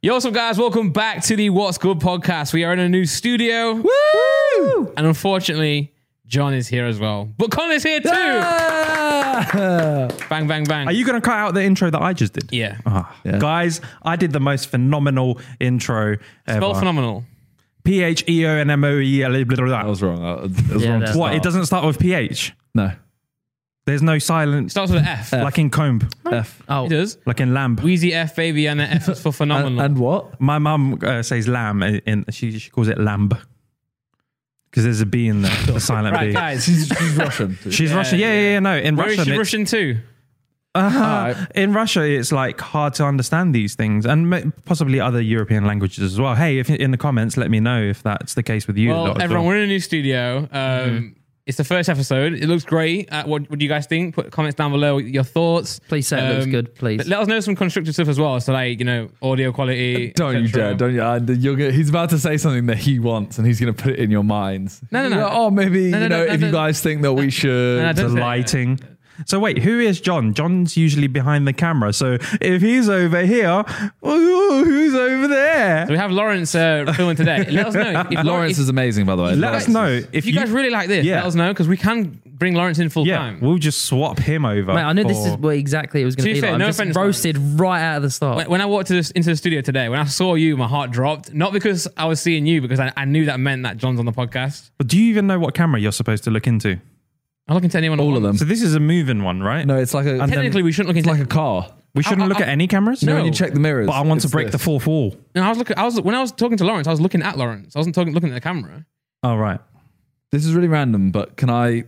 Yo, what's up, guys? Welcome back to the What's Good podcast. We are in a new studio. Woo! And unfortunately, John is here as well. But Connor's here too. Bang, bang, bang. Are you going to cut out the intro that I just did? yeah. Ah, Guys, I did the most phenomenal intro ever. Spell phenomenal. P H E O N M O E L. blah, blah, blah. That was wrong. That was, that was Yeah, wrong. that's- to What? It start. doesn't start with PH. No. There's no silence. Starts with an F. Like in comb, F. Oh, It does. like in lamb. Wheezy F, baby, and the F is for phenomenal. And, and what? My mum uh, says lamb, and, and she, she calls it lamb because there's a B in there, a silent right, B. guys. She's, she's Russian. She's Russian. Yeah, yeah, yeah. No, in Where is Russian, she it- Russian too? Uh-huh. Alright. In Russia, it's like hard to understand these things, and ma- possibly other European languages as well. Hey, if in the comments, let me know if that's the case with you. lot Well, as everyone, well. we're in a new studio. Um, It's the first episode. It looks great. Uh, what, what do you guys think? Put comments down below your thoughts. Um, Please say it looks good, please. Let us know some constructive stuff as well. So, like, you know, audio quality. Don't you etc. dare! Don't you? Uh, you're gonna, he's about to say something that he wants, and he's going to put it in your minds. No, no, You're no. like, oh, maybe No, no, you no, know no, if no, you no. guys think that we should. no, don't- the say that. lighting. So wait, who is John? John's usually behind the camera. So if he's over here, ooh, who's over there? So we have Lawrence uh, filming today. Let us know. If, if Lawrence if, is amazing, by the way. Let us know if, If you guys really like this, Yeah. let us know because we can bring Lawrence in full yeah, time. we'll just swap him over. Mate, I knew this for- is what exactly it was going To to be be fair, like. I'm no just offense, roasted right out of the start. When- when I walked to this, into the studio today, when I saw you, my heart dropped. Not because I was seeing you, because I, I knew that meant that John's on the podcast. But do you even know what camera you're supposed to look into? I'm looking to anyone. all of them. So this is a moving one, right? No, it's like a And then- Technically, we shouldn't look into. it's like a car. we shouldn't I- look I- at any cameras. No. When you check the mirrors, But I want to it's break the this. fourth wall. no, I was looking. I was when I was talking to Lawrence, I was looking at Lawrence. I wasn't talking looking at the camera. All Oh, right. This is really random, but can I?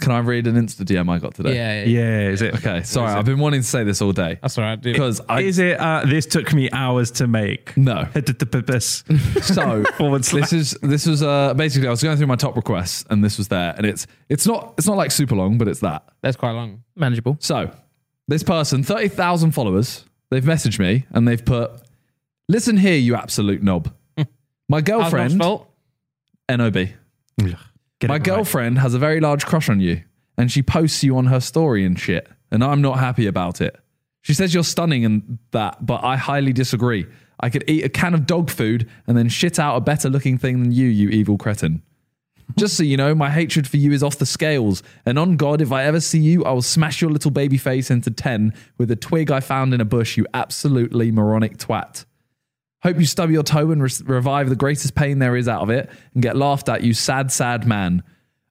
Can I read an Insta DM I got today? Yeah, yeah. yeah. Yeah. Is it? Okay. Sorry, Is it- I've been wanting to say this all day That's all right. Dude. because I is it? Uh, this took me hours to make. no. So Forward slash. this is this was uh basically I was going through my top requests and this was there and it's it's not it's not like super long but it's that. That's quite long. Manageable. So this person, thirty thousand followers, they've messaged me and they've put, "Listen here, you absolute knob. My How's Lawrence's girlfriend, fault? nob, Get my it right. girlfriend has a very large crush on you and she posts you on her story and shit and I'm not happy about it. She says you're stunning and that, but I highly disagree. I could eat a can of dog food and then shit out a better looking thing than you, you evil cretin. Just so you know, my hatred for you is off the scales. And on God, if I ever see you, I will smash your little baby face into 10 with a twig I found in a bush, you absolutely moronic twat. Hope you stub your toe and res- revive the greatest pain there is out of it and get laughed at, you sad, sad man.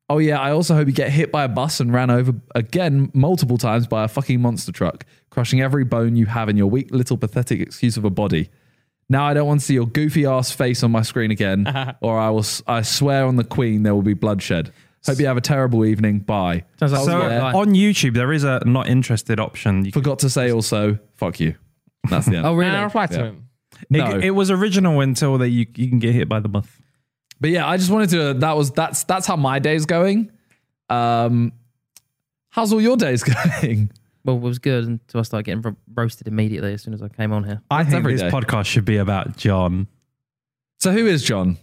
Oh, yeah, I also hope you get hit by a bus and ran over again multiple times by a fucking monster truck, crushing every bone you have in your weak little pathetic excuse of a body. Now I don't want to see your goofy ass face on my screen again, or I will. s- I swear on the Queen, there will be bloodshed. Hope you have a terrible evening. Bye. Sounds like So a good yeah. guy. on YouTube, there is a not interested option. You- Forgot to say also, fuck you. That's the end. Oh, And I really? replied to Yeah. him. no. It, it was original until that you, you can get hit by the bus. But yeah, I just wanted to. That was that's that's how my day's going. Um, how's all your days going? Well, it was good until I started getting ro- roasted immediately as soon as I came on here. I think every this day. podcast should be about John. So who is John?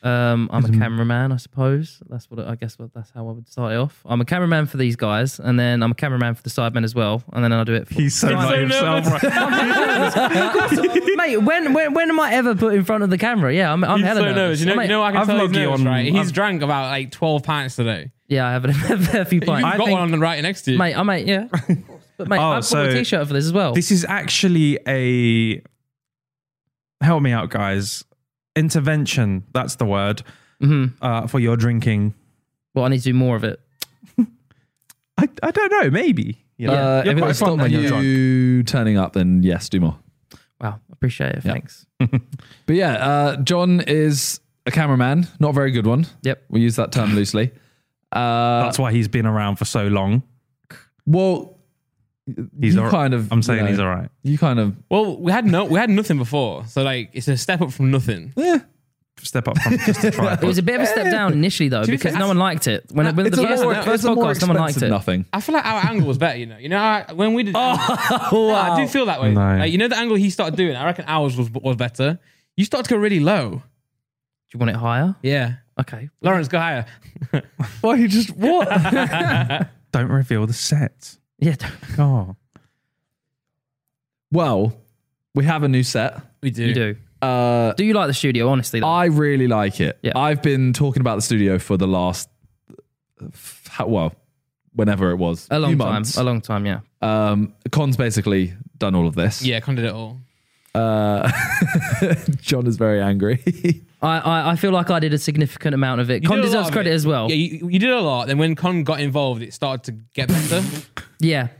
Um, I'm a cameraman, I suppose. That's what I guess. What, that's how I would start it off. I'm a cameraman for these guys, and then I'm a cameraman for the sidemen as well, and then I do it. For, He's so not himself. Right? mate, when, when when am I ever put in front of the camera? Yeah, I'm, I'm He's hella so nervous. You know, Mate, you know, I can I've tell he's logged you nervous, on- right? He's I've- drank about like twelve pints today. yeah, I have a few You've pints. got think- one on the right next to you. Mate, I might, yeah. But mate, Oh, I've so bought a t-shirt for this as well. this is actually a help me out, guys. Intervention. That's the word uh, for your drinking. well, I need to do more of it. I, I don't know. Maybe. You know? Uh, You're if it quite was fun stopped when you you're drunk. turning up, then yes, do more. Wow, appreciate it. Thanks. But yeah, uh, John is a cameraman, not a very good one. Yep. We use that term loosely. Uh, That's why he's been around for so long. well, He's you all right. kind of. I'm saying you know, he's all right. You kind of. Well, we had no, we had nothing before, so like it's a step up from nothing. Yeah, Step up from just a tripod. It was a bit of a step down initially though, be because fair, no one liked it. When, when the it's a first, more, first it's a more podcast, no one liked expensive it. Nothing. I feel like our angle was better, you know. You know, I, when we did, No, I do feel that way. No. Like, you know, the angle he started doing, I reckon ours was was better. You started to go really low. Do you want it higher? Yeah, Okay. Lawrence, go higher. Why you just what? don't reveal the set. Yeah. Oh. Well, we have a new set. We do. You do. Uh, Do you like the studio? Honestly, though? I really like it. Yeah. I've been talking about the studio for the last, how, well, whenever it was, a long few time. months. A long time. Yeah. Um, Con's basically done all of this. Yeah, Con did it all. Uh, John is very angry. I, I I feel like I did a significant amount of it. You Con did a lot deserves of credit it. as well. Yeah, Yeah. you, you did a lot. Then when Con got involved, it started to get better.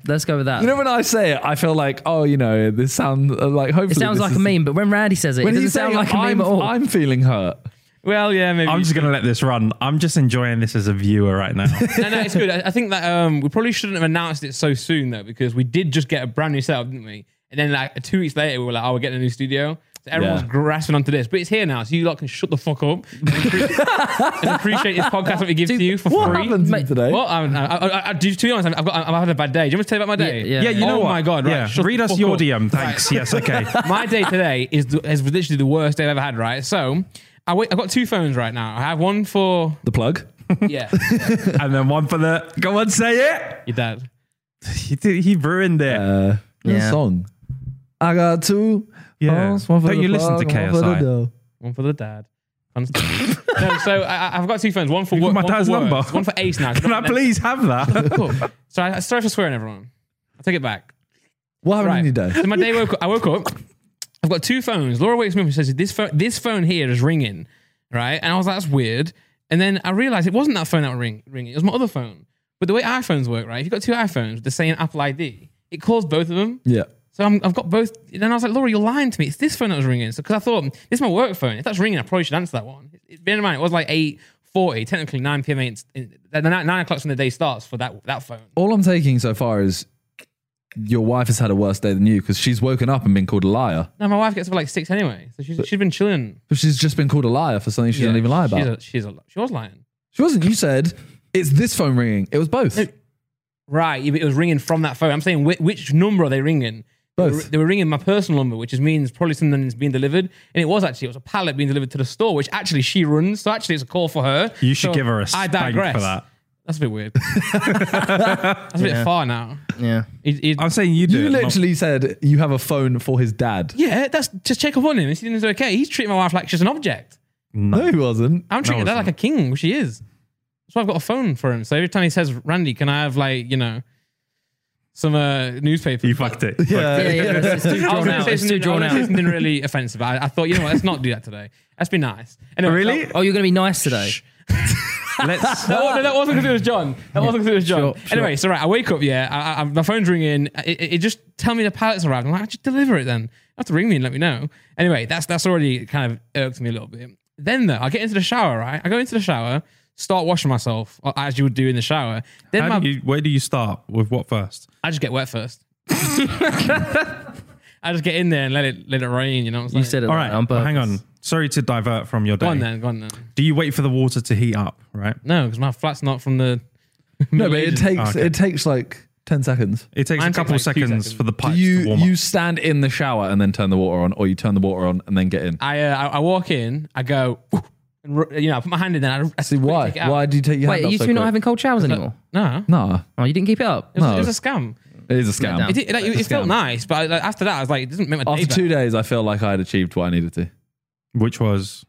Let's go with that. you know, when I say it, I feel like, oh, you know, this sounds uh, like hopefully it sounds this like is- a meme, but when Randy says it, it When doesn't he's sound saying like a I'm, meme at all. I'm feeling hurt. well, yeah, maybe. I'm just going to let this run. I'm just enjoying this as a viewer right now. no, no, it's good. I, I think that um, we probably shouldn't have announced it so soon though, because we did just get a brand new setup, didn't we? And then like two weeks later, we were like, "Oh, we're getting a new studio." So everyone's Yeah. grasping onto this, but it's here now, so you lot can shut the fuck up and, appre- and appreciate this podcast that we give to you for What free. happened to you Mate, today? Well, I, I, I, I, do- to be honest, I've got, I've had a bad day. Do you want me to tell you about my day? Yeah, yeah. yeah, you know oh what? my god! Right, Yeah. shut Read the us fuck your up. DM. Thanks. Yes. Okay. my day today is the, is literally the worst day I've ever had. Right, so I wait, I've got two phones right now. I have one for The plug. yeah, and then one for the. Go on, say it. your dad. He, did, he ruined it. Uh, Yeah. song. I got two. Yeah. phones, one for Don't the you listen plug, to one for the KSI? dough. One for the dad. One- no, so I, I- I've got two phones. One for got work. my one for dad's work, number? One for Ace now. Can I please have that? Sorry, sorry for swearing, everyone. I take it back. What happened Right. in your day? So my day woke. Up, I woke up. I've got two phones. Laura wakes me up and says, "This phone, this phone here is ringing." Right, and I was like, "That's weird." And then I realized it wasn't that phone that was ring, ringing. It was my other phone. But the way iPhones work, right? If you've got two iPhones with the same Apple ID, it calls both of them. Yeah. So I'm, I've got both. And then I was like, Laura, you're lying to me. It's this phone that was ringing. So because I thought this is my work phone. If that's ringing, I probably should answer that one. It, bear in mind, it was like eight forty, technically nine p.m. It's, it, the nine, nine o'clock's when the day starts for that that phone. All I'm taking so far is your wife has had a worse day than you because she's woken up and been called a liar. No, my wife gets up at like six anyway, so she's she's been chilling. But she's just been called a liar for something she didn't even lie about. She's a, she's a, she was lying. she wasn't. You said it's this phone ringing. It was both. Right, it was ringing from that phone. I'm saying which, which number are they ringing? They were- Both. They were ringing my personal number, which is means probably something that's being delivered. And it was actually, it was a pallet being delivered to the store, which actually she runs. So actually, it's a call for her. You should So give her a I spank digress. for that. That's a bit weird. that's a bit far now. yeah. It- it- I'm saying you do. you it, not- literally said you have a phone for his dad. yeah, that's just check up on him and see if he's okay. He's treating my wife like she's an object. No, he wasn't. I'm treating her it's like a king, which she is. That's why I've got a phone for him. So every time he says, "Randy, can I have like you know some uh, newspaper?" you fucked it. You fucked Yeah. it. Yeah, yeah, it's, it's too I was drawn going to out. say It's too something, I was drawn gonna say out. something really offensive, but I, I thought, you know what, let's not do that today. Let's be nice. Anyway, Really? That, Oh, you're gonna be nice today. Let's. no, no, that wasn't because it was John. That wasn't because it was John. Sure, sure. Anyway, so right, I wake up, yeah, I, I, my phone's ringing. It, it, it just tell me the pallet's arrived. I'm like, just deliver it then. You have to ring me and let me know. Anyway, that's that's already kind of irked me a little bit. Then though, I get into the shower, right? I go into the shower, start washing myself, or as you would do in the shower. Then How my, do you- where do you start with what first? I just get wet first. I just get in there and let it let it rain. You know what I'm saying? You said it. All like right, that on purpose. hang on. Sorry to divert from your day. Go on then, go on then. Do you wait for the water to heat up? Right. No, because my flat's not from the. No, but it takes okay. it takes like ten seconds. It takes Mine a takes couple like two seconds, seconds. for the Do pipes to you warm up. you stand in the shower and then turn the water on, or you turn the water on and then get in? I, uh, I I walk in, I go, "Ooh," and ru- you know, I put my hand in there. I, I See why? Take it out. Why do you take your Wait, hand are up you so two not quick? Uh, having cold showers anymore? No, Nah, Oh, you didn't keep it up. it was, No. it was a scam. it is a scam. down. It, did, like, it, it felt scam. nice, but I, like, after that, I was like, it doesn't make my day After better. two days, I feel like I had achieved what I needed to. Which was?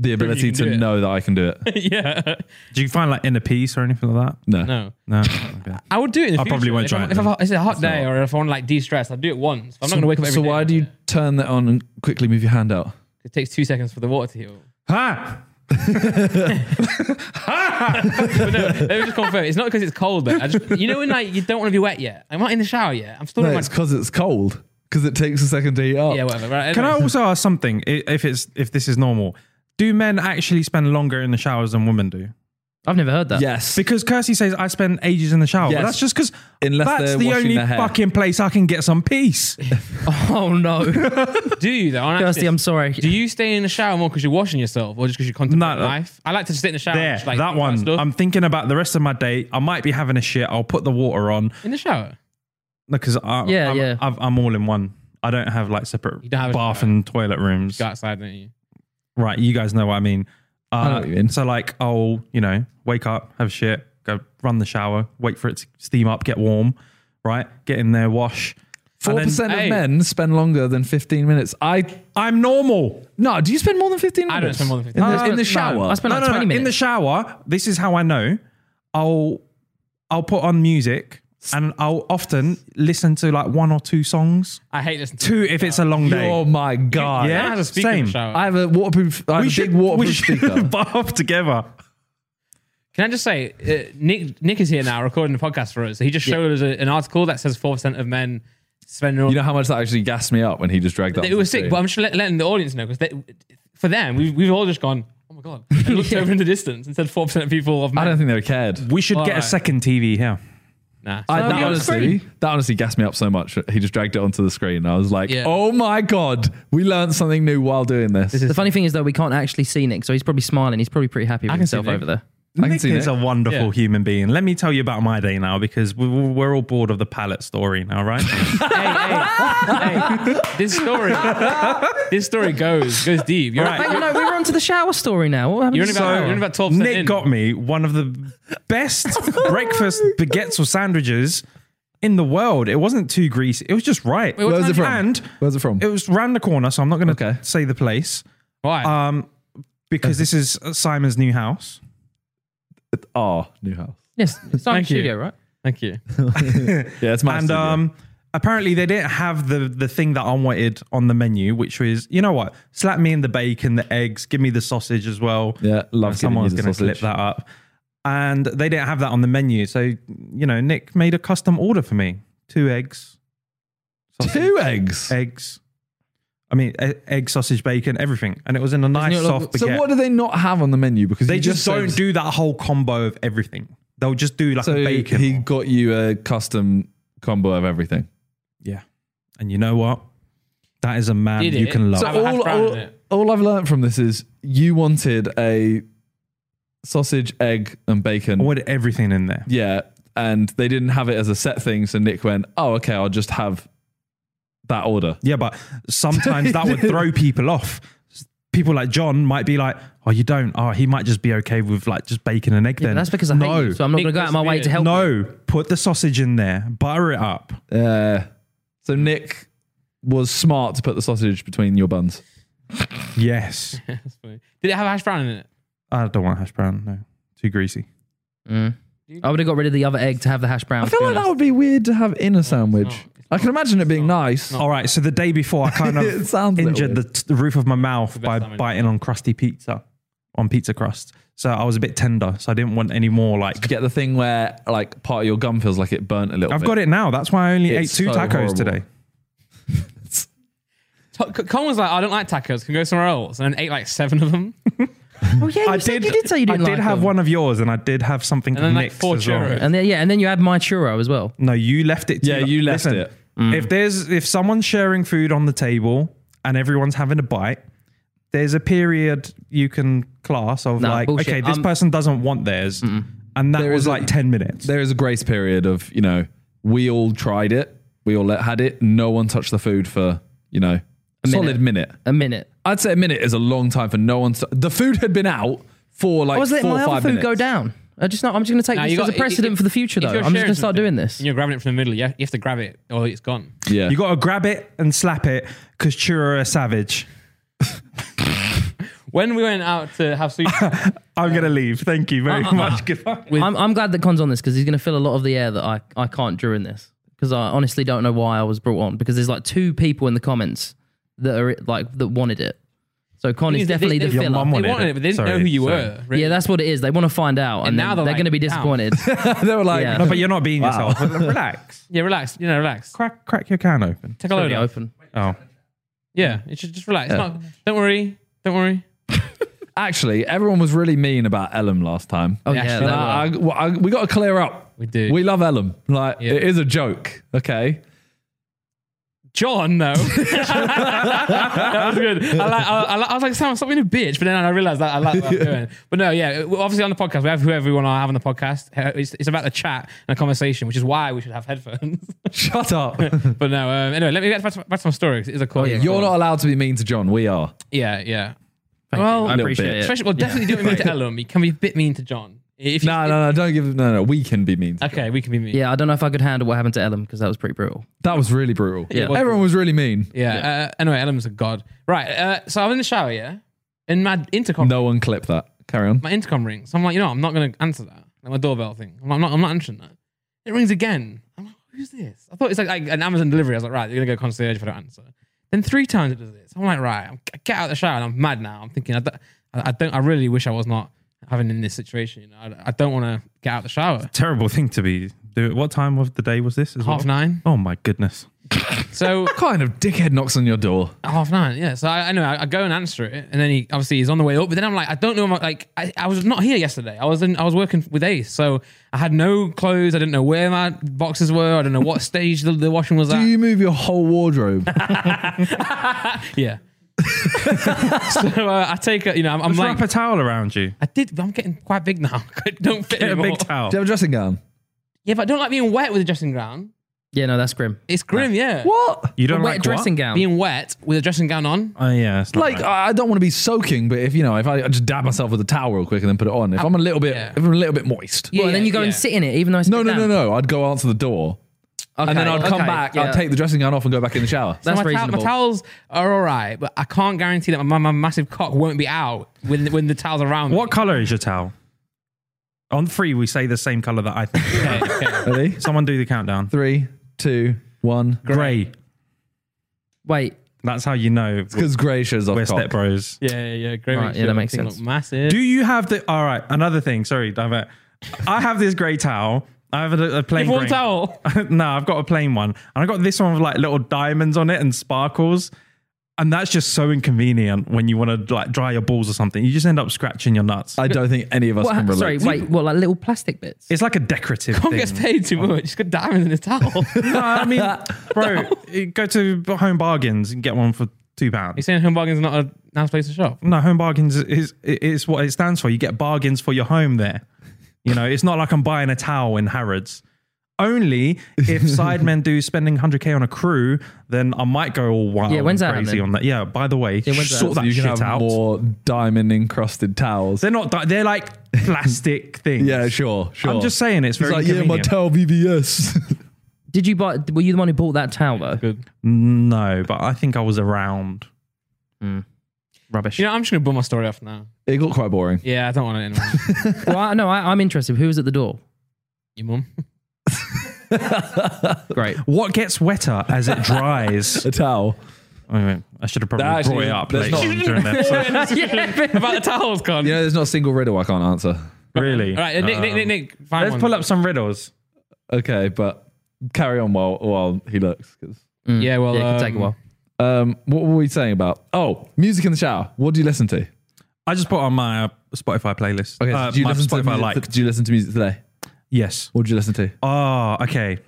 The ability can do to it. know that I can do it. yeah, Do you find like inner peace or anything like that? No. no, No. Okay. I would do it. In the I probably future. won't if try I'm- it If then. I've, it's a hot day or if I want to like de-stress, I'll do it once. But I'm not going to wake up every so day. why do you turn that on and quickly move your hand out? It takes two seconds for the water to heal. ha! But no, let me just confirm. It's not because it's cold. Though. I just, you know, when like you don't want to be wet yet. I'm not in the shower yet. I'm still No, in my it's because it's cold. Because it takes a second to heat up. yeah, whatever. Right, Can I anyway. also ask something? I- If it's if this is normal, do men actually spend longer in the showers than women do? I've never heard that. Yes. Because Kirsty says I spend ages in the shower. Yes. But that's just because Unless that's they're the washing only their hair. fucking place I can get some peace. Oh no, do you though? Honestly, Kirsty, I'm sorry. Do you stay in the shower more because you're washing yourself or just because you're contemplating No, no. life? I like to just sit in the shower. and There, just, like, that think about one. stuff. I'm thinking about the rest of my day. I might be having a shit. I'll put the water on in the shower. because I, Yeah, I'm, yeah. I've, I'm all in one. I don't have like separate don't have a bath shower. and toilet rooms. Go outside, don't you? Right, you guys know what I mean. Uh, know what you mean. So like, I'll you know wake up, have a shit, go run the shower, wait for it to steam up, get warm. Right, get in there, wash, Four percent of hey. men spend longer than fifteen minutes. I I'm normal. no. Do you spend more than fifteen minutes? I don't spend more than 15 in minutes. the, in the No, shower. I spend like 20 In the minutes. shower, this is how I know. I'll I'll put on music and I'll often listen to like one or two songs. I hate listening to Two if it's a long day. oh my god! Yeah. I has a speaker in the same. shower. I have a waterproof. I have a big we waterproof speaker. should bath together. Can I just say, uh, Nick Nick is here now recording the podcast for us. He just showed us a, an article that says four percent of men spend. You know how much that actually gassed me up when he just dragged that. it was sick, but I'm just let, letting the audience know because for them, we've, we've all just gone, oh my god, and looked over in the distance and said four percent of people of I men. don't think they cared. We should get a Alright. second TV here. Nah, I, that, be on honestly, that honestly gassed me up so much. He just dragged it onto the screen. I was like, Yeah. "Oh my god, we learned something new while doing this." The funny thing is, though, we can't actually see Nick, so he's probably smiling. He's probably pretty happy with can see himself Nick. over there. I can Nick see is Nick. a wonderful Yeah. human being. Let me tell you about my day now because we- we're all bored of the pallet story now, right? hey, hey, hey, this story, this story goes goes deep. You're Alright. right. Hang on, no, we were on to the shower story now. What happened You're to in the about shower? you're in about twelve percent. Nick got me one of the best breakfast baguettes or sandwiches in the world. It wasn't too greasy. It was just right. what Where was time it from? And Where's it from? it was round the corner, so I'm not going to Okay. say the place Why? um, because this is Simon's new house. oh, new house. Yes, it's our Thank you. studio, right? Thank you. Yeah, it's my and studio. um, apparently they didn't have the the thing that I wanted on the menu, which was you know what, slap me in the bacon, the eggs, give me the sausage as well. yeah, love. giving someone's you the going to sausage. slip that up. And they didn't have that on the menu, so you know Nick made a custom order for me: two eggs, sausage, Two eggs. eggs. I mean, e- egg, sausage, bacon, everything, and it was in a nice it look- soft baguette. So what do they not have on the menu? Because they you just, said- don't do that whole combo of everything. They'll just do like So a bacon. he got you a custom combo of everything. yeah, and you know what? That is a man Did you it? can love. So Have a hash all, brown all, in it. all I've learned from this is you wanted a sausage, egg, and bacon. I wanted everything in there. Yeah, and they didn't have it as a set thing, so Nick went, "Oh, okay, I'll just have that order." Yeah, but sometimes that would throw people off. People like John might be like, "Oh, you don't. Oh, he might just be okay with like just bacon and egg." Yeah, then but that's because I no, hate you, so I'm not Nick going to go out of my way to help. you. no, put the sausage in there, butter it up. Uh, so Nick was smart to put the sausage between your buns. Yes, That's funny. Did it have hash brown in it? I don't want hash brown. No, too greasy. Mm. I would have got rid of the other egg to have the hash brown. I feel like that would be weird to have in a sandwich. not. It's I can imagine it being nice. All right, so the day before, I kind It of sounds a little injured the, weird. t- the roof of my mouth best by sandwich. biting on crusty pizza, on pizza crust. So I was a bit tender, so I didn't want any more. Like You Oh, get the thing where like part of your gum feels like it burnt a little. I've bit. got it now. That's why I only It's ate two so tacos horrible. today. T- C- Con was like, I don't like tacos. Can go somewhere else, and then ate like seven of them, Oh yeah, you I said did. you did say you didn't I did like have them. one of yours, and I did have something. and then like mixed four as well. churros. and then yeah, and then you had my churro as well. No, you left it. to- Yeah, you left it. Mm. If there's if someone's sharing food on the table and everyone's having a bite, there's a period you can class of Nah, like, bullshit. okay, this Um, person doesn't want theirs, and that There was is a- like ten minutes. There is a grace period of you know we all tried it, we all let, had it. No one touched the food for you know a solid minute. A minute. I'd say a minute is a long time for no one. To, the food had been out for like I was letting four my or other five food minutes. go down. I just not. I'm just going to take Nah, this you as got- a precedent if- for the future, if though. you're I'm just going sharing to start something doing this. And you're grabbing it from the middle. You have, you have to grab it, or it's gone. Yeah, you got to grab it and slap it because churro are savage. When we went out to have sushi, I'm gonna leave. Thank you very much. Goodbye. I'm, I'm glad that Con's on this because he's going to fill a lot of the air that I, I can't during this because I honestly don't know why I was brought on because there's like two people in the comments that are like that wanted it. So Con They- is definitely they- the they- filler. mum they wanted wanted it. it, but they didn't know Sorry, who you sorry. were. really. yeah, that's what it is. They want to find out, and, And then now they're, they're going to like, be disappointed. they were like, Yeah. No, but you're not being yourself. Relax. yeah. Relax, you know, relax. Crack, crack your can open. Take a Totally load off. open. Oh, Yeah, it's just, just relax. It's not, don't worry, don't worry. actually, everyone was really mean about Ellum last time. Oh Yeah, yeah, actually, they And no, were. I- I- well, I- we got to clear up. We do. We love Ellum. Like Yeah. it is a joke. Okay, John, though. that was good. I, like, I, I, like- I was like, Sam, stop being a bitch. But then I realized that I like what I'm doing. But no, yeah, well, obviously on the podcast, we have whoever we want to have on the podcast. It's, it's about the chat and the conversation, which is why we should have headphones. shut up. but no, um, anyway, let me get back to, back to my story. 'cause It is a Oh, cool. You're not allowed to be mean to John. We are. Yeah, yeah. Thank you. well, I little appreciate bit. it. Especially, well, definitely don't be mean to Ellum. You can be a bit mean to John. If you, No, no, no. Don't give. No, no. We can be mean. Okay, we can be mean. Yeah, I don't know if I could handle what happened to Ellen because that was pretty brutal. That was really brutal. Yeah. Everyone was really mean. Yeah. Uh, anyway, Ellen's a god. Right. Uh, so I'm in the shower, yeah, and my intercom, No one clipped that. Carry on. my intercom rings. I'm like, you know, I'm not gonna answer that. Like my doorbell thing. I'm not. I'm not answering that. It rings again. I'm like, who's this? I thought it's like, like an Amazon delivery. I was like, right, you're gonna go concierge if I don't answer. Then three times it does this. I'm like, right, I'm, I get out of the shower and I'm mad now. I'm thinking, I don't, I I don't, I really wish I was not having in this situation. You know, I, I don't want to get out of the shower. Terrible thing to be. Do what time of the day was this? As Half well? nine. Oh my goodness. So Kind of dickhead knocks on your door. half nine. Yeah. So I, I know I, I go and answer it, and then he obviously he's on the way up. But then I'm like, I don't know. My, like I, I was not here yesterday. I was in. I was working with Ace, so I had no clothes. I didn't know where my boxes were. I don't know what stage the, the washing was Do at. you move your whole wardrobe? yeah. so uh, I take a, you know, I'm, I'm Just like, wrap a towel around you. I did. I'm getting quite big now. I don't fit Get a anymore. big towel. Do you have a dressing gown? Yeah, but I don't like being wet with a dressing gown. Yeah, no, that's grim. It's grim. Yeah. What? You don't a wet like dressing gown. Being wet with a dressing gown on. What? Oh yeah. It's not Like right. I I don't want to be soaking, but if you know, if I, I just dab myself with a towel real quick and then put it on, if I'm a little bit, yeah. if I'm a little bit moist. Yeah, well, and then yeah, Uh, you go yeah. and sit in it, even though it's No, put no, no, down. no. I'd go answer the door and then I'd Okay, come okay, back. yeah. I'd take the dressing gown off and go back in the shower. That's so my, towel, reasonable. my towels are all right, but I can't guarantee that my, my massive cock won't be out when when the towels are around. me. what color is your towel? On three, we say the same color that I think. Okay, okay. Ready? Someone do the countdown. Three, two, one. Gray. Wait, That's how you know Because Gray shows off. we're cock. step bros. Yeah, yeah, yeah. Great. Right, makes yeah, that your makes thing sense. look Massive. Do you have the? All right. Another thing. Sorry, divert. I have this gray towel. I have a, a plain Full green- towel. no, I've got a plain one. And I got this one with like little diamonds on it and sparkles. And that's just so inconvenient when you want to like dry your balls or something. You just end up scratching your nuts. I don't think any of us what can hap- relate. sorry, wait, what, like little plastic bits? it's like a decorative Cock thing. gets paid too much. He's got diamonds in his towel. No, I mean, bro, it- go to Home Bargains and get one for two You're pounds. saying home bargain's not a nice place to shop? No, Home Bargains is it- it's what it stands for. You get bargains for your home there. You know, it's not like I'm buying a towel in Harrods. Only if sidemen do spending 100k on a crew, then I might go all wild Yeah, when's and that crazy happening? on that. Yeah, by the way, when's that sort that you can shit have out. more diamond encrusted towels. They're not. di- They're like plastic things. Yeah, sure, sure. I'm just saying it's It's very like, yeah, my convenient. towel VVS. Did you buy? Were you the one who bought that towel though? Good. no, but I think I was around. Hmm. Rubbish. You know, I'm just gonna bum my story off now. it got quite boring. Yeah, I don't want it anymore. well, I, no, I, I'm interested. Who was at the door? Your mum. Great. What gets wetter as it dries? A towel. Wait, wait, I should have probably That actually- brought it up that's later on not- during the episode. About the towels, con. You know, there's not a single riddle I can't answer. Really? All right, uh, Nick, Nick, Nick, Nick, find Let's one. pull up some riddles. Okay, but carry on while while he looks. 'cause- Yeah, well, Yeah, it could take a um, while. Um, what were we saying about? Oh, music in the shower. What do you listen to? I just put on my uh, Spotify playlist. Okay, so uh, do you my listen to Spotify music, like. Do you listen to music today? Yes. What do you listen to? Oh, okay.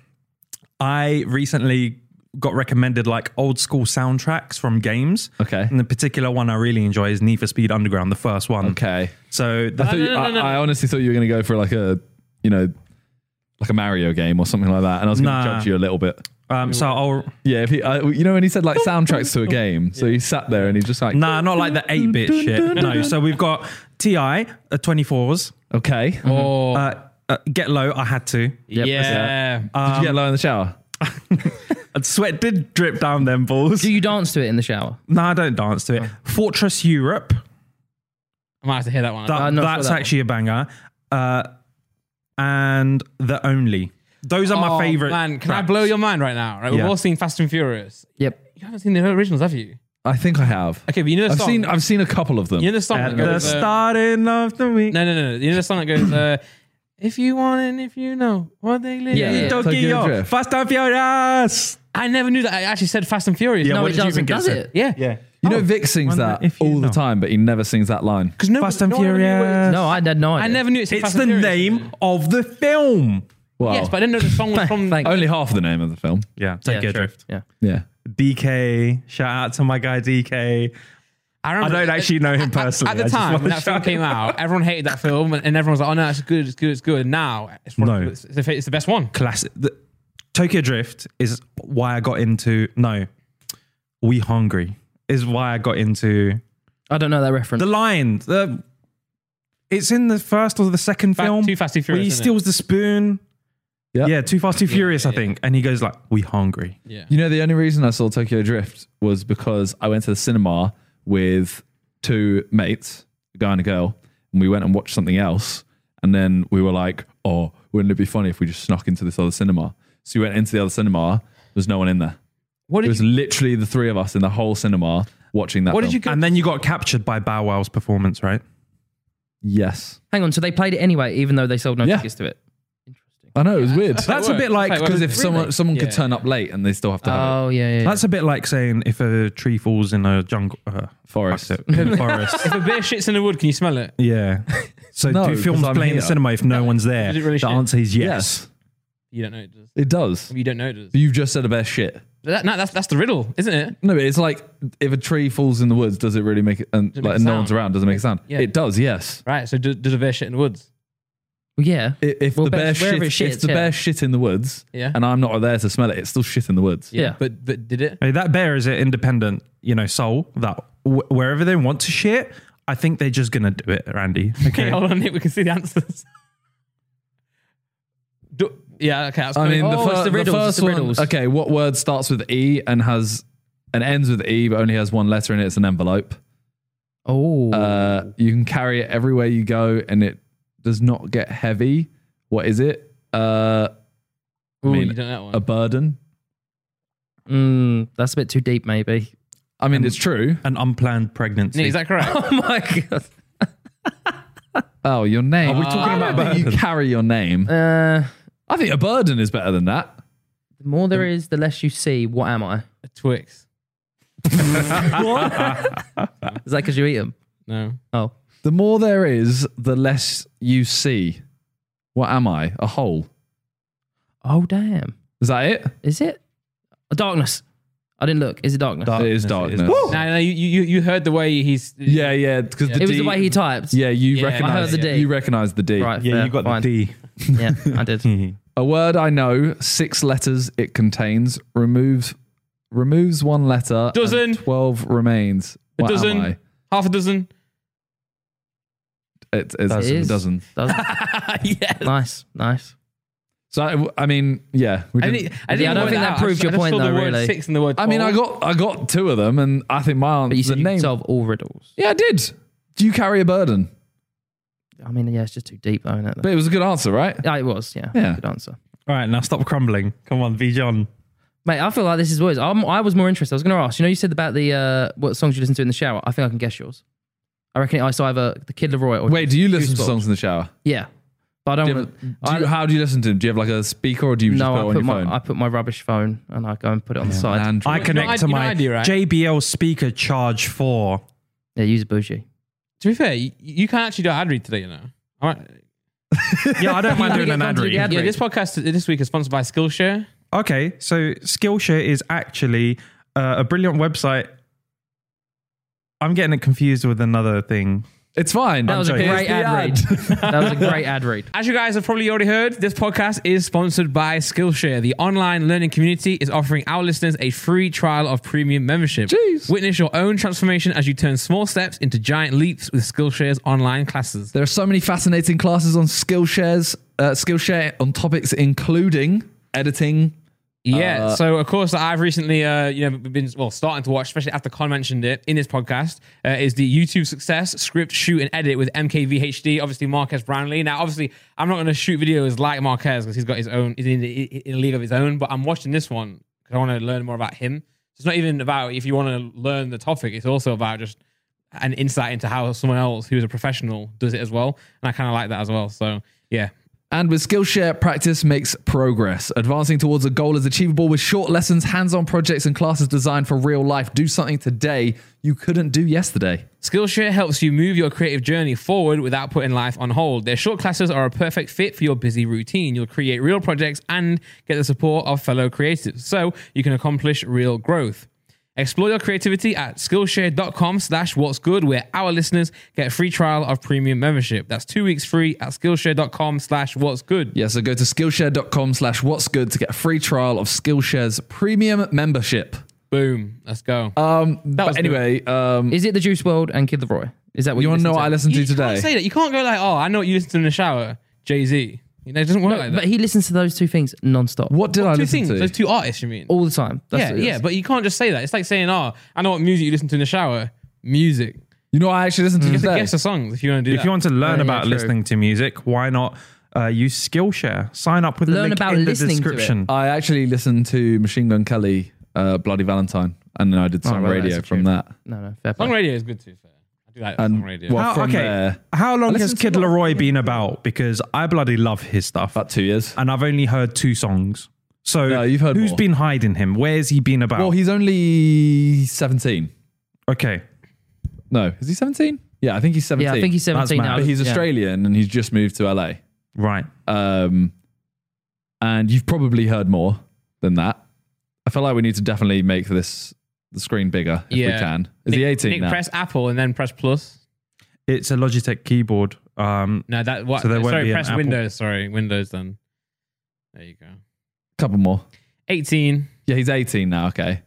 I recently got recommended like old school soundtracks from games. Okay. And the particular one I really enjoy is Need for Speed Underground, the first one. Okay. So the, I, thought no, you- no, no, I- no. I honestly thought you were going to go for like a, you know, like a Mario game or something like that, and I was going to Nah. judge you a little bit. um, so I'll Yeah, if he, uh, you know, when he said like soundtracks to a game, so he sat there and he just like, Nah, not like the 8 bit shit. No. So we've got TI, uh, 24s. okay. Oh, Uh, uh, get low, I had to. Yep, that's yeah. Did you get low in the shower? And sweat did drip down them balls. Do you dance to it in the shower? no, I don't dance Oh. to it. Fortress Europe. I might have to hear that one. That- I'm not sure that's that actually a banger. Uh, and The Only. Those are Oh, my favorite. Man, can I tracks. blow your mind right now? Right, we've Yeah. all seen Fast and Furious. Yep. You haven't seen the originals, have you? I think I have. Okay, but you know the I've song. seen I've seen a couple of them. you know the song. At that the goes, uh, starting of the week. No, no, no. no. You know the song that goes, uh, if you want and if you know what they live Yeah, in. yeah. Tokyo, Tokyo Drift. Fast and Furious. I never knew that. I actually said Fast and Furious. Yeah, no, No, what it did you doesn't, think it does said? it? yeah. Oh, You know, Vic sings oh, wonder that if you all the know. time, but he never sings that line. Because no, Fast and no one knew what it- Furious. No, I had no idea. I never knew it said It's Fast the and Furious. name of the film. Wow. Yes, but I didn't know the song was from. Thank- only half the name of the film. Yeah, Yeah, Tokyo sure. Drift. Yeah. Yeah. DK. Shout out to my guy DK. I remember don't at- actually know him personally. At the I just time wanna when that film shout came him out, everyone hated that film, and and everyone was like, "Oh no, it's good, it's good, it's good." And now it's one of No. the- it's, the- it's the best one. Classic. The, Tokyo Drift is why I got into. No, We Hungry is why I got into I don't know that reference. the line. The It's in the first or the second Fa- film. Too Fast, Too where he Furious, isn't it? steals the spoon. Yeah. Yeah, Too Fast, Too Furious, I think. And he goes like, "We hungry." Yeah. You know, the only reason I saw Tokyo Drift was because I went to the cinema with two mates, a guy and a girl, and we went and watched something else. And then we were like, oh, wouldn't it be funny if we just snuck into this other cinema? So we went into the other cinema, there's no one in there. What It did was you, literally the three of us in the whole cinema watching that. what did film. you go? And then you got captured by Bow Wow's performance, right? Yes. Hang on, so they played it anyway, even though they sold no Yeah. tickets to it. I know, it was weird. That's a bit like Because if someone someone could Yeah. turn up late and they still have to have Oh yeah, yeah. yeah. That's a bit like saying if a tree falls in a jungle uh, it. Forest. fucked it, in a forest. if a beer shits in the wood, can you smell it? Yeah. So No, do films 'cause I'm play in the here. cinema if no one's there? Is it really the shit? answer is yes. You don't know it does. It does. You don't know it does. You've just said the best shit. That, no, that's that's the riddle, isn't it? No, but it's like if a tree falls in the woods, does it really make it? And it like, make and no sound? one's around, does it make a sound? Yeah. It does, yes. Right. So do, does a bear shit in the woods? Well, yeah. I- If Well, the bear best- shit, wherever it if shits, the yeah. bear shit in the woods, Yeah. and I'm not there to smell it, it's still shit in the woods. Yeah. But but did it? Hey, that bear is an independent, you know, soul that w- wherever they want to shit, I think they're just gonna do it, Randy. Okay. Hold on, Nick. We can see the answers. Do, yeah. Okay. That's I mean, Oh, the, fir- it's the the riddles, it's first the one. riddles. Okay, what word starts with E and has and ends with E, but only has one letter in it? It's an envelope. Oh, Uh, you can carry it everywhere you go, and it does not get heavy. What is it? Uh, Ooh, mean, you don't know that one. a burden. mm, that's a bit too deep, maybe. I mean, it's true. An unplanned pregnancy. Nick, is that correct? Oh my god. Oh, your name. Are we talking about you burden? carry your name? Uh, I think a burden is better than that. the more there is, the less you see. What am I? A Twix. Is that because you eat them? No. Oh, The more there is, the less you see. What am I? A hole. oh damn. Is that it? Is it darkness? I didn't look. Is it darkness? it is Darkness, it darkness. is. No, no. You, you you heard the way he's. Yeah, yeah. Because It it was the way he typed. Yeah, you Yeah, recognize. I heard the D. You recognize the D. Right. Yeah, fair, you got fine. the Yeah, I did. D. A word I know. Six letters it contains. Removes. Removes one letter. and Dozen. Twelve remains. A What am dozen. I? Half a dozen. It's, it's It a is. dozen. Does- yeah. nice, nice. So I, I mean, yeah. We I, didn't- didn't, I, didn't Yeah, I don't work think that out. proved I your just point, saw the though, word really. Six and the word. I mean, I twelve. got I got two of them, and I think my answer. But you said the you name. could solve all riddles. Yeah, I did. Do you carry a burden? I mean, yeah, it's just too deep, though, isn't it? But it was a good answer, right? Yeah, it was. Yeah, Yeah. Good answer, All right, now stop crumbling. Come on, V John. mate. I feel like this is worse. I'm, I was more interested. I was going to ask. You know, you said about the uh, what songs you listen to in the shower. I think I can guess yours. I reckon it's either the Kid Leroy or Wait, do you listen to Goosebumps. songs in the shower? Yeah, but I Do don't. you have want a- do you- how do you listen to them? Do you have like a speaker or do you just no, put it I on put your my phone? I put my rubbish phone and I go and put it on the side. And- I connect I- to you know my I do, right? JBL speaker charge four. yeah, use a bougie. To be fair, you, you can't actually do an ad read today, you know. All right. Yeah, I don't mind doing You get an ad content, you read. get- Yeah, read. this podcast this week is sponsored by Skillshare. Okay, so Skillshare is actually uh, a brilliant website. I'm getting it confused with another thing. it's fine. That was a joking. great Here's the ad read. that was a great ad read. As you guys have probably already heard, this podcast is sponsored by Skillshare. The online learning community is offering our listeners a free trial of premium membership. Jeez. Witness your own transformation as you turn small steps into giant leaps with Skillshare's online classes. There are so many fascinating classes on Skillshare's uh, Skillshare on topics including editing. Yeah, Uh, so of course that I've recently, uh, you know, been well starting to watch, especially after Con mentioned it in this podcast, uh, is the YouTube success script, shoot, and edit with MKVHD. Obviously, Marquez Brownlee. Now, obviously, I'm not going to shoot videos like Marquez because he's got his own, he's in, in a league of his own. But I'm watching this one because I want to learn more about him. It's not even about if you want to learn the topic; it's also about just an insight into how someone else who's a professional does it as well. And I kind of like that as well. So yeah, And with Skillshare, practice makes progress. Advancing towards a goal is achievable with short lessons, hands-on projects, and classes designed for real life. Do something today you couldn't do yesterday. Skillshare helps you move your creative journey forward without putting life on hold. Their short classes are a perfect fit for your busy routine. You'll create real projects and get the support of fellow creatives, so you can accomplish real growth. Explore your creativity at Skillshare.com slash what's good, where our listeners get a free trial of premium membership. That's two weeks free at Skillshare.com slash what's good. Yeah, so go to Skillshare.com slash what's good to get a free trial of Skillshare's premium membership. Boom. Let's go. Uh, Um, but was good. anyway, um, Is it the Juice World and Kid Leroy? Is that what you you want to know what I listen listened you to can't today? say that. You can't go like, oh, I know what you listen to in the shower. Jay Z. You know, it doesn't work like to? that. But he listens to those two things nonstop, What did I two listen things. to? Those two artists, you mean? all the time. That's yeah, what it yeah. is. But you can't just say that. It's like saying, oh, I know what music you listen to in the shower. Music. You know what I actually listened to You have to today? guess the songs if you want to do If that. you want to learn yeah, about true. listening to music, why not uh, use Skillshare? Sign up with the Learn link about in the listening to it. description. I actually listened to Machine Gun Kelly, uh, Bloody Valentine, and then I did some right, radio that's a from tune. that. no, no, fair song play. radio is good too. Fair. I do like And song radio. what- How, From okay, there. how long I has listened to Kid a lot of Leroy been about? Because I bloody love his stuff, About two years. and I've only heard two songs. So No, who's you've heard more. been hiding him? Where's he been about? Well, he's only 17. okay, No, is he 17? Yeah, I think he's 17. Yeah, I think he's That's 17 mad. now. But he's yeah. Australian and he's just moved to LA. right. Um, and you've probably heard more than that. I feel like we need to definitely make this the screen bigger if we Yeah. can. Is he Nick- 18 Nick, now? press Apple and then press plus. It's a Logitech keyboard. Um, No, that what? So there won't be sorry, an press Apple. Windows. Sorry, Windows. Then there you go. couple more. Eighteen. Yeah, he's 18 now. Okay.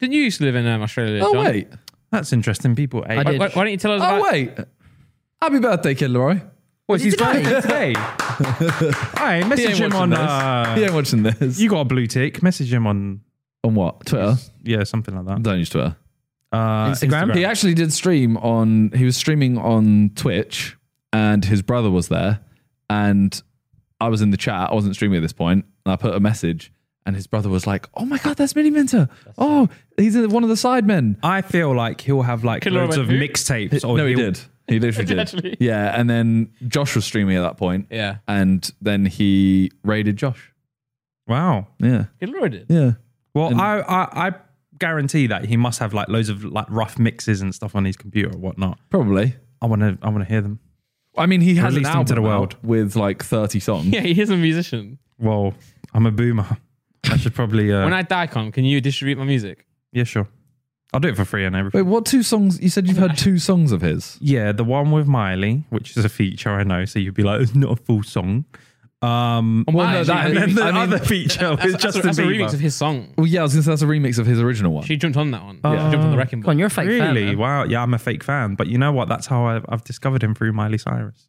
Didn't you used to live in um, Australia? Oh, John? wait. that's interesting. People, age. did. Why, why don't you tell us? Oh, about, wait. Happy birthday, Kid Leroy. Well, he's today? birthday today. I He message ain't him watching on. this. Uh, he ain't watching this. You got a blue tick. Message him on. on what? Twitter? Yeah, something like that. Don't use Twitter. Uh, Instagram? He actually did stream on. He was streaming on Twitch, and his brother was there. And I was in the chat. I wasn't streaming at this point, and I put a message. And his brother was like, "Oh my god, that's Mini Minter! Oh, he's one of the sidemen." I feel like he'll have like Killer loads of Robin who? mixtapes. or no, he he'll- did. He literally did. Actually. Yeah, and then Josh was streaming at that point, Yeah, and then he raided Josh. Wow. Yeah, good lord, did. yeah. Well, I, I I guarantee that he must have like loads of like rough mixes and stuff on his computer or whatnot. Probably. I want to I want to hear them. I mean, he has an Released him album to the world. out with like thirty songs. Yeah, he is a musician. Well, I'm a boomer. I should probably. Uh, When I die, con, can you distribute my music? yeah, sure. I'll do it for free and everything. Wait, what two songs? You said you've heard two songs of his. Yeah, the one with Miley, which is a feature I know. So you'd be like, it's not a full song. Um, Well, no, that- and I then mean- the I mean- other feature was That's, Justin a, that's a Bieber. remix of his song. Well, yeah, I was gonna say that's a remix of his original one. She jumped on that one. Yeah, she jumped on Ah. the wrecking Come on, ball. you're a fake really? fan. man. wow. Yeah, I'm a fake fan. But you know what? That's how I've, I've discovered him through Miley Cyrus.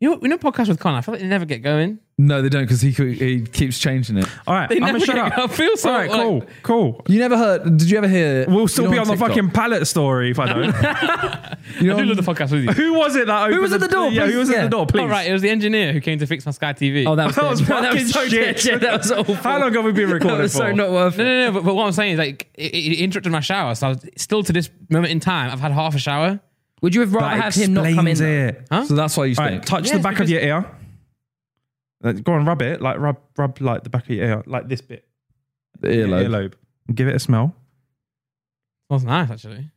You know, you know, podcast with Con. I feel like they never get going. No, they don't because he could- he keeps changing it. All right, They I'm never gonna shut get up. going. I feel so. All right, like- cool, cool. You never heard? Did you ever hear? We'll still you know be on, the TikTok? fucking pallet story if I don't. You I know do on- love the podcast with you. who was it that opened was at the door, Yeah, please? who was at Yeah. the door? Um, Please. All right, it was the engineer who came to fix my Sky TV. Oh, that was That was dead. fucking so shit. dead. Yeah, that was awful. How long have we been That recording was for? so not worth No, it. no, no. But, but what I'm saying is, like, it, it interrupted my shower. So I was, still to this moment in time, I've had half a shower. Would you have rather that have him not come in? explains though? it. So that's why you All stink. right, touch Yeah, the back of because- your ear. Uh, Go on, rub it. Like rub, rub like the back of your ear, like this bit, the earlobe. Give it a smell. Smells nice, actually.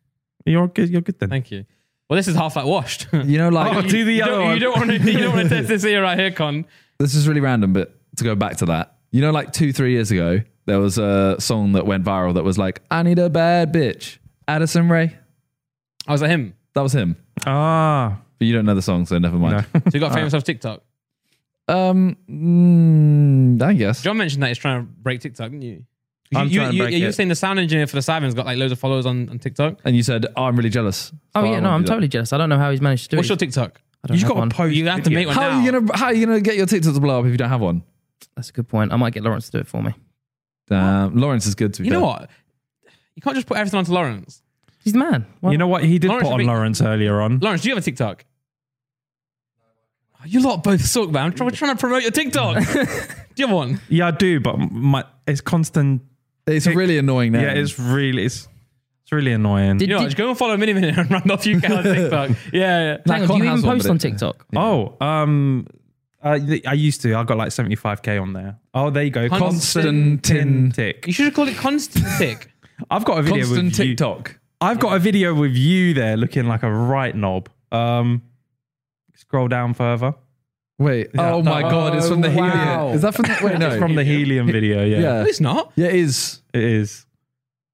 You're good. You're good then. Thank you. Well, this is half like washed. you, You know, like Oh, do the you other don't, one. you don't want to. You don't want to test this ear right here, con. this is really random, but to go back to that, you know, like two three years ago, there was a song that went viral that was like, "I need a bad bitch," Addison Ray. I was like him. That was him. ah, But you don't know the song, so never mind. So he got famous off TikTok. Um, mm, I guess. John mentioned that he's trying to break TikTok, didn't you? You, I'm you, trying to you, break you were it. saying the sound engineer for the Simon's got like loads of followers on, on TikTok. And you said, oh, "I'm really jealous." Oh So I yeah, no, won't I'm do that. totally jealous. I don't know how he's managed to do What's your it. TikTok? I don't you just have got to one. post. You have to make video. one How now. are you gonna How are you gonna get your TikTok to blow up if you don't have one? That's a good point. I might get Lawrence to do it for me. Damn, Lawrence is good to be You know fair. what? You can't just put everything onto Lawrence. He's the man. Why- You know what? He did Lawrence put on would be- Lawrence earlier on. Lawrence, do you have a TikTok? Oh, You lot both suck, man. I'm try- we're trying to promote your TikTok. do you have one? Yeah, I do, but my it's constant. It's a really annoying name. Yeah, it's really it's it's really annoying. You know, what, Did- just go and follow Mini Minute and run off you can on TikTok. Yeah, yeah. Hang on, Con do you has even one, post but on it- TikTok? Oh, um, uh, th- I used to. I got like 75k on there. Oh, there you go. Constantin Constantin tick. You should have called it Constant Tick. I've got a video constant with you. TikTok. I've got a video with you there looking like a right knob. Um, scroll down further. Wait. Oh my god, it's from the Helium. wow. Is that from the Wait, no. It's from the helium video. Yeah, yeah. it's not. Yeah, it is. it is.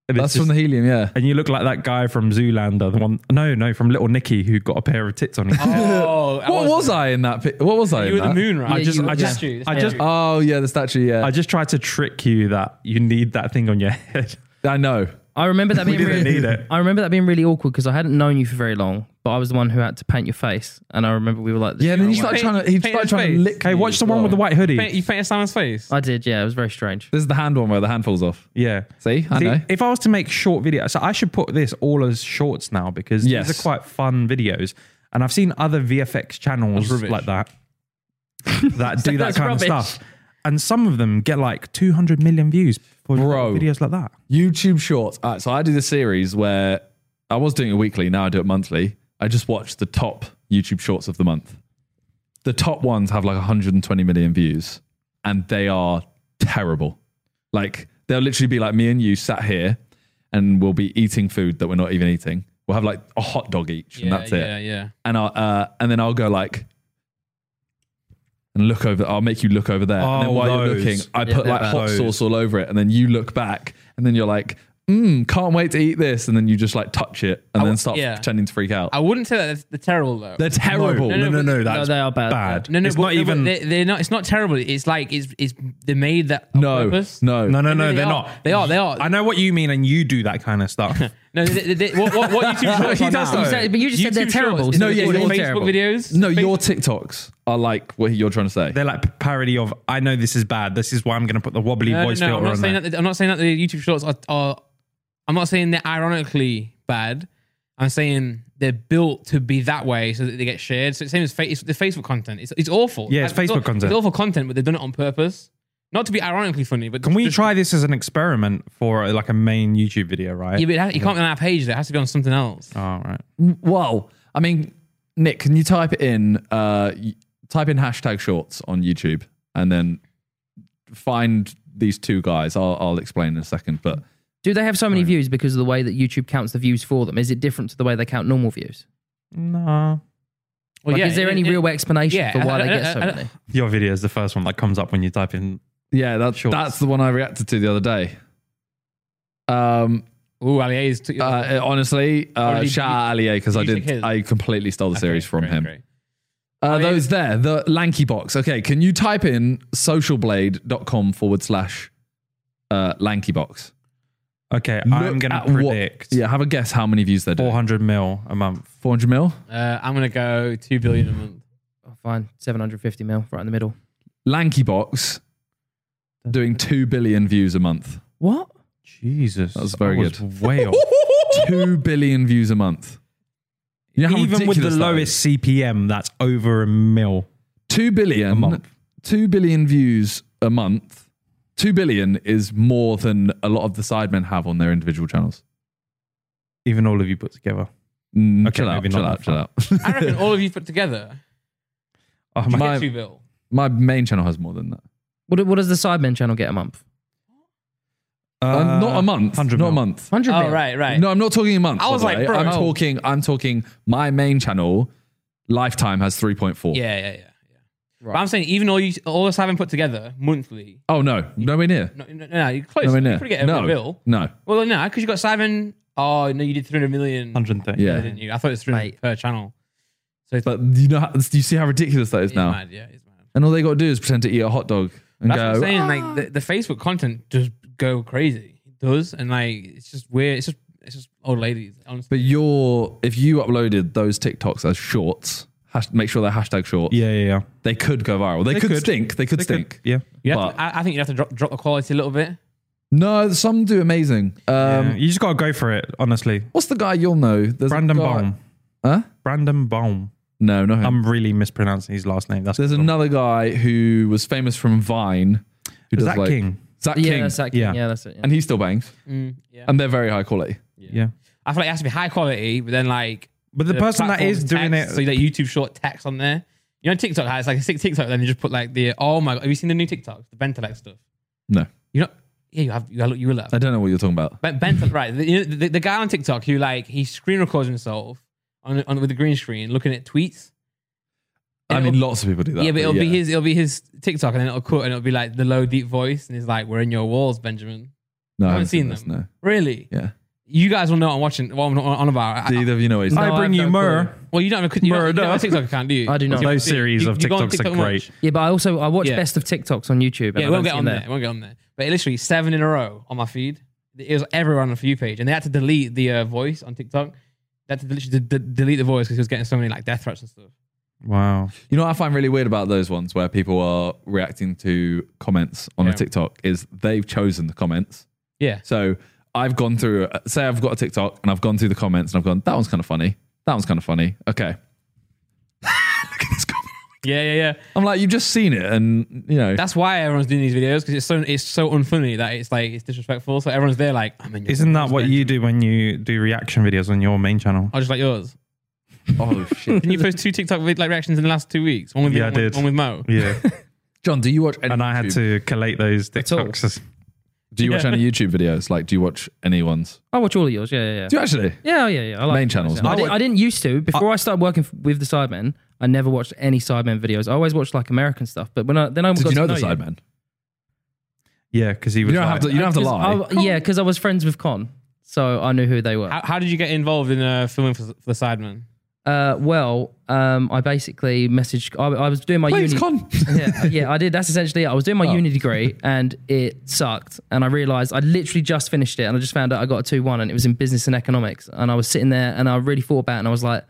And it's That's from just- the Helium, yeah. And you look like that guy from Zoolander. The one, no, no, from Little Nicky who got a pair of tits on his head. Oh, What was I in that? pi- What was I You were in the that? moon, right? I just- You were I the just- statue, the I just- statue. Oh yeah, the statue, yeah. I just tried to trick you that you need that thing on your head. I, know. I remember that We being didn't really, need it. I remember that being really awkward because I hadn't known you for very long, but I was the one who had to paint your face, and I remember we were like, Yeah, and then he started Paint- trying to he paint started his trying to face. lick. Hey, you watch as the one with the well. white hoodie. You painted Simon's face. I did, yeah, it was very strange. This is the hand one where the hand falls off. Yeah. See, I See, know. If I was to make short videos, so I should put this all as shorts now because Yes. these are quite fun videos. And I've seen other VFX channels That's rubbish. like that that do that That's kind of rubbish. stuff. And some of them get like 200 million views for Bro. videos like that. YouTube Shorts. All right, so I do the series where I was doing it weekly. Now I do it monthly. I just watch the top YouTube Shorts of the month. The top ones have like 120 million views, and they are terrible. Like they'll literally be like me and you sat here, and we'll be eating food that we're not even eating. We'll have like a hot dog each, and that's it Yeah, yeah. and I'll, uh, and then I'll go like and look over. I'll make you look over there. and Oh, then while you're those. looking, I Yeah, put like they're hot bad. sauce all over it, and then you look back, and then you're like, mm, "Can't wait to eat this," and then you just like touch it, and then start yeah. pretending to freak out. I wouldn't say that they're terrible though. They're terrible. No, no, but- no, they are bad. no, no, it's but- not no, but even. They're, they're not. It's not terrible. It's like it's it's they made that on No, purpose. no, No, no, no, they they're are. not. They are. They are. I know what you mean, and you do that kind of stuff. no, they, they, they, what, what, what YouTube shorts He are does now- though. You said- but you just said they're YouTube terrible. Shorts, so No, it's yeah, all you're Facebook terrible. videos. No, Face- your TikToks are like what you're trying to say. They're like parody of, I know this is bad. This is why I'm going to put the wobbly No, no, voice no, I'm filter not on saying there. that. the- I'm not saying that the YouTube shorts are, are. I'm not saying they're ironically bad. I'm saying they're built to be that way so that they get shared. So it's the same as fa- it's the Facebook content. It's it's awful. Yeah, it's Like, Facebook aw- content. It's awful content, but they've done it on purpose, not to be ironically funny. But Can we just- try this as an experiment for uh, like a main YouTube video, right? Yeah, but it, has, it can't be on our page. There it has to be on something else. oh, right. Well, I mean, Nick, can you type it in? Uh, y- type in hashtag shorts on YouTube, and then find these two guys. I'll, I'll explain in a second, but. Do they have so many views because of the way that YouTube counts the views for them? Is it different to the way they count normal views? No. Well, Like, yeah, is there it- any it- real explanation yeah, for why I- they I- get so I- I- many? Your video is the first one that comes up when you type in. Yeah, that's Shorts. that's the one I reacted to the other day. Um, Ooh, Ali A's took uh, uh, honestly, uh, did shout out Aliyeh because I you did. take his? I completely stole the series from him. Uh, Oh, yeah. those there, the lanky box. Okay, can you type in socialblade.com forward slash uh, lanky box? Okay, I'm Look going at to what- predict yeah, have a guess how many views they're doing. 400 mil a month. 400 mil? Uh, I'm gonna go two billion a month. Oh, fine, seven hundred fifty mil, right in the middle. Lanky box doing 2 billion views a month. What? Jesus. was very I was Way off. 2 billion views a month. You know how Even with the ridiculous that is? lowest CPM, that's over a mil. Two billion A month. Two billion views a month. Two billion is more than a lot of the sidemen have on their individual channels. Even all of you put together. Mm, Okay, chill out, maybe chill not out, chill out. I reckon all of you put together Oh, you my, get My- two bill. My main channel has more than that. What, do- what does the Sidemen channel get a month? Uh, not a month. 100 Not mil. a month. 100 Oh mil. right, right. No, I'm not talking a month. I by was the like, way. bro. I'm talking. I'm talking. My main channel, lifetime has 3.4. Yeah, yeah, yeah. yeah. But I'm saying even all you all us haven't put together monthly. Oh no, nowhere near. No, no, no, you're close. Nowhere you near. could get a no. bill. No. Well, no, because you got Simon. Oh no, you did 300 million, 130. Yeah. didn't you? I thought it was 300 Mate. per channel. So it's, But you know, how- do you see how ridiculous that is it's now? mad. Yeah, it's mad. And all they got to do is pretend to eat a hot dog and That's go. what I'm saying. Like the, the Facebook content just go crazy. It does and like it's just weird. It's just it's just old ladies. Honestly, But your if you uploaded those TikToks as shorts, hash, make sure they're hashtag shorts. Yeah, yeah, yeah. They could go viral. They, could, could. stink. They could They could- stink. yeah. you have but- to, I, I think you have to drop drop the quality a little bit. No, some do amazing. Um, Yeah, You just got to go for it, honestly. What's the guy you'll know? There's a Brandon guy- Baum. Huh? Brandon Baum. No, not him. I'm really mispronouncing his last name. That's There's another guy who was famous from Vine. Who Zach King. Zach Yeah, King. that's that. Yeah. Yeah, that's it. yeah. and he still bangs. Mm, yeah, And they're very high quality. Yeah. I feel like it has to be high quality, but then like But the, person that is platform doing text, it, so that YouTube short text on there. You know, TikTok has like a sick TikTok. Then you just put like the oh my god, have you seen the new TikToks, the Bentelec stuff? No. You know, yeah, you have. You, will- you will have. I don't know what you're talking about. Ben, Bentel, right? The, you know, the, the guy on TikTok who like he screen records himself on, on with a green screen, looking at tweets. I mean, It'll- lots of people do that. yeah, but it'll be his. It'll be his TikTok, and then it'll cut, and it'll be like the low deep voice, and he's like, "We're in your walls, Benjamin." No, I haven't seen this, them. Really? No. Yeah. You guys will know what I'm watching. What I'm on about. Do I, either of you know what he's No, I I've bring no you clue. myrrh. well, you don't have a, you don't, you don't have a TikTok account, do you? I do not. You- Those series you- of you go on TikToks are much? great. yeah, but I also I watch Yeah. best of TikToks on YouTube. And Yeah, I it won't don't get see on them there. It won't get on there. But literally seven in a row on my feed. it was everywhere on the for you page, and they had to delete the uh, voice on TikTok. They had to literally de- de- delete the voice because he was getting so many like death threats and stuff. Wow. You know what I find really weird about those ones where people are reacting to comments on Yeah. a TikTok is they've chosen the comments. Yeah. So I've gone through, say I've got a TikTok and I've gone through the comments and I've gone, that one's kind of funny. That one's kind of funny. Okay. Look at this comment. Yeah, yeah, yeah. I'm like, you've just seen it and, you know, That's why everyone's doing these videos because it's so it's so unfunny that it's like it's disrespectful. So everyone's there like, I'm in your Isn't that comments, what mate. you do when you do reaction videos on your main channel? I just like yours. oh shit. Didn't you post two TikTok vid- like reactions in the last two weeks? One with Yeah, you, I one, did. One with Mo. Yeah. John, do you watch any and I had YouTube- to collate those all. TikToks. Do you watch Yeah. any YouTube videos? Like, do you watch any ones? I Oh, watch all of yours. Yeah, yeah, yeah. Do you actually? Yeah, yeah, yeah. I Main channels, I, no. did, I didn't used to. Before I, started working f- with the Sidemen, I never watched any Sidemen videos. I always watched like American stuff. But when I then I Did got you know to the know you. Sidemen? Yeah, because he was You don't like, have to. You don't have to 'Cause lie. I- yeah, because I was friends with Con, so I knew who they were. How, how did you get involved in uh, filming for, for the Sidemen? Uh, well, um, I basically messaged. I, I was doing my Please, uni. con. yeah, yeah, I did. That's essentially it. I was doing my uni degree and it sucked. And I realized I literally just finished it and I just found out I got a 2 1 and it was in business and economics. And I was sitting there and I really thought about it and I was like,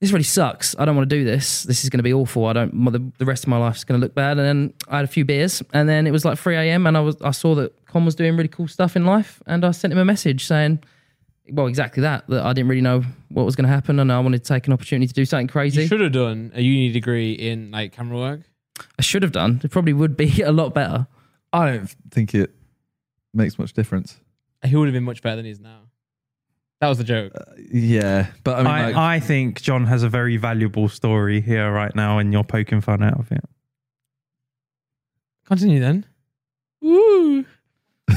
this really sucks. I don't want to do this. This is going to be awful. I don't, my, the, the rest of my life's going to look bad. And then I had a few beers and then it was like 3 a.m. and I was, I saw that Con was doing really cool stuff in life. And I sent him a message saying, well, exactly that, that I didn't really know what was going to happen and I wanted to take an opportunity to do something crazy. You should have done a uni degree in like camera work. I should have done. It probably would be a lot better. I don't think it makes much difference. He would have been much better than he is now. That was the joke. Yeah, but I mean, I, like, I think John has a very valuable story here right now, and you're poking fun out of it. Continue then.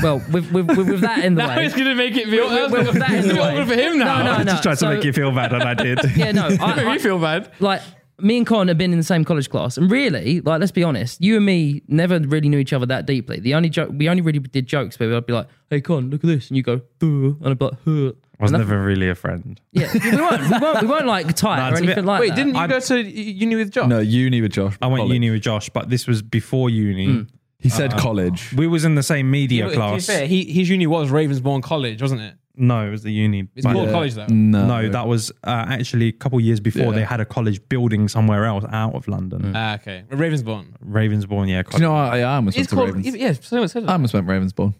Well, with with, with, with that in the Now way. he's gonna make it feel. Wait, wait, wait, That that is is the way. awkward for him now. No, I no. just tried so- to make you feel bad, and I did. Yeah, no. Make I, me I, feel bad. like me and Con have been in the same college class, and really, like, let's be honest, you and me never really knew each other that deeply. The only joke we only really did jokes where I'd be like, "Hey, Con, look at this," and you go, "Duh," and I'd be like, "Huh." I was And that- never really a friend. yeah, we weren't, we weren't, we weren't like tight No, or it's a bit- anything like Wait, that. didn't you I'm- go to uni with Josh? no uni with Josh. I went college. uni Uh, with Josh, but this was before uni. He said college. We was in the same media But class. Mm. To be fair, he, his uni was Ravensbourne College, wasn't it? No, it was the uni. It's but- called college though. No, No, that was uh, actually a couple years before Oh, Yeah. Mm. they had a college building somewhere else out of London. Ah, okay, Ravensbourne. Ravensbourne, yeah. Do you know what? I, I almost went It's to called. Ravens. Um, Yeah, someone said I that. almost went Ravensbourne.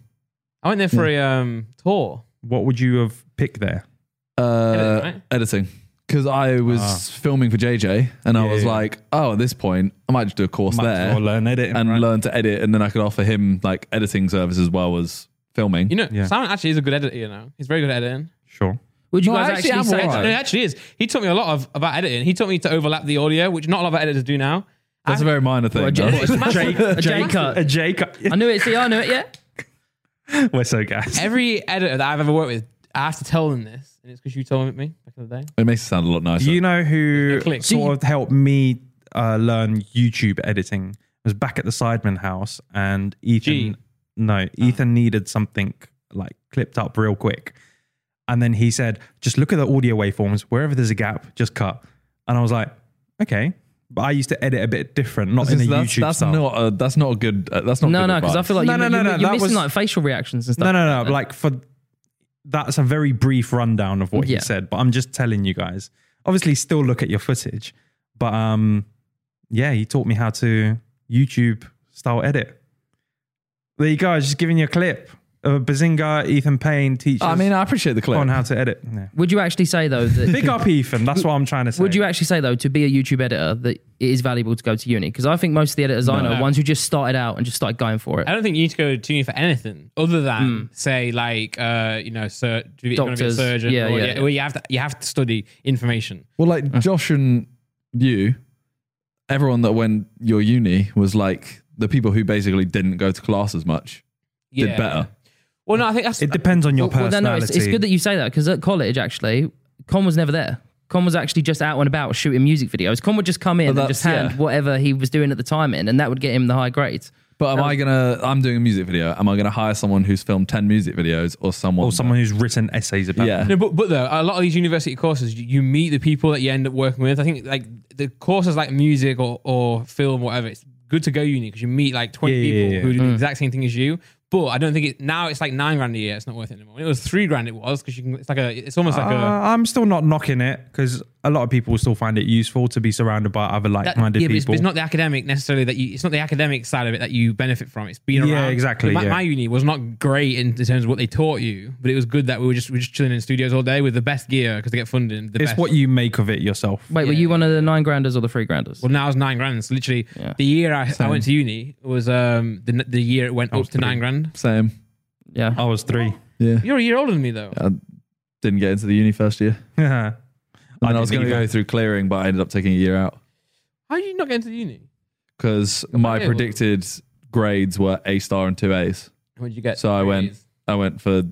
I went there for a um, tour. what would you have picked there? Uh, Editing, right? Editing, because I was Ah. filming for JJ, and I Yeah, was yeah. like, oh, at this point, I might just do a course Might as there well learn editing, and right? learn to edit, and then I could offer him like editing service as well as filming. You know, Yeah. Simon actually is a good editor. You know, he's very good at editing. Sure. Would you No, guys actually, actually, I'm say? alright. No, he actually is. He taught me a lot of about editing. He taught me to overlap the audio, which not a lot of editors do now. That's a very minor thing. Well, J- though. a J- a J A cut. J cut. I knew it. See, I knew it. Yeah. We're so gassed. Every editor that I've ever worked with, I have to tell them this, and it's because you told me back in the day. It makes it sound a lot nicer. Do you know who click. sort of helped me uh, learn YouTube editing? It was back at the Sideman house, and Ethan. G. No, Ethan needed something like clipped up real quick, and then he said, "Just look at the audio waveforms. Wherever there's a gap, just cut." And I was like, "Okay." But I used to edit a bit different, not in a that's, YouTube that's style. not a, that's not a good uh, that's not No, good no, because I advice. feel like No, you, no, no, you, no, you're that missing was- like facial reactions and stuff. no, no, no. Like for that's a very brief rundown of what Yeah. he said, but I'm just telling you guys. Obviously, still look at your footage, but um, yeah, he taught me how to YouTube style edit. There you go. I was just giving you a clip. Uh, Bazinga, Ethan Payne teaches I mean I appreciate the clip. on how to edit. Yeah. Would you actually say though that Big up Ethan. That's what I'm trying to say. Would you actually say though to be a YouTube editor that it is valuable to go to uni? Because I think most of the editors I know, ones who just started out and just started going for it. I don't think you need to go to uni for anything other than say like uh, you know, sur- do you want to be a Hmm. Doctors. surgeon? Yeah, or, yeah, yeah. or you have to you have to study information. Well, like Josh and you, everyone that went your uni was like the people who basically didn't go to class as much Yeah. did better. Well, no, I think that's It depends on your Well, personality. then, no, it's, it's good that you say that because at college actually, Con was never there. Con was actually just out and about shooting music videos. Con would just come in But and just that's- hand yeah. whatever he was doing at the time in, and that would get him the high grades. But am I gonna? I'm doing a music video. Am I gonna hire someone who's filmed ten music videos or someone? or someone who's written essays about. Yeah. No, but but though a lot of these university courses, you, you meet the people that you end up working with. I think like the courses like music or or film, whatever. It's good to go uni because you meet like twenty Yeah, yeah, people yeah. who do the exact same thing as you, But I don't think it now. It's like nine grand a year. It's not worth it anymore. When it was three grand. It was because you can. It's like a. It's almost like a. Uh, I'm still not knocking it because a lot of people still find it useful to be surrounded by other That, like-minded yeah, but it's, people. it's not the academic necessarily that you. It's not the academic side of it that you benefit from. It's being Yeah, around. exactly, My, yeah. my uni was not great in, in terms of what they taught you, but it was good that we were just we were just chilling in studios all day with the best gear because they get funding. The it's best. what you make of it yourself. Wait, were you one of the nine granders or the three granders? Well, now it's nine grand. So literally, Yeah. the year I, I went to uni was um the the year it went up to nine grand. Same. Yeah. I was three. Yeah. You're a year older than me though. I didn't get into the uni first year. Yeah. And then I was didn't going to either. go through clearing, but I ended up taking a year out How did you not get into uni? because my yeah, well- predicted grades were A star and two A's. When did you get? So I went- I went for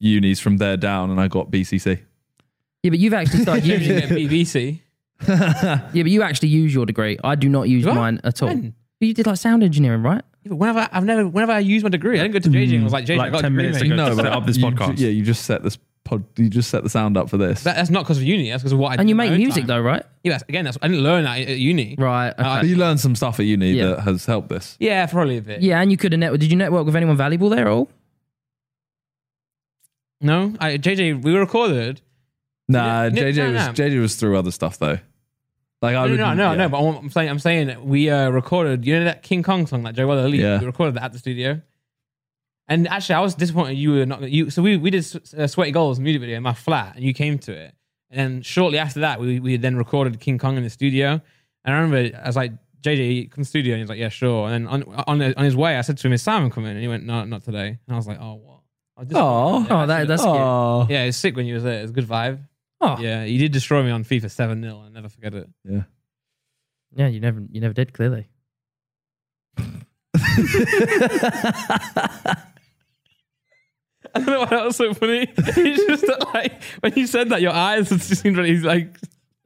unis from there down, and I got BCC. Yeah, but you've actually started You using didn't get BBC. Yeah, but you actually use your degree. I do not use Do I? mine at all. When? You did like sound engineering, right? Yeah, but whenever I've never, whenever I used my degree, I didn't go to JJ and was like, JJ, I Like got a 10 degree, minutes mate. ago. No, set up this you, podcast. Yeah, you just set this pod. You just set the sound up for this. That, that's not because of uni. That's because of what I. And you make music though, right? Yeah, that's, again, that's I didn't learn that at uni. Right. Okay. But you learned some stuff at uni Yeah. that has helped this. Yeah, probably a bit. yeah, and you could have network. Did you network with anyone valuable there at all? No, I, JJ, we were recorded. Nah, No, JJ no, was no. JJ was through other stuff though. Like No, I no, would, no, no, yeah. no. But I'm, I'm saying, I'm saying we uh, recorded. You know that King Kong song that Joe Weller released. Yeah. We recorded that at the studio. And actually, I was disappointed you were not you. So we we did S- uh, Sweaty Goals music video in my flat, and you came to it. And then shortly after that, we we then recorded King Kong in the studio. And I remember I was like, JJ, come to the studio, and he was like, Yeah, sure. And then on on, on his way, I said to him, Is Simon coming? And he went, No, not today. And I was like, Oh, what? I was disappointed. Oh, that- that's cute. Aw. yeah, it's sick when you was there. It's a good vibe. Oh. Yeah, you did destroy me on FIFA seven 0 I never forget it. Yeah, you never, you never did. Clearly, I don't know why that was so funny. It's just that, like when you said that, your eyes just seemed really like.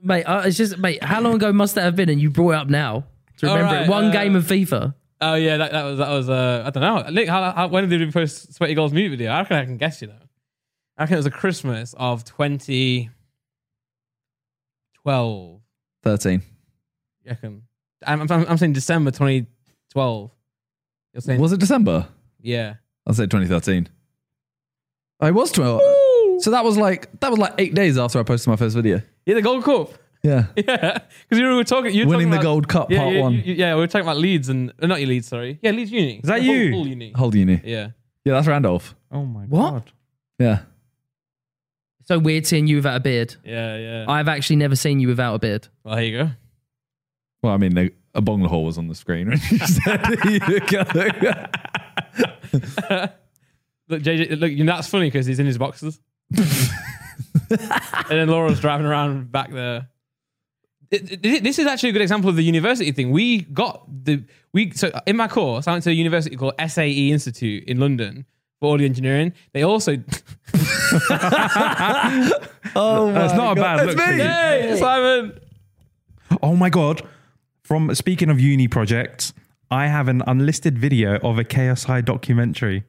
mate. Uh, it's just, mate. How long ago must that have been? And you brought it up now to All remember right, it. One uh, game of FIFA. Oh yeah, that, that was that was. Uh, I don't know. Nick, how, how, when did we post Sweaty Goals music video? I reckon I can guess. You know, I reckon it was a Christmas of twenty twelve. Thirteen. I reckon. I'm, I'm I'm saying December twenty twelve. You're saying Was it December? yeah. I'd say 2013. I was 12. So that was like that was like eight days after I posted my first video. Yeah, the Gold Cup. Yeah, Yeah, because you were talking. You were talking winning the about- Gold Cup Yeah, part you- one. you- yeah, we were talking about Leeds and uh, not your Leeds. Sorry. Yeah, Leeds Uni. Is that you? All uni. Hold uni. Yeah. Yeah, that's Randolph. Oh my What? god. Yeah, So weird seeing you without a beard. Yeah, yeah. I've actually never seen you without a beard. well, here you go. Well, I mean, the, a bong hole was on the screen when you said it. You go. Look, JJ, look, you know, that's funny because he's in his boxes. and then Laura's driving around back there. It- it- it- this is actually a good example of the university thing. We got the we so in my course, I went to a university called SAE Institute in London for audio engineering. They also Oh, That's my not a God. bad That's look for me. you. hey Simon, Oh my god. From speaking of uni projects, I have an unlisted video of a KSI documentary.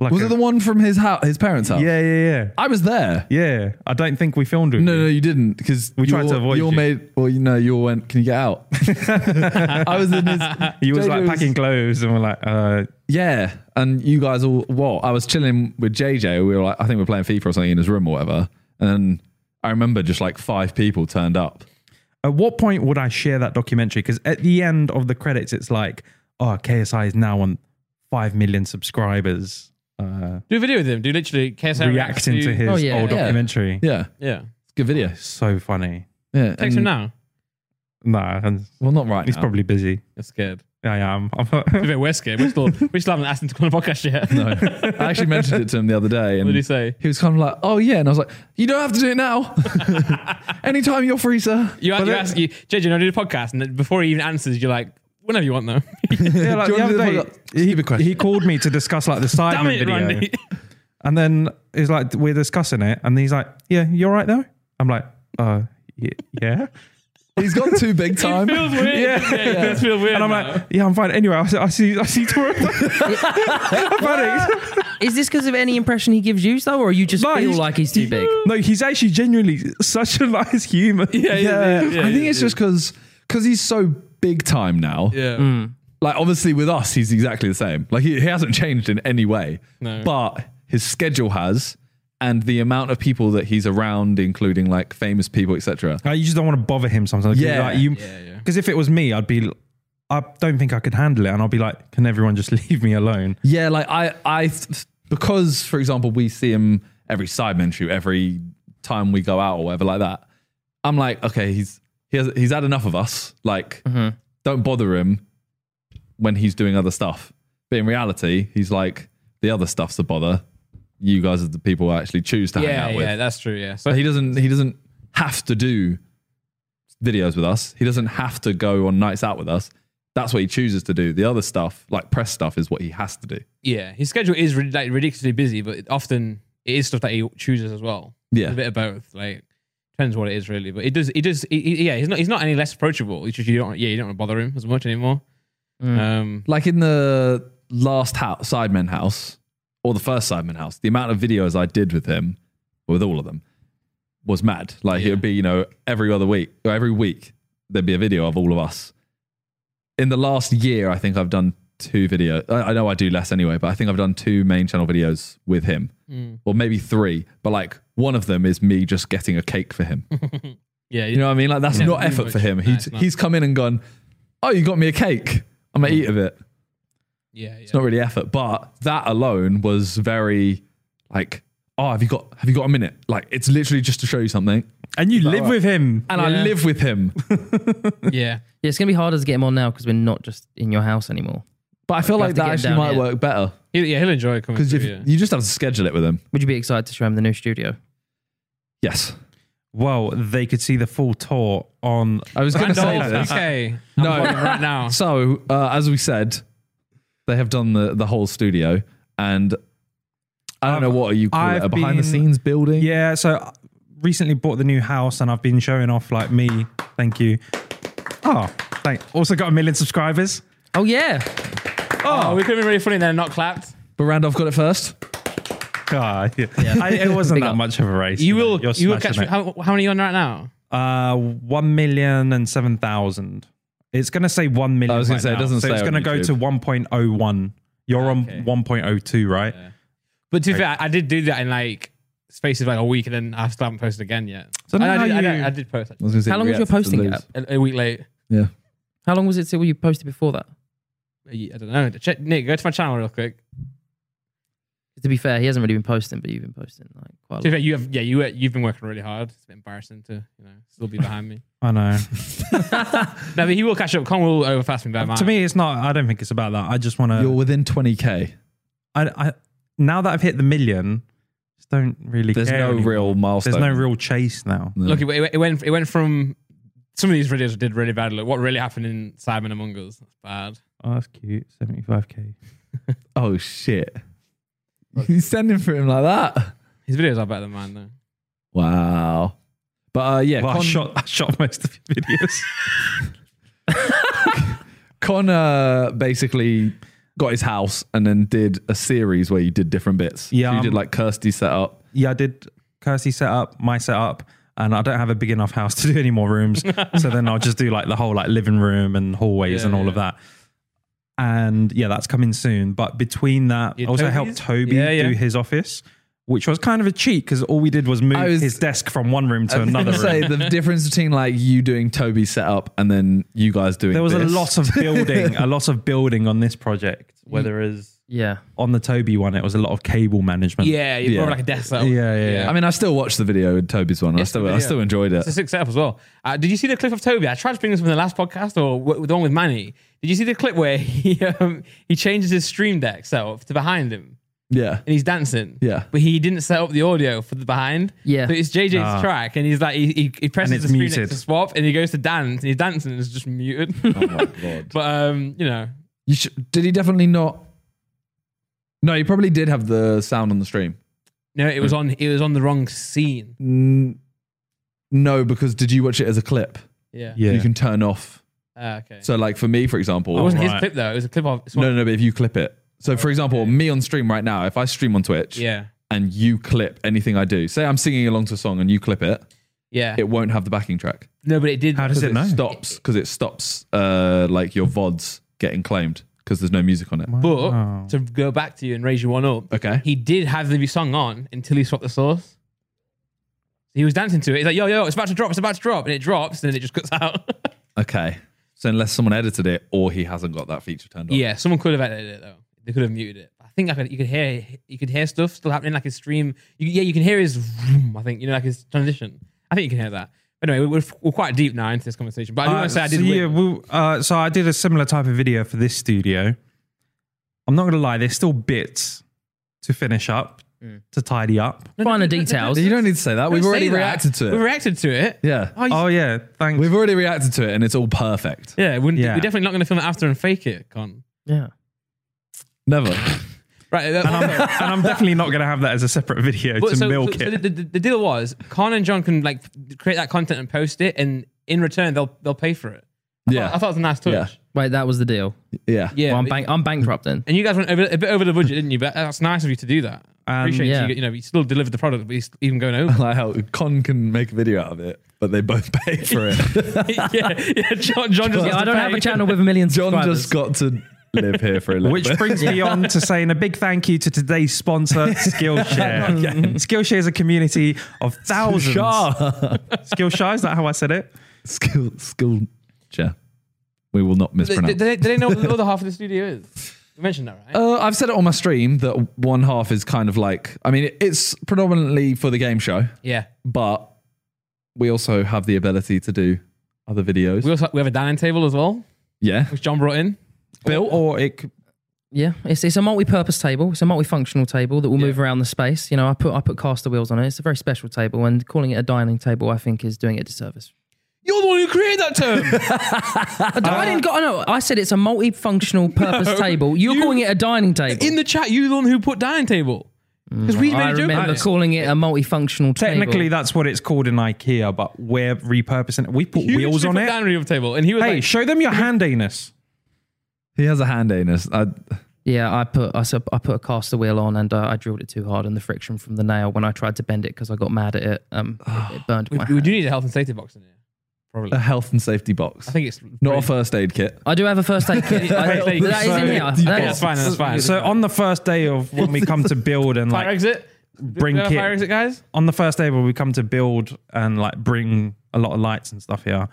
Like Was a- it the one from his house, his parents' house? Yeah, yeah, yeah. I was there. Yeah. I don't think we filmed it. No, no, you didn't, because we tried to avoid You all you. made. Well, you know, you all went. Can you get out? I was in his. He was JJ like packing clothes and we're like, uh, Yeah, and you guys all what? I was chilling with JJ. We were like, I think we were playing FIFA or something in his room or whatever. And I remember just like five people turned up. at what point would I share that documentary? Because at the end of the credits, it's like, oh, KSI is now on 5 million subscribers uh, do a video with him. Do literally KSI reacts reacting to his Oh, yeah. old Yeah. documentary. Yeah, Yeah, it's good video. So funny. Yeah, text him and- now. Nah, and Well, not right he's now. probably busy. You're scared. I am. I'm, We're scared. We still we still haven't asked him to come on the podcast yet. No, I actually mentioned it to him the other day, and What did he say? he was kind of like, "Oh yeah," and I was like, "You don't have to do it now. Anytime you're free, sir." You, you then- ask you, JJ, no, do the podcast, and then before he even answers, you're like, whenever you want, though. Yeah, like Do you the want other to do the day, podcast? he, Stupid question. he called me to discuss like the Damn Sidemen it, video, Randy. and then he's like, we're discussing it, and he's like, yeah, you're right though. I'm like, uh, y- yeah, He's gone too big time. feels weird. Yeah, it does feel weird. and I'm now. like, yeah, I'm fine. Anyway, I see, I see, I see tomorrow. I'm panicked. Is this because of any impression he gives you, though, or you just No, feel he's- like he's too big? No, he's actually genuinely such a nice human. yeah, yeah, yeah, I think yeah, it's just because because he's so big time now. yeah. Mm. like obviously with us, he's exactly the same. Like he, he hasn't changed in any way, No. but his schedule has, and the amount of people that he's around, including like famous people, etc. Like, you just don't want to bother him sometimes. Yeah. Like, you, Yeah, yeah. Because if it was me, I'd be. I don't think I could handle it, and I'll be like, "Can everyone just leave me alone?" Yeah, like I, I, th- because for example, we see him every Sidemen shoot, every time we go out or whatever like that. I'm like, okay, he's he has, he's had enough of us. Like, Mm-hmm. don't bother him when he's doing other stuff. But in reality, he's like the other stuff's a bother. You guys are the people I actually choose to hang Yeah, out with. yeah, that's true. Yeah. So But he doesn't he doesn't have to do videos with us. He doesn't have to go on nights out with us. That's what he chooses to do. The other stuff, like press stuff, is what he has to do. yeah, his schedule is rid- like ridiculously busy, but it often it is stuff that he chooses as well. Yeah. a bit of both. Like depends what it is really, but it does. It does. It, it- yeah, he's not. He's not any less approachable. It's just you don't. Yeah, you don't want to bother him as much anymore. Um, Like in the last house, Sidemen house, or the first Sidemen house, the amount of videos I did with him, with all of them, was mad. Like it would be, you know, every other week or every week there'd be a video of all of us. In the last year, I think I've done two video. I, I know I do less anyway, but I think I've done two main channel videos with him, Mm. or maybe three. But like one of them is me just getting a cake for him. yeah, You know what I mean? Like that's not too effort much. for him. No, He's it's not. he's come in and gone. Oh, you got me a cake. I'm gonna eat of it. yeah, yeah. It's not really effort, but that alone was very like, oh, have you got have you got a minute? Like it's literally just to show you something. And you live with him. And I Yeah. live with him. yeah. Yeah, it's gonna be harder to get him on now because we're not just in your house anymore. But I feel You have like to that get actually down might here. work better. He, yeah, he'll enjoy it coming. Because Through, if yeah. you just have to schedule it with him. Would you be excited to show him the new studio? Yes. Well, they could see the full tour on. I was gonna say Randolph, this. UK. No. I'm voting right now. So uh, as we said, they have done the, the whole studio and I don't I've- know what you call I've it, a behind the been- scenes building. Yeah, so I recently bought the new house, and I've been showing off like me. Thank you. Oh, thank. Also got a million subscribers. Oh yeah, Oh, we could have been really funny then and not clapped. But Randolph got it first. Ah, yeah. I, it wasn't Big that up. much of a race. You know, will. you're You will smashing catch. me. it. How, how many are you on right now? Uh, one million and seven thousand. It's gonna say one million. I was gonna right say, it now. doesn't So say it's on gonna go YouTube. to one point oh one. You're Okay. on one point oh two, right? But to be fair, I did do that in like spaces like a week, and then I still haven't posted again yet. So And now I, did, I, you- did, I did post I was gonna say How long was react your to posting lose. gap? a, a week late. Yeah. how long was it till you posted before that? A ye- I don't know. Check Nick. Go to my channel real quick. To be fair, he hasn't really been posting, but you've been posting like quite To be a lot. fair, you have yeah you you've been working really hard. It's a bit embarrassing to you know still be behind me. I know. No, but he will catch up. Con will overpass me by a mile. to me, it's not. I don't think it's about that. I just want You're to. within 20k. I, I now that I've hit the million, just don't really. There's care no anymore. real milestone. There's no real chase now. Look, it, it went it went from some of these videos did really bad. Look, what really happened in Simon Among Us? That's bad. Oh, that's cute. Seventy-five k. Oh shit! You sending for him like that? His videos are better than mine Um, though. Wow. But uh, yeah, Well, I Con, shot. I shot most of the videos. Con uh, basically got his house and then did a series where you did different bits. Yeah, so you um, did like Kirsty setup. yeah, I did Kirsty set up, my set up, and I don't have a big enough house to do any more rooms. so then I'll just do like the whole like living room and hallways Yeah, and all yeah. of that. And yeah, that's coming soon. But between that, Yeah, I also Toby's? helped Toby Yeah, yeah. do his office, which was kind of a cheat because all we did was move I was- his desk from one room to another room. say the difference between like you doing Toby's setup and then you guys doing. there was this. a lot of building, a lot of building on this project. Whereas Yeah, on the Toby one, it was a lot of cable management. Yeah, you're Yeah. probably like a death cell. Yeah, yeah, yeah. I mean, I still watched the video with Toby's one. I It's the still, I video. still enjoyed it. It's a sick setup as well. Uh, did you see the clip of Toby? I tried to bring this up in the last podcast or w- the one with Manny. Did you see the clip where he um, he changes his stream deck setup to behind him Yeah, and he's dancing? Yeah. But he didn't set up the audio for the behind. Yeah. So it's JJ's Ah. track and he's like, he, he, he presses it's the screen muted. next to swap and he goes to dance and he's dancing and it's just muted. Oh my god. but, um, you know, You should, did he definitely not? No, he probably did have the sound on the stream. no, it was on, it was on the wrong scene. N- no, because did you watch it as a clip? Yeah. yeah. You can turn off. Ah, okay. So, like for me, for example, it wasn't his Alright. clip though. It was a clip of no, no, no. But if you clip it, so for example, me on stream right now, if I stream on Twitch Yeah. and you clip anything I do, say I'm singing along to a song and you clip it, Yeah. it won't have the backing track. no, but it did. How does 'Cause it know? stops because it stops uh, like your vods getting claimed because there's no music on it. But Oh. Uh, to go back to you and raise you one up, Okay. he did have the song on until he swapped the source. He was dancing to it. He's like, yo, yo, it's about to drop, it's about to drop. And it drops, and then it just cuts out. Okay. So unless someone edited it or he hasn't got that feature turned on. yeah, someone could have edited it though. They could have muted it. I think I could, you could hear you could hear stuff still happening, like his stream. You, yeah, you can hear his. vroom, I think you know, like his transition. I think you can hear that. But anyway, we're, we're quite deep now into this conversation. But I do Uh, want to say I did. so win. yeah, we, uh, so I did a similar type of video for this studio. I'm not gonna lie, there's still bits to finish up, Mm. to tidy up. Finer details. You don't need to say that. We've Don't already say that. reacted to it. We reacted to it. yeah. Oh, you- Oh yeah, thanks. We've already reacted to it and it's all perfect. yeah, we're, Yeah. we're definitely not going to film it after and fake it, con. Yeah. Never. Right. uh, that- and I'm definitely not gonna have that as a separate video But to so, milk so- so it. the, the, the deal was, Con and John can like create that content and post it, and in return they'll they'll pay for it. I Yeah. thought it was a nice touch. Yeah. Wait, that was the deal. Yeah. Yeah, Well, I'm, but- bank- I'm bankrupt then. and you guys went over, a bit over the budget, didn't you? But that's nice of you to do that. Um, Appreciate yeah. you. You know, you still delivered the product, but you're st- even going over. Like how Con can make a video out of it, but they both pay for it. yeah, yeah. John, John just. Yeah, I don't have a channel with a million John subscribers. just got to live here for a little Which bit. brings me on to saying a big thank you to today's sponsor, Skillshare. Skillshare is a community of thousands. Skillshare is that how I said it? skill skill chair. We will not They, they, mispronounce. they, they know what the other half of the studio is. You mentioned that, right? uh, I've said it on my stream that one half is kind of like. I mean, it's predominantly for the game show, yeah. but we also have the ability to do other videos. We also we have a dining table as well, yeah, which John brought in. Built or it? c- Yeah, it's, it's a multi-purpose table. It's a multifunctional table that will move around the space. You know, I put I put caster wheels on it. It's a very special table, and calling it a dining table, I think, is doing it a disservice. You're the one who created that term. I, don't- I didn't got. No, I said it's a multifunctional purpose table. You're you- calling it a dining table. in the chat, you're the one who put dining table because we made Mm. a I joke about remember it. calling it a multifunctional Technically, table. that's what it's called in IKEA, but we're repurposing it. We put You wheels literally on put it. Dining room table, and he was Hey, like, show them your hand anus. he has a hand anus. I, yeah, I put I, sub- I put a caster wheel on, and uh, I drilled it too hard, and the friction from the nail when I tried to bend it because I got mad at it, um, Oh, it, it burned we, my we hand. do need a health and safety box in here. Probably. a health and safety box. I think it's not a first aid kit. I do have a first aid kit. I- First aid that is in kit. here. Okay, That that's is- fine. That's fine. So on the first day of when we come to build and fire like exit. bring Do we have a kit- Fire exit, guys. on the first day when we come to build and like bring a lot of lights and stuff here,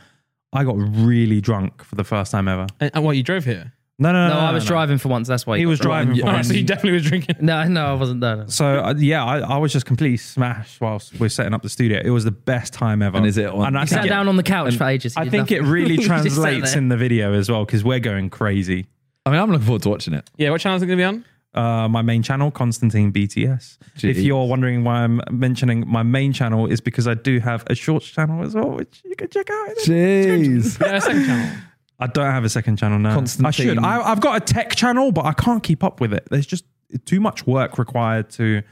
I got really drunk for the first time ever. And, and Uh, what you drove here? Um, No, no, no. No, I was no. driving for once. That's why He you was got drunk. driving for All one. right, so you definitely was drinking. No, no, I wasn't. No, no. So uh, yeah, I, I was just completely smashed whilst we're setting up the studio. It was the best time ever. And is it on- And I You Sat think, it, down on the couch for ages. I think it really You just sat translates there. in the video as well because we're going crazy. I mean, I'm looking forward to watching it. Yeah, what channel is it going to be on? Uh, my main channel, Constantine BTS. If Jeez. you're wondering why I'm mentioning my main channel, is because I do have a shorts channel as well, which you can check out. Jeez. Yeah, Uh, second channel. I don't have a second channel now. Constantine. I should. I, I've got a tech channel, but I can't keep up with it. There's just too much work required to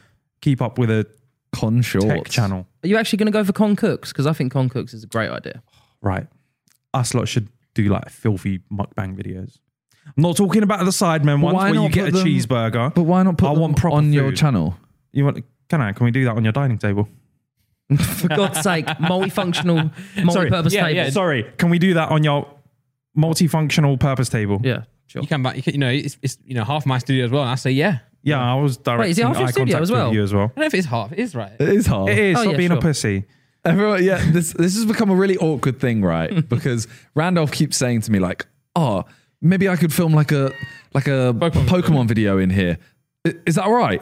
keep up with a Con shorts. tech channel. Are you actually going to go for Con Cooks? Because I think Con Cooks is a great idea. Right. Us lot should do like filthy mukbang videos. I'm not talking about the Sidemen ones why where you not get a put them- cheeseburger. But why not put I them want proper on your food. channel? You want? Can I? Can we do that on your dining table? For God's sake, multifunctional, multi-purpose Yeah, table. yeah. Sorry. Can we do that on your multifunctional purpose table? Yeah, sure. You come back. You, can, you know, it's, it's you know half my studio as well. And I say, yeah. Yeah, I was directing is it half your eye studio contact as well? with you as well. I don't know if it's half. It is right. Uh, It is hard. It is. Oh, stop yeah, being a sure. pussy. Everyone, yeah, this this has become a really awkward thing, right? because Randolph keeps saying to me, like, "Oh, maybe I could film like a like a Pokemon, Pokemon. video in here. I- Is that all right?"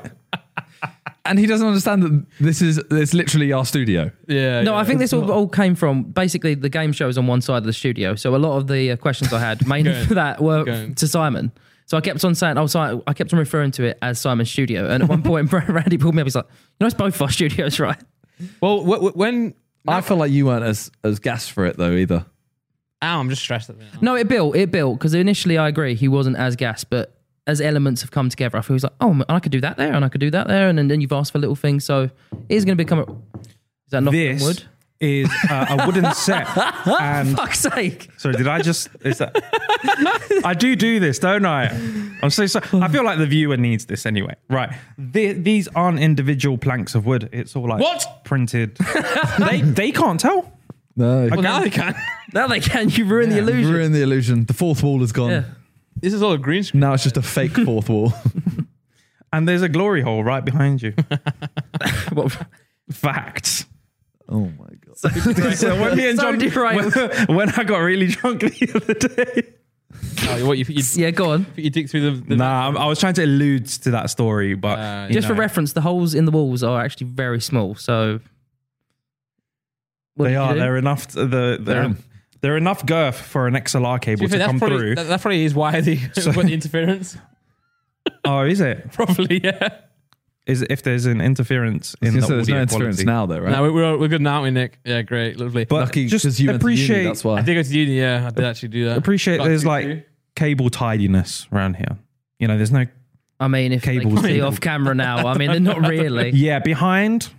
and he doesn't understand that this is it's literally our studio. Yeah. No, yeah. I think this all, all came from basically the game show is on one side of the studio. So a lot of the uh, questions I had mainly Good. for that were Good. to Simon. So I kept on saying, oh, si I kept on referring to it as Simon's studio. And at one point, Randy pulled me up. He's like, you know, it's both our studios, right? Well, wh- wh- when I feel like you weren't as as gas for it though either. ow, I'm just stressed at the minute. No, it built. It built because initially I agree he wasn't as gas, but as elements have come together, I feel he's like, oh, man, I could do that there, and I could do that there, and, then then you've asked for little things, so it is going to become. A, is that not This wood? is uh, a wooden set. and Fuck's sake! sorry, did I just? Is that? I do do this, don't I? I'm so sorry. I feel like the viewer needs this anyway. Right. The, these aren't individual planks of wood. It's all like What? printed. they they can't tell. No, Well, now I can. Now they can. You ruin the illusion. ruin the illusion. The fourth wall is gone. Yeah. This is all a green screen. Now it's just a fake fourth wall. And there's a glory hole right behind you. What- Facts. oh my god. so So when me and John, derailed. when, when I got really drunk the other day, Oh, what you put your, yeah, go on. put your dick through the, uh, the nah, I'm- I was trying to allude to that story, but Uh, you Just for know. reference, the holes in the walls are actually very small. So What they did you are. do? They're enough. To, the they're, Damn. they're enough girth for an To be XLR cable fair, to that's come probably, through. that, that probably is why they got the interference. oh, is it? Probably, yeah. Is if there's an interference in the So there's audio no interference quality. now, though, right? No, we're, we're good now, aren't we, Nick. Yeah, great, lovely. But Lucky just because you went to uni, appreciate that's why. I did go to uni. Yeah, I did actually do that. appreciate Got there's two, like two. cable tidiness around here. You know, there's no I mean, if Cables. they see off camera now, I mean, they're not really. yeah behind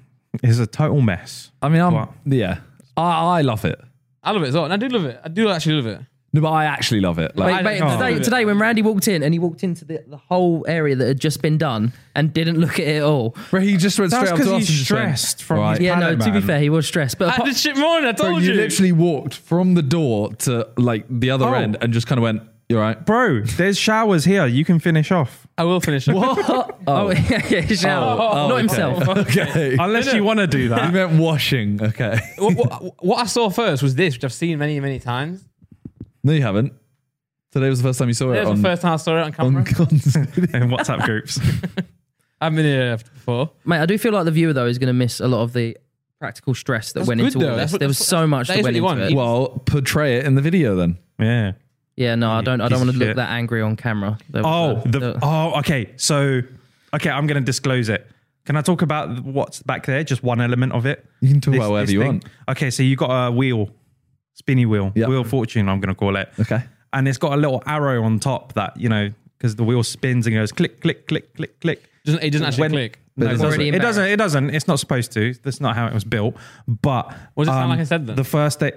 is a total mess. I mean, I'm What? yeah. I, I love it. I love it as well, and I do love it. I do actually love it. No, but I actually love it. Like, Mate, mate, Oh. today, today, when Randy walked in and he walked into the, the whole area that had just been done and didn't look at it at all. bro, he just went That's straight up to us. 'cause and he's just went, stressed from "Right." his Yeah, no, Paddock to be man. fair, he was stressed. But I apart- did shit morning. I Bro, told you you. literally walked from the door to like the other Oh. end and just kind of went, "You're right." Bro, there's showers here. You can finish off. I will finish. it. oh, yeah, yeah, he's oh, out. not himself. Okay. Unless you want to do I that. meant washing. Okay. what, what, what I saw first was this, which I've seen many, many times. no, you haven't. Today was the first time you saw That it was on. the first time I saw it on on camera. in WhatsApp groups. I've been here before. Mate, I do feel like the viewer though is going to miss a lot of the practical stress that That's went good, into though. all That's this. what- there was that's- so much that that, is went what you into want. it. well, portray it in the video then. Yeah. Yeah, no, I don't. I piece don't want to of look shit. that angry on camera. There Oh, was, uh, the oh, okay. So, okay, I'm gonna disclose it. Can I talk about what's back there? Just one element of it. You can talk about whatever you thing. want. Okay, so you got a wheel, spinny wheel, Yep. wheel of fortune. I'm gonna call it. Okay. and it's got a little arrow on top that you know because the wheel spins and goes click, click, click, click, click. Doesn't, it doesn't actually When- click. But No, it it's doesn't. already It doesn't. It doesn't. It's not supposed to. That's not how it was built. But um, What does it sound like I said then? The first day.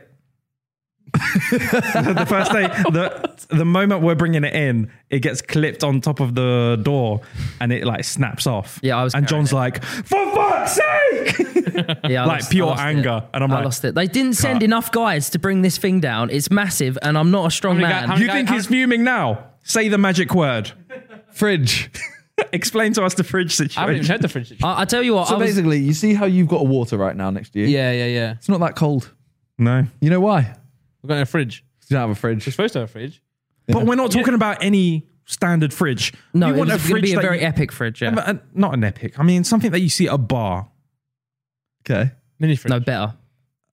the first day, the the moment we're bringing it in, it gets clipped on top of the door, and it like snaps off. Yeah, I was And carrying John's it. like, "For fuck's sake!" yeah, I like lost- I pure lost it. anger, and I'm I like, lost it. They didn't send Cut. enough guys to bring this thing down. It's massive, and I'm not a strong many guy- man. how "You many think Guy- he's fuming now? Say the magic word. Fridge. Explain to us the fridge I haven't even situation." heard the fridge. I, I tell you what, So I was, basically, you see how you've got a water right now next to you. yeah, yeah, yeah. It's not that cold. No, You know why? 'Cause We've got no fridge. You don't have a fridge. We're supposed to have a fridge. But we're not talking about any standard fridge. no, We it was want going to be a that very you- epic fridge. Yeah. Uh, not an epic. I mean, something that you see at a bar, Okay. Mini fridge. No, better.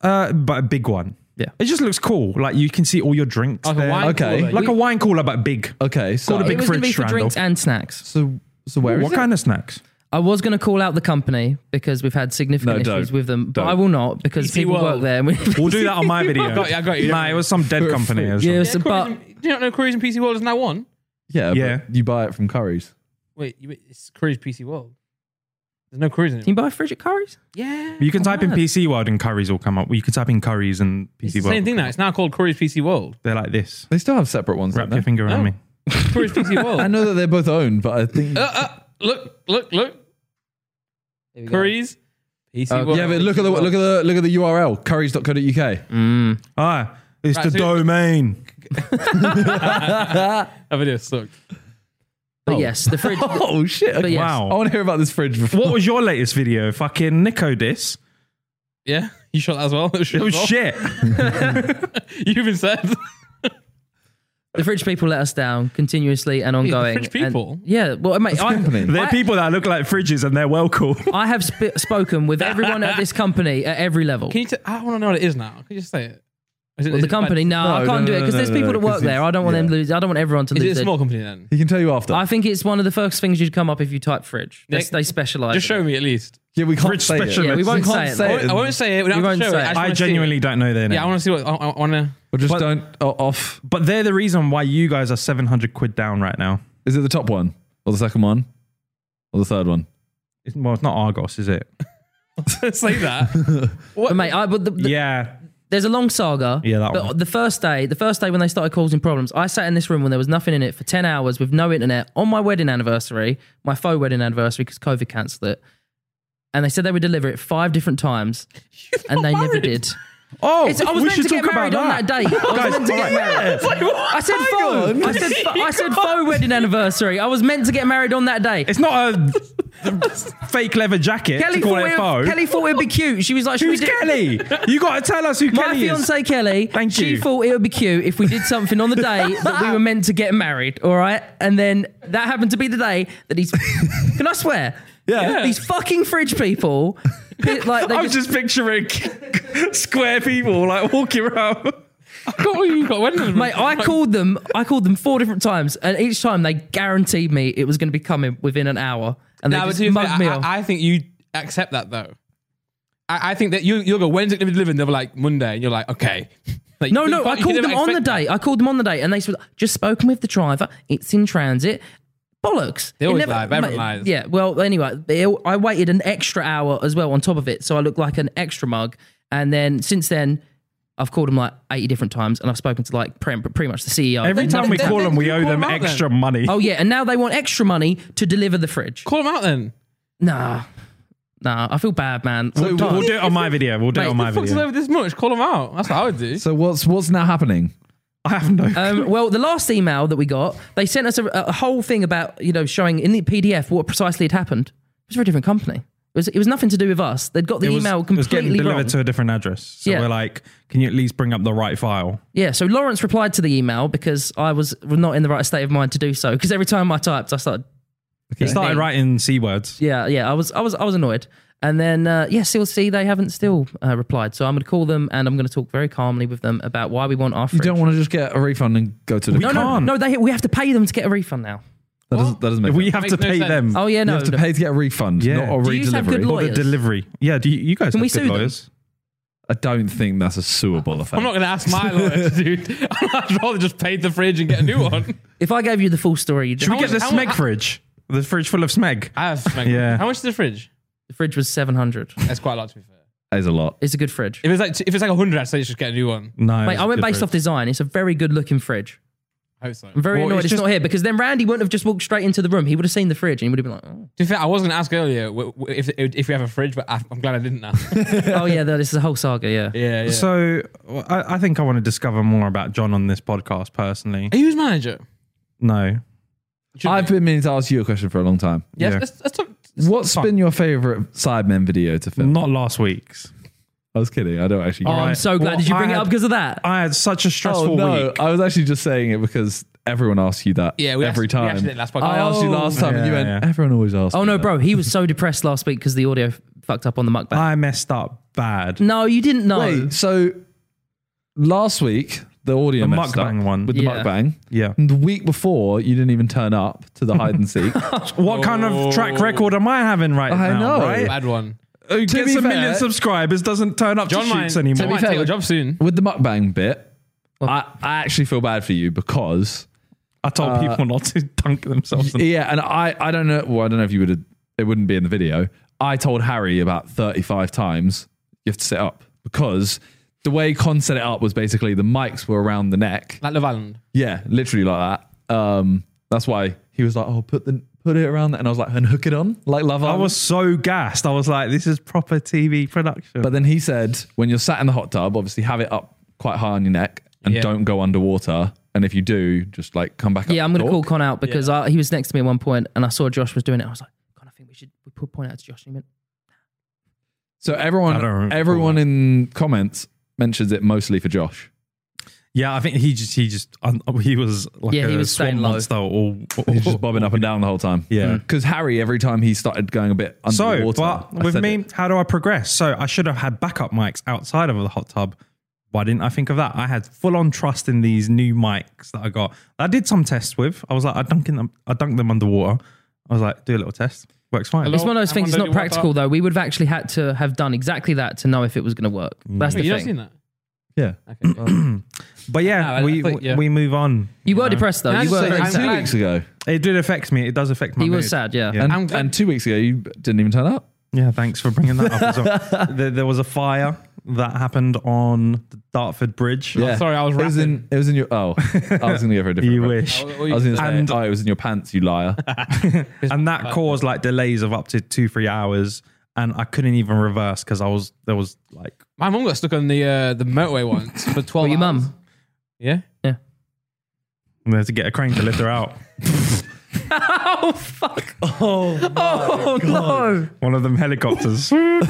uh, but a big one. Yeah. It just looks cool. Like you can see all your drinks. Like a there. wine Okay. cooler. Like a wine cooler, but big. Okay. So Called a It big was going to be fridge, for drinks Randolph. and snacks. So so Oh, where is What it? kind of snacks? I was going to call out the company because we've had significant No, don't. issues with them, but Don't. I will not because PC people work World. there. And we, We'll do that on my video. got you, I got you. Nah, it was some dead company. Or Yeah, something. yeah, so- Curry's but and- do you not know Curry's and PC World is now one? yeah. Yeah. but You buy it from Curry's. Wait, you, it's Curry's PC World. There's no Curry's in can it. you buy a fridge at Curry's? Yeah. You can type in mad. PC World and curries will come up. You can type in curries and It's PC the World. same thing now. It's now called Curry's PC World. They're like this. They still have separate ones. Wrap don't your they? finger around Oh. me. Curry's PC World. I know that they're both owned, but I think. Uh, Uh, Look, look, look. Here we go. Curry's PC Okay. World. yeah, but look at the look at the look at the URL curries.co.uk. Ah, it's Right, the so- domain. Mm. That video sucked. But yes, the fridge. Oh shit! Okay. yes. I Wow. want to hear about this fridge before. What was your latest video? Fucking Nico diss. Yeah, you shot that as well. It was shit. You even said The fridge people let us down continuously and ongoing. fridge people? And- yeah, well, mate, I, company? They're I- people that look like fridges and they're well cool. I have sp- spoken with everyone at this company at every level. Can you? T- I want to know what it is now. Can you just say it? Is it Well, is the it company, no, I No, can't no, do no, it because no, there's no, people that 'cause work there. it's- I don't want them yeah. lose. I don't want everyone to bad- Is it lose. a their- small company then? He can tell you after. I think it's one of the first things you'd come up if you type fridge. They, Nick, they specialize. Just show me at least. yeah, we can't Fridge say it. specialist. Yeah, we won't can't say it, I though. won't, I won't say it. We don't have You to won't show say it. it. just I wanna see genuinely it. don't know their name. Yeah, I want to see what I, I want to. Or just But- don't oh, off. but they're the reason why you guys are 700 quid down right now. Is it the top one or the second one or the third one? It's- well, it's not Argos, is it? say that. But mate, I, but the, the- yeah. there's a long saga. Yeah, that but one. the first day, the first day when they started causing problems, I sat in this room when there was nothing in it for ten hours with no internet on my wedding anniversary, my faux wedding anniversary because COVID cancelled it, and they said they would deliver it five different times, and they never did. Oh, It's, I was we meant should to get talk married about on that. that date. I was Guys, meant to all get right. married. I said faux. I said, I said faux wedding anniversary. I was meant to get married on that day. It's not a fake leather jacket Kelly to call thought, it it, faux. Kelly thought it'd be cute. She was like, should Who's we do- Kelly? You got to tell us who My Kelly is. fiance Kelly, Thank she you. thought it would be cute if we did something on the day that we were meant to get married, all right? And then that happened to be the day that these, can I swear? Yeah. These fucking fridge people, like they I'm just, just picturing square people like walking around. Got you got when? Mate, I called them. I called them four different times, and each time they guaranteed me it was going to be coming within an hour, and they No, but just to be fair, mugged me I, off. I- I think you accept that though. I, I think that you you'll go when's it going to be delivered? And they'll be like Monday, and you're like okay. Like, no, you no, can't- I you called can them never on the expect that. day. I called them on the day, and they said, "Just spoken with the driver. It's in transit." Bollocks. They always lie, everyone lies. Yeah. Well, anyway, it, I waited an extra hour as well on top of it, so I looked like an extra mug. And then since then, I've called them like eighty different times, and I've spoken to like pre- pretty much the CEO. Every time we then- call then them, we you owe call them them out extra money. oh yeah, and now they want extra money to deliver the fridge. Call them out then. Nah, nah. I feel bad, man. We'll do it on my video. We'll do it Mate, on my The fuck's video. over this much? Call them out. That's what I would do. So what's what's now happening? I have no. Um, well, the last email that we got, they sent us a, a whole thing about you know showing in the PDF what precisely had happened. It was for a different company. It was it was nothing to do with us. They'd got the it was, email it was getting completely delivered wrong. to a different address. So Yeah. we're like, can you at least bring up the right file? yeah, so Lawrence replied to the email because I was not in the right state of mind to do so. Because every time I typed, I started He started Mate. writing c words. yeah yeah I was I was I was annoyed. And then uh, yeah, still see they haven't still uh, replied. So I'm going to call them and I'm going to talk very calmly with them about why we want our. You don't want to just get a refund and go to the no, no, can't. no. They, we have to pay them to get a refund now. That doesn't, that doesn't make We sense. have Makes to no pay sense. them Oh yeah, You no. have to no. pay to get a refund, Yeah. not a Do you just have good redelivery. law- for the Lawyers. delivery. Yeah, do you, you guys Can have we good sue them? lawyers? I don't think that's a suable offense. I'm not going to ask my lawyer, dude. I'd rather just pay the fridge and get a new one. If I gave you the full story, you'd Should we How get the much- how smeg much- fridge? The fridge full of smeg. I have. Smeg. Yeah. How much is the fridge? The fridge was 700. That's quite a lot to be fair. That is a lot. It's a good fridge. If it's like if it's like hundred, I'd say you should get a new one. No. Mate, I went based off design. It's a very good looking fridge. I hope so. I'm To very Well, annoyed it's it's, just- not here because then Randy wouldn't have just walked straight into the room. He would have seen the fridge and he would have been like, "Oh." be fair, I was going to ask earlier w- w- if if we have a fridge, but I, I'm glad I didn't ask. oh, oh yeah, that- this is a whole saga. Yeah. yeah, yeah. So well, I, I think I want to discover more about John on this podcast personally. are you his manager? No. Shouldn't I've we? been meaning to ask you a question for a long time. Yes, yeah. let's, let's talk. What's been your favorite Sidemen video to film? Not last week's. I was kidding. I don't actually. Oh, I'm Right. so glad. Well, Did you bring I it up had- because of that? I had such a stressful oh no! week. I was actually just saying it because everyone asks you that. Yeah, we every asked- we time. asked it last Oh. podcast. I asked you last time, and you Yeah, went. yeah. Everyone always asks. Oh, me no, that." bro. He was so depressed last week because the audio f- fucked up on the mukbang. I messed up bad. no, you didn't know. Wait. So last week the audio The messed up mukbang one. with the Yeah. mukbang. Yeah. Mm. And the week before you didn't even turn up to the hide and seek. What kind of track record am I having right I now? know. Right? Bad one. Who gets be a million fair- subscribers doesn't turn up John to might, shoots John anymore. might fair, take a like- job soon. with the mukbang bit. I, I actually feel bad for you because I told people not to dunk themselves. in- yeah, and I I don't know. Well, I don't know if you would. have It wouldn't be in the video. I told Harry about thirty five times. You have to set up because the way Con set it up was basically the mics were around the neck. Like Love Island. Yeah, literally like that. Um, that's why he was like, "Oh, put the put it around," that," and I was like, "And hook it on like love." I Island." was so gassed. I was like, this is proper TV production. But then he said, when you're sat in the hot tub, obviously have it up quite high on your neck and Yeah. don't go underwater. And if you do, just like come back up. Yeah, I'm going to to call Con out because I, he was next to me at one point and I saw Josh was doing it. I was like, Con, I think we should we put point out to Josh. And he went, So I don't everyone, remember everyone in comments mentions it mostly for Josh. yeah, I think he just he just um, he was like Yeah, a he was staying swamp low. monster. Or, He's just bobbing up and down the whole time. Mm. Yeah. because Harry, every time he started going a bit so, underwater, but I with said me, it. how do I progress? So I should have had backup mics outside of the hot tub. Why didn't I think of that? I had full on trust in these new mics that I got. I did some tests with. I was like, I dunked in them. I dunked them underwater. I was like, do a little test. Works fine. It's one of those I things. It's wonder not what practical though. We would have actually had to have done exactly that to know if it was going to work. Mm. That's Wait, the you not thing. seen that? yeah. Okay. But yeah, No, I- I we thought- yeah. we move on. You were depressed though. Can I You just were say very I'm sad. Two glad- weeks ago, It did affect me. It does affect my. He was mood. sad. Yeah. Yeah. and, and two weeks ago, you didn't even turn up. Yeah, thanks for bringing that up. As well. there, there was a fire that happened on the Dartford Bridge. Yeah, Oh, sorry, I was It was in. It was in your. Oh, I was gonna go for a different. You reference. wish. What I were you was gonna say, And- oh, it was in your pants, you liar. and that caused like delays of up to two, three hours. and I couldn't even reverse because I was there was like My mum got stuck on the uh, the motorway once for twelve. Well, Oh, your hours. mum. Yeah. Yeah. we had to get a crane to lift her out. oh fuck! Oh, no! One of them helicopters. sorry,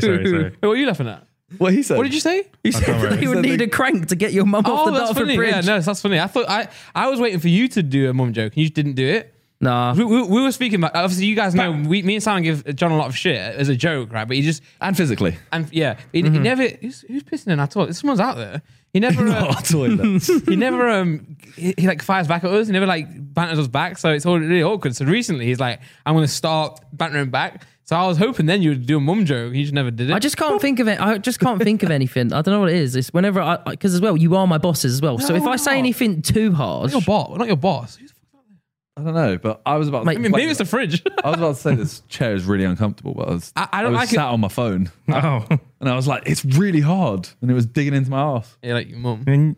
sorry, sorry. Wait, what are you laughing at? What he said? What did you say? You don't said that worry. you would Said need they- a crank to get your mum off the Dartford Oh, funny. Bridge. Yeah, no, that's funny. I thought I, I was waiting for you to do a mum joke and you just didn't do it. Nah. We, we, we were speaking about obviously you guys know we, me and Simon give John a lot of shit as a joke, right? But he just And physically. and yeah, he, Mm-hmm. he never who's, who's pissing in at all. Someone's out there. He never uh, toilets. he never um he, he, like fires back at us. He never like banters us back. So it's all really awkward. So recently he's like, I'm gonna start bantering back. So I was hoping then you would do a mum joke. You just never did it. I just can't think of it. I just can't think of anything. I don't know what it is. It's whenever I, because as well, you are my bosses as well. So if I say anything too harsh, not your boss, not your boss. I don't know, but I was about. Mate, I mean, like, maybe it's the fridge. I was about to say this chair is really uncomfortable, but I was. I- I don't was like it. sat on my phone, Oh, I and I was like, "It's really hard," and it was digging into my ass. yeah, like your mum. mean,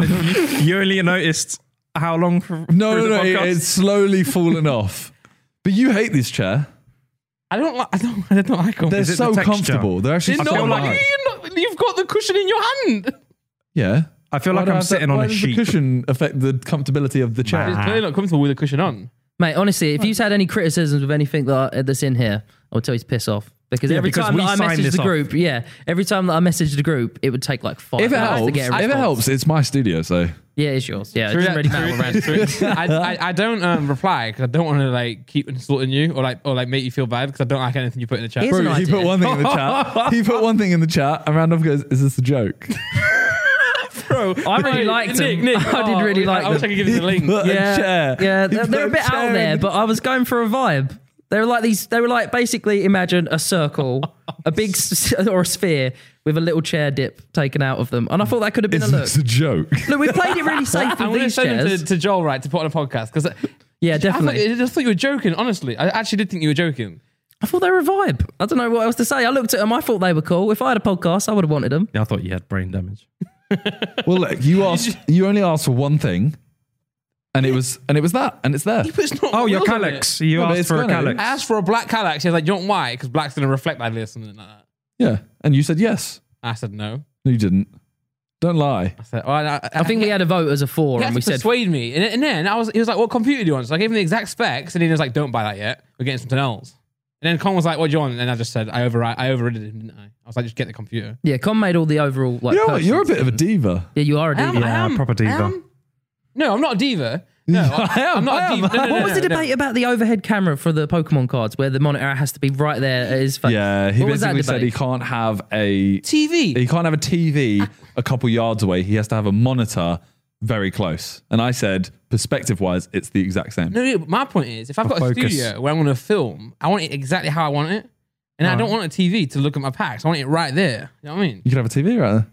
you, Oh. you only noticed how long? for- No, through no, the no, it- podcast? it's slowly falling off. But you hate this chair. I don't like. I don't. I don't like them. They're Is it so the texture? comfortable. They're actually They're so not feel like, nice. you're not, you've got the cushion in your hand. Yeah. I feel Why like do I I'm have to- sitting on why a does sheet. The cushion affect the comfortability of the chair. It's clearly not comfortable with the cushion on. mate. Honestly, if you've had any criticisms of anything that I, that's in here, I would tell you to piss off. Because every because time we that I signed message this the off. group, yeah, every time that I message the group, it would take like five If it hours to helps, get a if it response. helps, it's my studio, so yeah, it's yours. Yeah, it Through doesn't that- really matter. what round- through- through- I, I, I don't um, reply because I don't want to like keep insulting you or like or like make you feel bad because I don't like anything you put in the chat. Here's Bro, an he idea. put one thing in the chat. He put one thing in the chat, and Randolph goes, "Is this a joke?" Bro, I really liked Nick, him. Nick, I did oh, really like I wish I them. could give you the link. But a chair. Yeah, He they're, put they're a bit chair out in there, the- but I was going for a vibe. They were like these. They were like basically imagine a circle, a big s- or a sphere with a little chair dip taken out of them, and I thought that could have been a Is look. this a joke? Look, we played it really safe I'm with going to these send them chairs. to, to Joel right to put on a podcast because yeah, definitely. I, just thought you were joking. Honestly, I actually did think you were joking. I thought they were a vibe. I don't know what else to say. I looked at them. I thought they were cool. If I had a podcast, I would have wanted them. I thought you had brain damage. well, look, you asked. You only asked for one thing, and it was and it was that, and it's there. But it's not. Oh, your wheels on it. calyx. You No, but asked it's for a funny. I calyx. asked for a black Cadillac. She was like, "You don't why?" Because black's going to reflect badly or something like that. Yeah, and you said yes. I said no. No, you didn't. Don't lie. I said, oh, I, I- I think we had a vote as a four, He had and we to said, persuade me, and, and then I was. He was like, "What computer do you want?" So I gave him the exact specs, and he was like, "Don't buy that yet. We're getting something else." And then Con was like, "What do you want?" And then I just said, "I override. I overridden him, didn't I?" I was like, "Just get the computer." "Yeah, Con made all the overall like." You know what? You're a purchase. bit of a diva. Yeah, you are I a dude. am- I Yeah, am- proper diva. I am- No, I'm not a diva. No, I am. I'm not I a am. diva. No, no, no, What was no, the no. debate about the overhead camera for the Pokemon cards, where the monitor has to be right there at his face? Yeah, he What was that basically said he debate? can't have a TV. he can't have a TV a couple yards away. He has to have a monitor very close. And I said, perspective wise, it's the exact same. No, no, but my point is, if I've got a focus. studio where I'm going to film, I want it exactly how I want it, and I don't want a TV to look at my packs. I want it right there. You know what I mean? You could have a TV right there.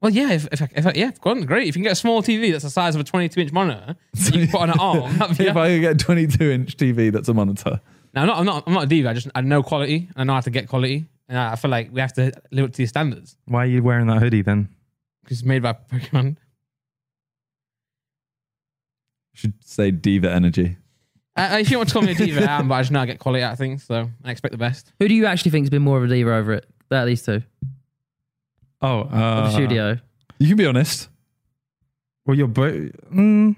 Well, yeah, if, if, I- if I- yeah, gone great. If you can get a small TV that's the size of a 22 inch monitor, that you can put on an arm. That'd be, If I could get a 22 inch TV, that's a monitor. no, I'm not, I'm not, I'm not a diva. I just I know quality. I know how to get quality, and I, I feel like we have to live up to your standards Why are you wearing that hoodie then? because it's made by Pokemon. Should say diva energy. Uh, if you want to call me a diva, I am, but I just know I get quality out of things, so I expect the best. Who do you actually think's been more of a diva over it? That these two, Oh, Or uh, the studio. You can be honest. Well, you're both. Mm,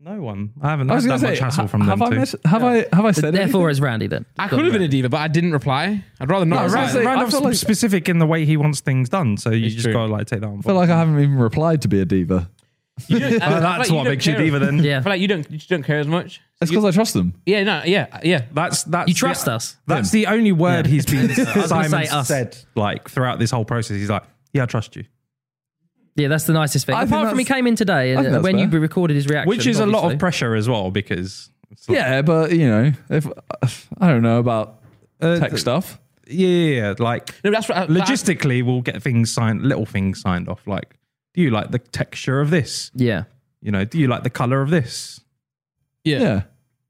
no one. I haven't I had was that going to much say, hassle ha- from have, them. I, Too. mess- have I have I said Therefore, anything? it's Randy then. I could have been a diva, but I didn't reply. I'd rather not. No, I was reply. gonna say- I Randolph's feel like- specific in the way he wants things done, so you It's just true. gotta like take that on board. I feel like I haven't even replied to be a diva. You don't- I feel Oh, like that's Uh, you what don't makes you care. diva then. I Yeah, feel like you don't you just don't care as much. That's because I trust them. Yeah, no, yeah, yeah. That's that's you the- trust us. That's the only word he's been was gonna Simon say us. said like throughout this whole process. He's like, yeah, I trust you, Yeah, that's the nicest thing. I think Apart from he that's- came in today, I think and that's when you fair. recorded his reaction, which is a lot obviously. of pressure as well because it's like, Yeah, but you know, if I don't know about tech stuff. Uh, yeah, yeah, yeah, like No, that's right. logistically, we'll get things signed, little things signed off. Like, do you like the texture of this? Yeah, You know, do you like the color of this? Yeah. Yeah.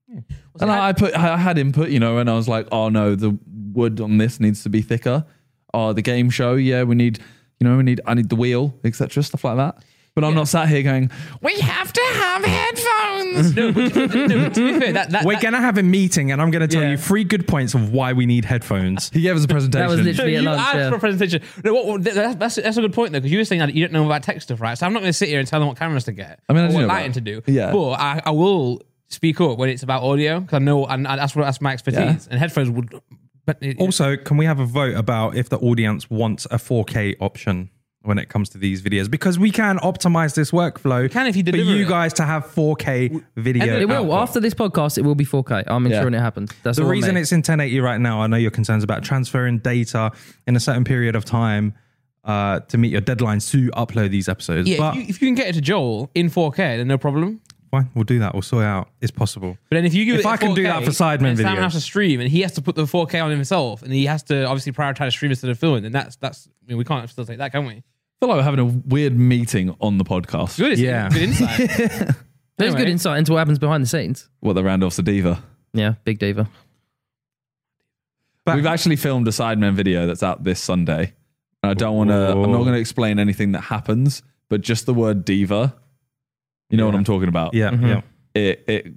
And it- I, I put I had input, you know, and I was like, oh no, the wood on this needs to be thicker. Oh, the game show, yeah, we need, you know, we need I need the wheel, etc. Stuff like that. But I'm not sat here going, we have to have headphones. No, but, no, but to be fair, that, that, We're that- gonna have a meeting, and I'm gonna tell Uh, Yeah. you three good points of why we need headphones. he gave us a presentation. literally- be at you lunch, asked yeah. for a presentation. No, what, what- that- that's, that's, that's a good point though, because you were saying that you don't know about tech stuff, right? So I'm not going to sit here and tell them what cameras to get. I mean, I or do what know about lighting to it. do. Yeah. but I, I will speak up when it's about audio because I know, and, and that's what that's my expertise. Yeah. And headphones would. But it- Also, can we have a vote about if the audience wants a 4K option when it comes to these videos? Because we can optimize this workflow. can if you for deliver you it. guys to have 4K video. It will. output. After this podcast, it will be 4K. I'm ensuring it happens. That's the all, reason mate. it's in 1080 right now, I know your concerns about transferring data in a certain period of time uh, to meet your deadlines to upload these episodes. yeah, if but you, if you can get it to Joel in 4K, then no problem. fine, we'll do that. We'll sort it out. It's possible. But then if you give If it I can do 4K, that for Sidemen and Simon videos. has to stream, and he has to put the 4K on himself, and he has to obviously prioritize stream instead of filming. Then that's that's I mean, we can't still take that, can we? I feel like we're having a weird meeting on the podcast. Good, isn't it? Yeah. good insight. There's anyway. good insight into what happens behind the scenes. What the Randolph's a diva. Yeah, big diva. But- We've actually filmed a Sidemen video that's out this Sunday. And I don't want to, I'm not Ooh. going to explain anything that happens, but just the word diva, you know what Yeah. I'm talking about. Yeah, Mm-hmm. yeah. It, it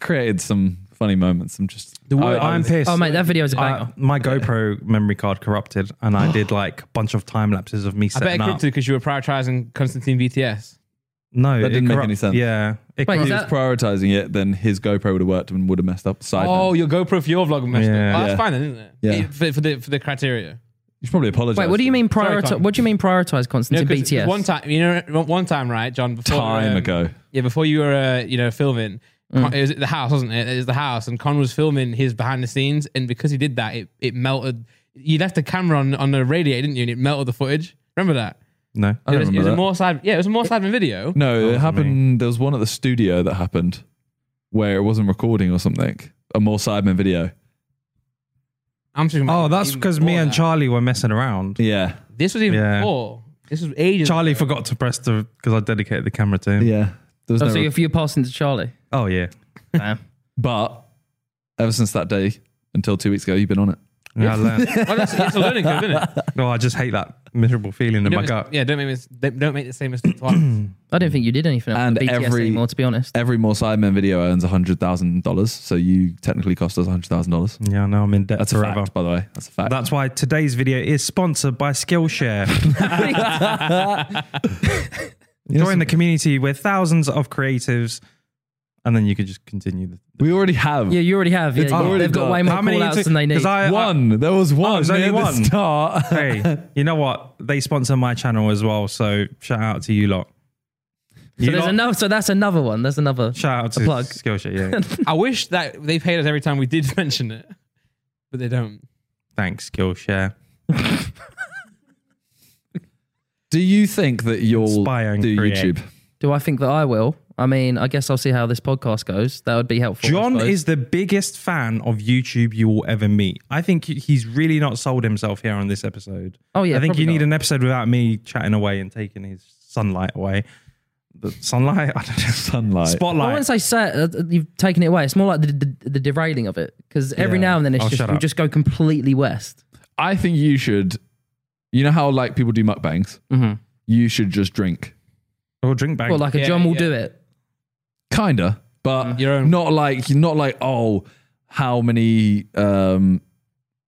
created some funny moments. I'm just, The word I- I I, am was- pissed. Oh mate, that video is a I- banger. my GoPro memory card corrupted, and I did like a bunch of time lapses of me I bet it setting up. crypto because you were prioritizing Constantine VTS. No, That it didn't make any sense. Yeah, it Wait, corrupt- is he was that- prioritizing it, then his GoPro would have worked and would have messed up. Sidemen. Oh, your GoPro for your vlog messed Yeah. up. Well, Yeah. that's fine then, isn't it? Yeah. It- For, for the for the criteria. you should probably apologize. Wait, what do you mean prioritize? Constantine. What do you mean prioritize No, Constantine 'cause BTS? One time, you know, one time, right, John? Before, Time um, ago. Yeah, before you were, uh, you know, filming. Mm. Con, It was at the house, wasn't it? It was the house, and Con was filming his behind the scenes, and because he did that, it, it melted. You left the camera on on the radiator, didn't you? And it melted the footage. Remember that? no. I It don't was, it remember was a that. more side. Yeah, it was a more side video. No, it wasn't happened. There was one at the studio that happened where it wasn't recording or something. A more Sidemen video. I'm talking about Oh, that's even because me before and that. Charlie were messing around. Yeah. This was even Yeah. before. This was ages. Charlie forgot to press the because I dedicated the camera to him. Yeah. There was Oh, no so re- if you're passing to Charlie, Oh yeah, Damn. but ever since that day until two weeks ago, you've been on it. Yeah, I learned. Well, that's, it's a learning curve, isn't it? Oh, I just hate that miserable feeling in Don't Oh my mis- gut. Yeah, don't make mis- don't- don't make the same mistake twice. I don't think you did anything else And with BTS every- anymore. To be honest, Every more Sidemen video earns hundred thousand dollars. So you technically cost us hundred thousand dollars. Yeah, no, I'm in debt That's a forever. fact, by the way. That's a fact. That's why today's video is sponsored by Skillshare. Join the community with thousands of creatives, and then you could just continue. The, we already have yeah, you already have. Yeah, It's already they've got done. way more call outs than they need. Because I, I- one. there was one. there's only near the one. start. hey, you know what? They sponsor my channel as well, so shout out to you lot. You so there's lot- another. So that's another one. There's another. shout out to a plug. Skillshare. Yeah, I wish that they paid us every time we did mention it, but they don't. thanks Skillshare. Do you think that you'll Spy and do create. YouTube? Do I think that I will? I mean, I guess I'll see how this podcast goes. That would be helpful. I John suppose. is the biggest fan of YouTube you will ever meet. I think he- he's really not sold himself here on this episode. Oh, yeah, I think you probably need not. an episode without me chatting away and taking his sunlight away. The sunlight, I don't know. Sunlight. I Spotlight. wouldn't say sad, uh, you've taken it away. It's more like the, the, the derailing of it because every Yeah. now and then it's Oh, just shut we up. just go completely west. I think you should. You know how like people do mukbangs. Mm-hmm. Mhm. You should just drink, Or drink bang. Well, like a Yeah, John will yeah. do it. kinda, but Mm-hmm. Your own. not like not like oh, how many um,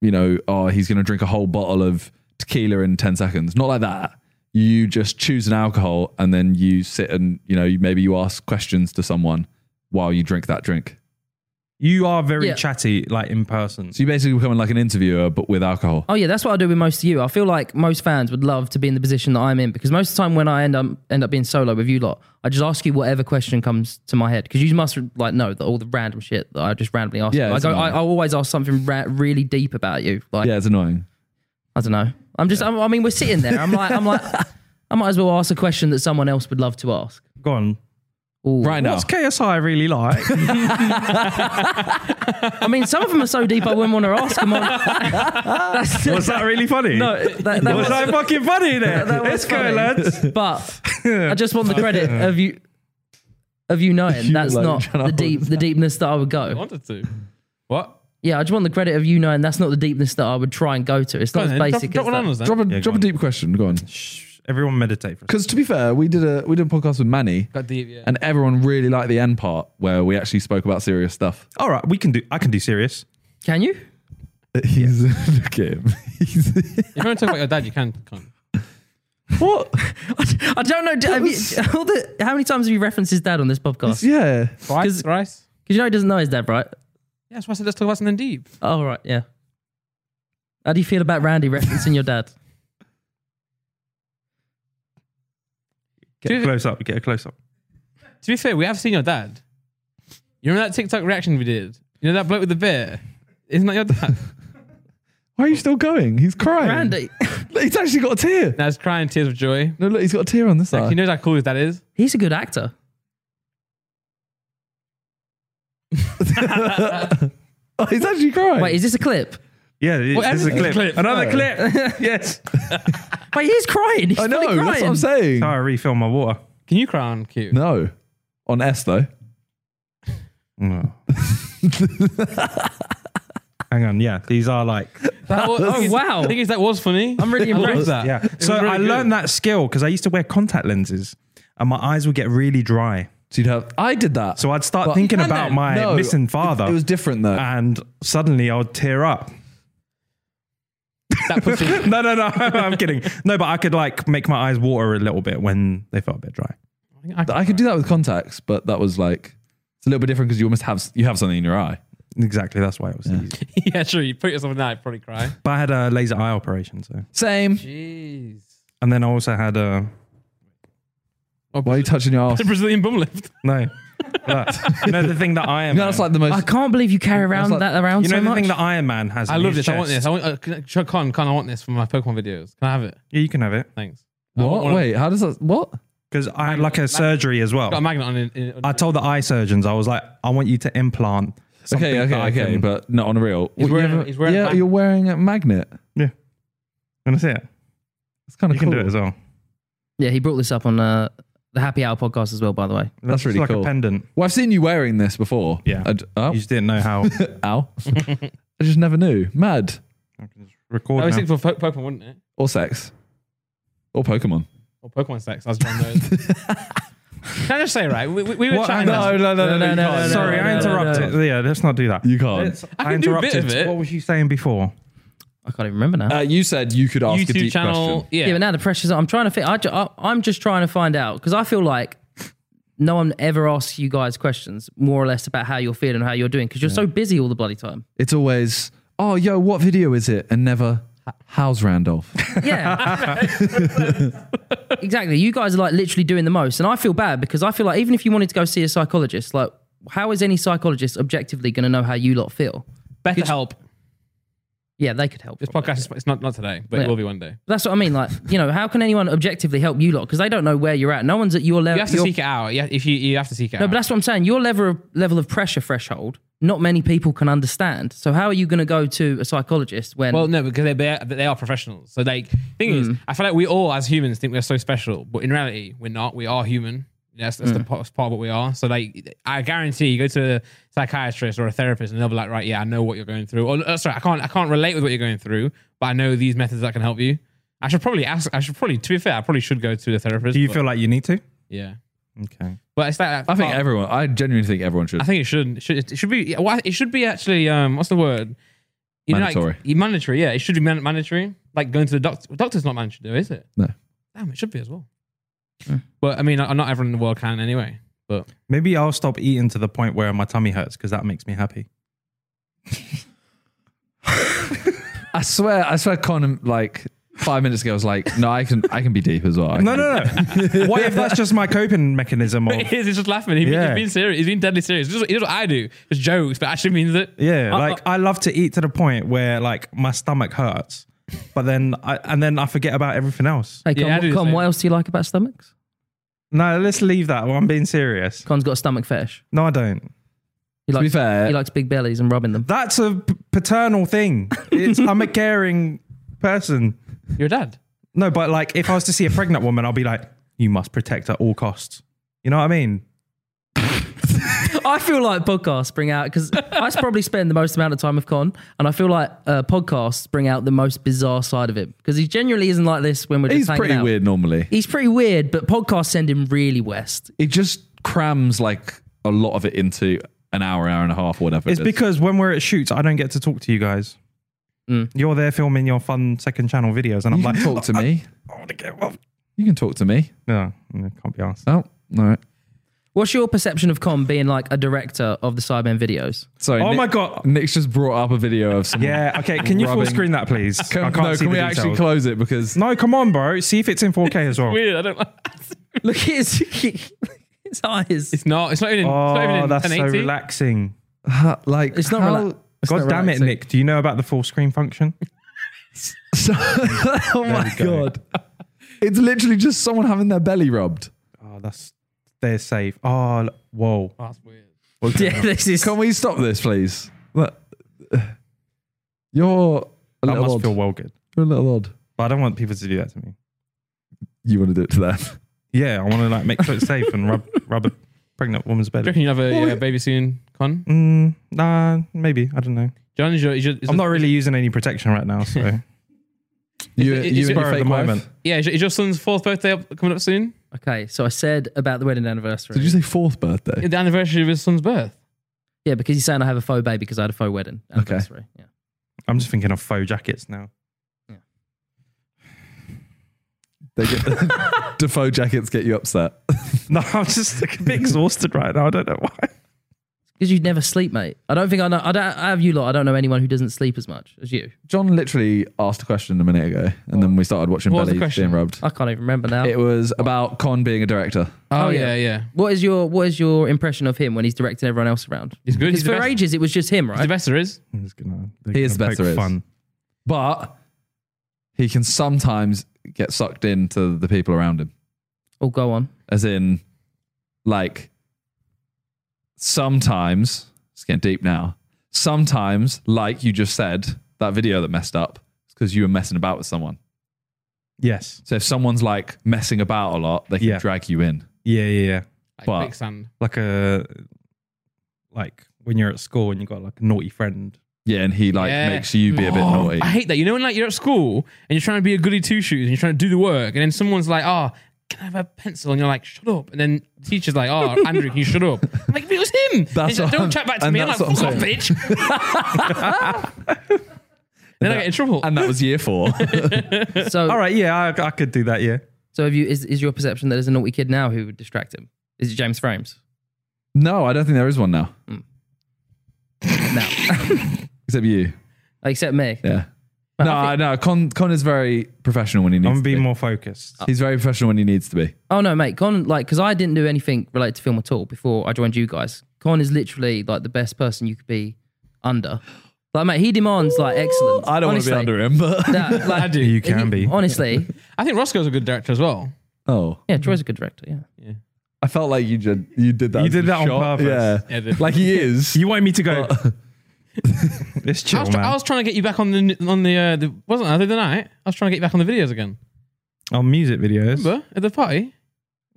you know, oh he's gonna drink a whole bottle of tequila in ten seconds. Not like that. You just choose an alcohol and then you sit and you know you- maybe you ask questions to someone while you drink that drink. you are very Yeah. chatty, like in person. So you basically become like an interviewer but with alcohol. Oh yeah, that's what I do with most of you. I feel like most fans would love to be in the position that I'm in because most of the time when I end up end up being solo with you lot, I just ask you whatever question comes to my head because you must like know that all the random shit that I just randomly ask. Yeah, you. I it's go. I, annoying. I always ask something ra- really deep about you. Like Yeah, it's annoying. I don't know. I'm just. I'm, I mean, we're sitting there. I'm like. I'm like. I might as well ask a question that someone else would love to ask. Go on. Ooh. Right now, What's KSI really like? I mean, some of them are so deep I wouldn't want to ask them. On. That's, was that really funny? no, that, that Was was, that fucking funny there? that was Let's go, funny. lads. but I just want the credit of you of you knowing You that's alone, not John, I the deep the deepness that I would I go. wanted to. What? Yeah, I just want the credit of you knowing that's not the deepness that I would try and go to. It's Go not on as then, basic drop, drop one as that. Uh, on us then. drop a Yeah, go drop a on. deep question. Go on. Everyone meditate for a second. Because to be fair, we did a we did a podcast with Manny, Got deep, Uh, yeah. and everyone really liked the end part where we actually spoke about serious stuff. All right, we can do. I can do serious. Can you? He's look at him. He's, if you want to talk about your dad, you can. can what? I don't know. d- Have you, all the, how many times have you referenced his dad on this podcast? Because Yeah. Rice? 'Cause- Rice? you know he doesn't know his dad, right? Yeah, that's why I said let's talk about something deep. Oh, right. Yeah. How do you feel about Randy referencing your dad? Get Do- a close up. Get a close up. To be fair, we have seen your dad. You remember that TikTok reaction we did? You know that bloke with the beer? Isn't that your dad? Why are you still going? He's crying. Randy, Look, He's actually got a tear. now he's crying tears of joy. No, look, he's got a tear on this Like, eye. he knows how cool his dad is. he's a good actor. oh, he's actually crying. Wait, is this a clip? Yeah, it- Well, this is a everything's a clip. clip. Another Oh. clip. yes. Wait, he's crying. He's I know. fully That's Crying. what I'm saying. How I refill my water. Can you cry on cue? No, on S though. Hang on. Yeah, these are like. That was, Oh, wow. The thing is, that was funny. I'm really I loved impressed. that. Yeah. It was So really I good. learned that skill because I used to wear contact lenses, and my eyes would get really dry. So you'd have. I did that. So I'd start But- thinking Can about they? my No, missing father, It was different though. and suddenly I would tear up. That pussy. No, no, no. I'm kidding. No, but I could like make my eyes water a little bit when they felt a bit dry. I could do that with contacts, but that was like it's a little bit different because you almost have you have something in your eye. Exactly. That's why it was easy. yeah, sure. You put yourself in that, you'd probably cry. But I had a laser eye operation, so Same. Jeez. and then I also had a Why are you touching your ass? The Brazilian bum lift. no. That- you know the thing that You Iron know, Man. that's like the most. I can't believe you carry around like- that around you know so the much. thing that Iron Man has. I in love his this. I want chest? this. I want, uh, can- Con, Con, I want this for my Pokemon videos. Can I have it? Yeah, you can have it Thanks. I want what? one of- Wait, how does that? What? because I had like a surgery as well. Got a magnet on it. in- I told the eye surgeons I was like, I want you to implant. something Okay, okay, that I okay, can- but not on a reel. He's What, you wearing- have a- he's wearing a yeah, mag- you're wearing a magnet. yeah, gonna see it. It's kind You of cool. can do it as well. yeah, he brought this up on uh, the Happy Hour podcast as well, by the way. That's It's really like cool. a pendant. Well, I've seen you wearing this before. Yeah. I d- oh, You just didn't know how. ow. I just never knew. Mad That Record was now. sick for po- Pokemon, wouldn't it? or sex or Pokemon. Or Pokemon sex. I was one of those. Can I just say, right? We, we, we were What? chatting. No, last- no, no, no, you no, can't. no, no, Sorry, I interrupted. Yeah, let's not do that. You can't. Let's- I can do a bit of it. What was you saying before? I can't even remember now. Uh, you said you could ask a YouTube deep channel. question. Yeah. yeah. but now the pressure's on. I'm trying to fit. I, ju- I, I'm just trying to find out because I feel like no one ever asks you guys questions more or less about how you're feeling, how you're doing, because you're so busy all the bloody time. It's always, oh, yo, what video is it? And never, how's Randolph? Yeah. exactly. You guys are like literally doing the most. And I feel bad because I feel like even if you wanted to go see a psychologist, like how is any psychologist objectively going to know how you lot feel? Better help. Yeah, they could help. This probably. podcast is it's not, not today, but it Yeah. will be one day. That's what I mean. Like, you know, how can anyone objectively help you lot? Because they don't know where you're at. No one's at your level. You have to your- seek it out. Yeah, if you you have to seek it No, out. but that's what I'm saying. Your level of, level of pressure threshold, not many people can understand. So how are you going to go to a psychologist when? well, no, because they they are, they are professionals. So like, thing is, Hmm. I feel like we all as humans think we're so special, but in reality, we're not. We are human. That's that's the Hmm. part, part of what we are. So like, I guarantee you go to a psychiatrist or a therapist, and they'll be like, right, yeah, I know what you're going through. Or uh, sorry, I can't I can't relate with what you're going through, but I know these methods that can help you. I should probably ask. I should probably, to be fair, I probably should go to a therapist. Do you but- feel like you need to? Yeah, Okay. but it's that. I think part- everyone, Uh, I genuinely think everyone should. I think it should. It should, it should be. yeah, well, It should be actually. Um, what's the word? You Mandatory. Know, like, mandatory. Yeah, it should be man- mandatory. Like going to the doctor. Doctor's not mandatory, though, is it? No. Damn, it should be as well. Hmm. But I mean, uh, not everyone in the world can anyway. But Maybe I'll stop eating to the point where my tummy hurts because that makes me happy. I swear, I swear, Con, like five minutes ago, I was like, no, I can, I can be deep as well. I No, no, no. what if that's just my coping mechanism? Of, it is. He's just laughing. He, Yeah. He's being serious. He's being deadly serious. This is, this is what I do. It's jokes, but actually means it. yeah, Uh, I- like I love to eat to the point where like my stomach hurts, but then I and then I forget about everything else. hey, Con, Yeah, I do the Con same. what else do you like about stomachs? No, let's leave that. I'm being serious. Con's got a stomach fetish. No, I don't. He To be likes, fair, he likes big bellies and rubbing them. That's a p- paternal thing. It's, I'm a caring person. Your dad. No, but like if I was to see a pregnant woman, I'll be like, you must protect at all costs. You know what I mean? I feel like podcasts bring out because I probably spend the most amount of time with Con, and I feel like uh, podcasts bring out the most bizarre side of him because he generally isn't like this when we're just He's hanging pretty out. weird normally. He's pretty weird, but podcasts send him really west. It just crams like a lot of it into an hour, hour and a half, whatever. It's it is. because when we're at shoots, I don't get to talk to you guys. You're there filming your fun second channel videos, and I'm Mm. you like, can talk to me. I want to get off. You can talk to me. No, no, can't be asked. Oh, all right. What's your perception of Con being like a director of the Cybermen videos? Sorry. Oh Nick- my god. Nick's just brought up a video of some. Yeah. Okay. Can you full Rubbing. screen that, please? Can, I can't no, can see we the actually details. close it because no, come on, bro. See if it's in 4K as well. Weird. I don't. Look at his, his eyes. It's not. It's not even. In, it's not even Oh, in that's so 1080. relaxing. like It's not how- rela- it's God not damn it, relaxing. Nick. Do you know about the full screen function? oh my go. god! It's literally just someone having their belly rubbed. Oh, that's they're safe. Oh, look, whoa. Oh, that's weird. Yeah, this is. Can we stop this, please? Look, You're a That must little odd. feel well good. You're a little odd. But I don't want people to do that to me. You want to do it to them? Yeah, I want to like make sure it's safe and rub rub a pregnant woman's Do you belly. reckon you'll have a Well, yeah, we- baby soon, Con? Mm, nah, maybe I don't know. John, is your, is your, is I'm your- not really using any protection right now, so You, it- you is it and your at the fake wife? moment? Yeah, is your, is your son's fourth birthday up, coming up soon? Okay, so I said about the wedding anniversary. Did you say fourth birthday? The anniversary of his son's birth. yeah, because you're saying I have a faux baby because I had a faux wedding anniversary. Yeah. I'm just thinking of faux jackets now. They get the Defoe jackets get you upset. No, I'm just like, a bit exhausted right now. I don't know why. Because you'd never sleep, mate. I don't think I know. I don't. I have you lot. I don't know anyone who doesn't sleep as much as you. John literally asked a question a minute ago, and then we started watching What was the bellies question? being rubbed. I can't even remember now. It was about Con being a director. Oh, Oh, yeah, yeah. yeah. what is your What is your impression of him when he's directing everyone else around? He's good. Because He's the for best. ages it was just him, He's the right? best there is. I'm just gonna. He is gonna better poke at it. fun. but he can sometimes get sucked into the people around him. Oh, go on. As in, like, sometimes, it's getting deep now. Sometimes, like you just said, that video that messed up, it's because you were messing about with someone. Yes. So if someone's like messing about a lot, they can Yeah. drag you in. Yeah, yeah, yeah. Like But- quicksand. Like a like when you're at school and you got like a naughty friend. Yeah, and he like Yeah. makes you be a bit Oh, naughty. I hate that. You know when like you're at school and you're trying to be a goody two shoes and you're trying to do the work, and then someone's like, "Oh, can I have a pencil?" And you're like, "Shut up!" And then the teacher's like, "Oh, Andrew, can you shut up?" I'm like, "If it was him, That's he's like, what don't I'm- chat back to and me." I'm like, that's "Fuck what off, I'm bitch." then I get in trouble. and that was year four. So, All right, yeah, I, I could do that. Yeah. so have you? Is, is your perception that there's a naughty kid now who would distract him? Is it James Frames? no, I don't think there is one now. No, Except you. except me. Yeah. But no, I I no. Con Con is very professional when he needs I'm gonna to be be. more focused. He's very professional when he needs to be. Oh no, mate. Con like because I didn't do anything related to film at all before I joined you guys. Con is literally like the best person you could be under. Like, mate, he demands like excellence. I don't want to be honestly. under him, but No, like, I do. You can be. Honestly, I think Roscoe's a good director as well. oh, yeah, Troy's a good director. Yeah. I felt like you did. You did that. You as did a that on shot. purpose. Yeah, I Yeah, did. like he is. You wanted me to go. it's I chill, was, man. try- I was trying to get you back on the on the, uh, the wasn't I the other night? I was trying to get you back on the videos again. on music videos. Remember at the party?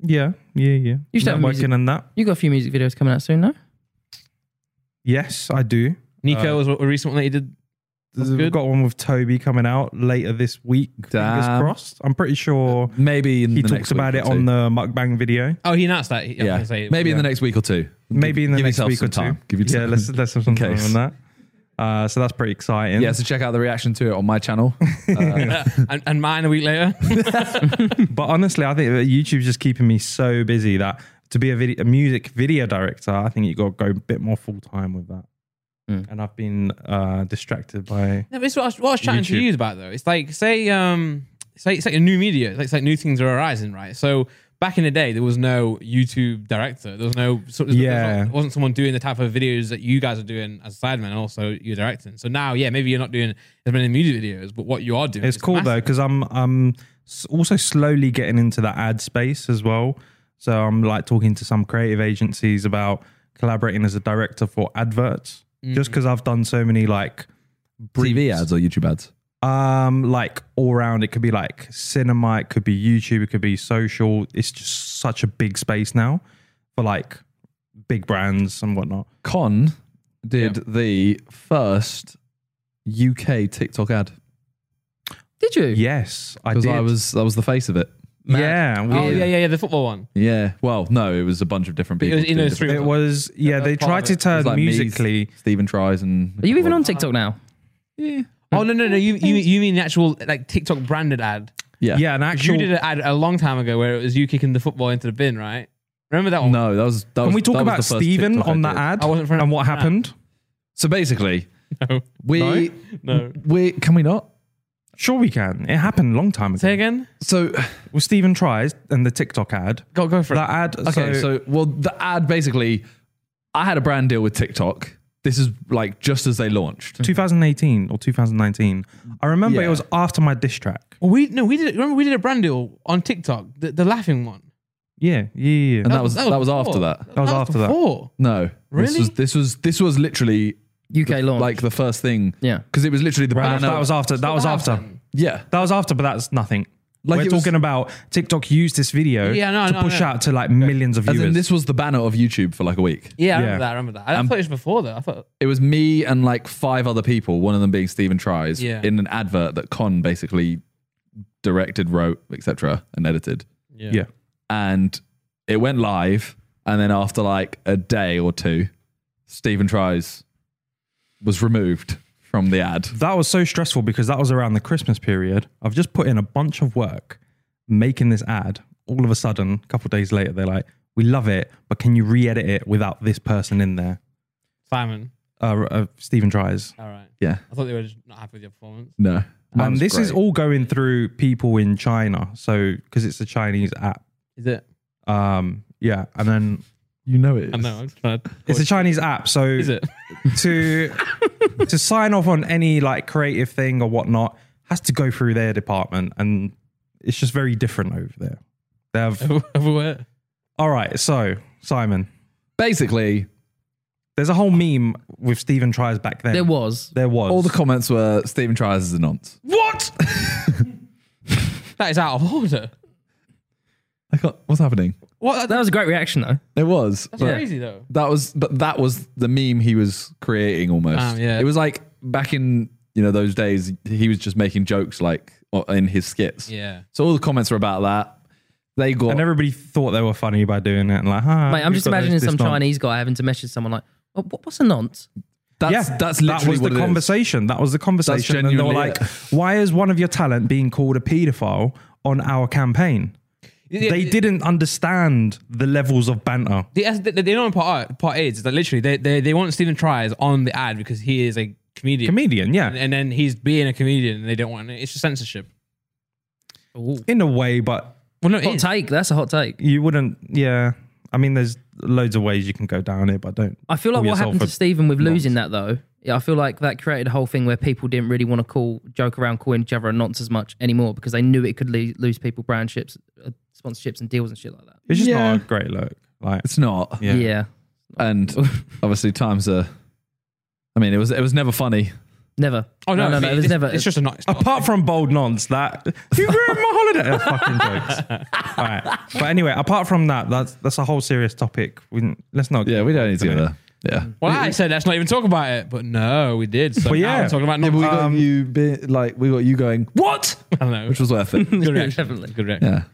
Yeah, yeah, yeah. You should have a music- Networking and that. You got a few music videos coming out soon, no? Yes, I do. Nico Uh, was a recent one that he did. That's We've good. got one with Toby coming out later this week. Fingers Damn. crossed. I'm pretty sure Maybe in he the talks next about week it or on two. the mukbang video. Oh, he announced that. I was yeah. gonna say- Maybe in yeah. the next week or two. Maybe in the Give next yourself week or some two. time. Give yourself yeah, let's let's have some time case. on that. Uh, so that's pretty exciting. Yeah, so check out the reaction to it on my channel. and, and mine a week later. But honestly, I think that YouTube's just keeping me so busy that to be a, video, a music video director, I think you got to go a bit more full time with that. Hmm. Mm. And I've been uh, distracted by No, but it's what I was, what I was chatting to YouTube. you about though. It's like say um say it's like a new media. It's like, it's like new things are arising, right? So back in the day, there was no YouTube director. There was no so, there Yeah. wasn't, wasn't someone doing the type of videos that you guys are doing as sidemen. And also you're directing. So now, yeah, maybe you're not doing as many music videos, but what you are doing, It's is cool though massive. because I'm I'm s- also slowly getting into that ad space as well. So I'm like talking to some creative agencies about collaborating as a director for adverts. Mm. Just because I've done so many like TV ads or YouTube ads. um like all round, it could be like cinema, it could be YouTube, it could be social. It's just such a big space now for like big brands and whatnot. Con did the first UK TikTok ad Did you? Yes, I because did. I, was that was the face of it. Mad. yeah, we, Oh yeah, yeah, yeah. The football one. Yeah. Well, no, it was a bunch of different But it people. was in doing those different- three. it was. Yeah, that they part tried of to it. It turn was like me, musically. Stephen tries and Are you even on TikTok now? Yeah. Hmm. Oh no, no, no. You you, you mean the actual like TikTok branded ad? Yeah. Yeah, an actual. You did an ad a long time ago where it was you kicking the football into the bin, right? Remember that one? No, that was. That Can was, we talk that was about the first Stephen TikTok I on that did. ad I wasn't friends and with what that. happened? So basically, No. we No. we can we not? Sure, we can. It happened a long time ago. Say again. So Well, Stephen tries and the TikTok ad. Go go for That ad. Okay, so, well, the ad basically, I had a brand deal with TikTok. This is like just as they launched. 2018 or 2019. I remember Yeah. it was after my diss track. it. We no, we did. Remember we did a brand deal on TikTok, the, the laughing one. Yeah, yeah, yeah. And that was that was after before. that. That was after that. before. No, this Really? was this was this was literally UK launch. like the first thing. Yeah. because it was literally the Right, brand. that was after. That was Wow, after. then. yeah. That was after, but that's nothing. Like We're it was- talking about TikTok used this video Yeah, no, to no, push no. out to like millions of And then viewers. this was the banner of YouTube for like a week. Yeah, I Yeah. remember that. I remember that. I thought it was before though. I thought It was me and like five other people, one of them being Stephen Tries, Yeah. in an advert that Con basically directed, wrote, etc., and edited. yeah, and it went live. And then after like a day or two, Stephen Tries was removed from the ad. that was so stressful because that was around the Christmas period. I've just put in a bunch of work making this ad. All of a sudden, a couple of days later, they're like, "We love it, but can you re-edit it without this person in there?" Simon. Uh, uh, Stephen tries. All right. Yeah. I thought they were just not happy with your performance. No. Um, this is all. all going through people in China, so because it's a Chinese app. Is it? Um, yeah, and then You know it. I know. I'm trying to. it's a Chinese app, so Is it? to to sign off on any like creative thing or whatnot has to go through their department, and it's just very different over there. They have Everywhere. all right. So Simon, Basically, there's a whole meme with Stephen tries back then. There was. There was. all the comments were Stephen Tries is a nonce. What? that is out of order. I got what's happening. What? That was a great reaction though. It was. That's but crazy though. That was but that was the meme he was creating almost. Um, yeah. It was like back in, you know, those days he was just making jokes like in his skits. Yeah. So all the comments were about that. They got and everybody thought they were funny by doing it, and like, huh, Mate, I'm we've just got this- imagining this some done. Chinese guy having to message someone like, oh, what, what's a nonce? That's yeah, that's that literally was the what it is. conversation. That was the conversation. And they were genuinely like, it. "Why is one of your talent being called a paedophile on our campaign?" They didn't understand the levels of banter. The, the, the, the annoying part, part is that literally they, they, they want Stephen Tries on the ad because he is a comedian. Comedian, And, yeah, and then he's being a comedian and they don't want it. It's just censorship. in a way, but Well, no, it Hot is. take. That's a hot take. you wouldn't. Yeah, I mean, there's loads of ways you can go down it, but don't. I feel like call what yourself happened a to Stephen with losing that though. Yeah, I feel like that created a whole thing where people didn't really want to call joke around calling each other a nonce as much anymore because they knew it could le- lose people brand ships, uh, sponsorships, and deals and shit like that. It's just Yeah. not a great look. Like, It's not. Yeah. Yeah, And obviously times are I mean it was it was never funny. never. Oh, no, no, no, it- it was it's, never. It's just a not. It's not apart from bold nonce, that you ruined my holiday. They're fucking jokes. All right, but anyway, apart from that, that's that's a whole serious topic. We, didn't- let's not. Yeah, we don't need to go there. Yeah. well, I said let's not even talk about it, but no, we did. So Well, now yeah. we're talking about not. got you like we got you going, What? I don't know. Which was worth it. good reaction. Definitely. Good reaction.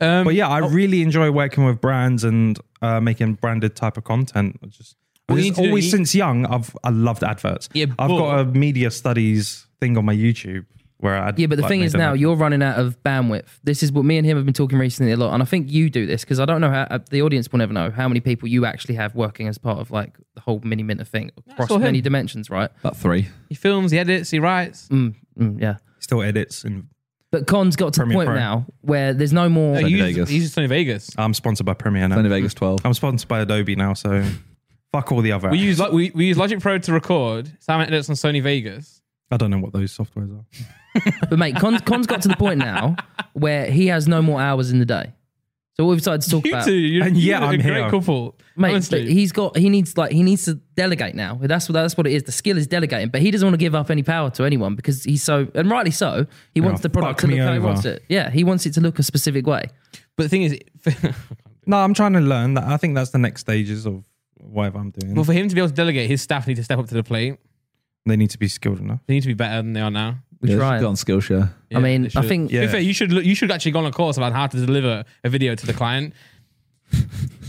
yeah. Um, But yeah, I really enjoy working with brands and uh, making branded type of content. I Just We because need to do- always you- since young, I've I loved adverts. Yeah, I've but- got a media studies thing on my YouTube where I Yeah, but the thing is now you're running out of bandwidth. This is what me and him have been talking recently a lot, and I think you do this because I don't know how uh, the audience will never know how many people you actually have working as part of like the whole mini minter thing across all him. many dimensions, right? About three. he films, he edits, he writes. Mm, mm, yeah. still edits and But Con's got to Premiere the point Pro. now where there's no more. Uh, he uses, Vegas. He uses Sony Vegas. I'm sponsored by Premiere now. Only Vegas twelve. I'm sponsored by Adobe now, so fuck all the other. We use Lo- we, we use Logic Pro to record. Simon edits on Sony Vegas. I don't know what those softwares are. But mate, Con's, Con's got to the point now where he has no more hours in the day. So what we've decided to talk You about, two, you're, And yeah, you're a I'm great here. couple. mate, honestly. but he's got he needs like he needs to delegate now. That's what that's what it is. The skill is delegating, but he doesn't want to give up any power to anyone because he's so and rightly so. He wants the fuck product to look me how he over. wants it. Yeah, he wants it to look a specific way. but the thing is, No, I'm trying to learn that. I think that's the next stages of whatever I'm doing. Well, for him to be able to delegate, his staff need to step up to the plate. they need to be skilled enough. They need to be better than they are now. We Yeah, try. Go it. on Skillshare. Yeah, I mean, they I should. think To be Yeah. fair, you should look, you should actually go on a course about how to deliver a video to the client.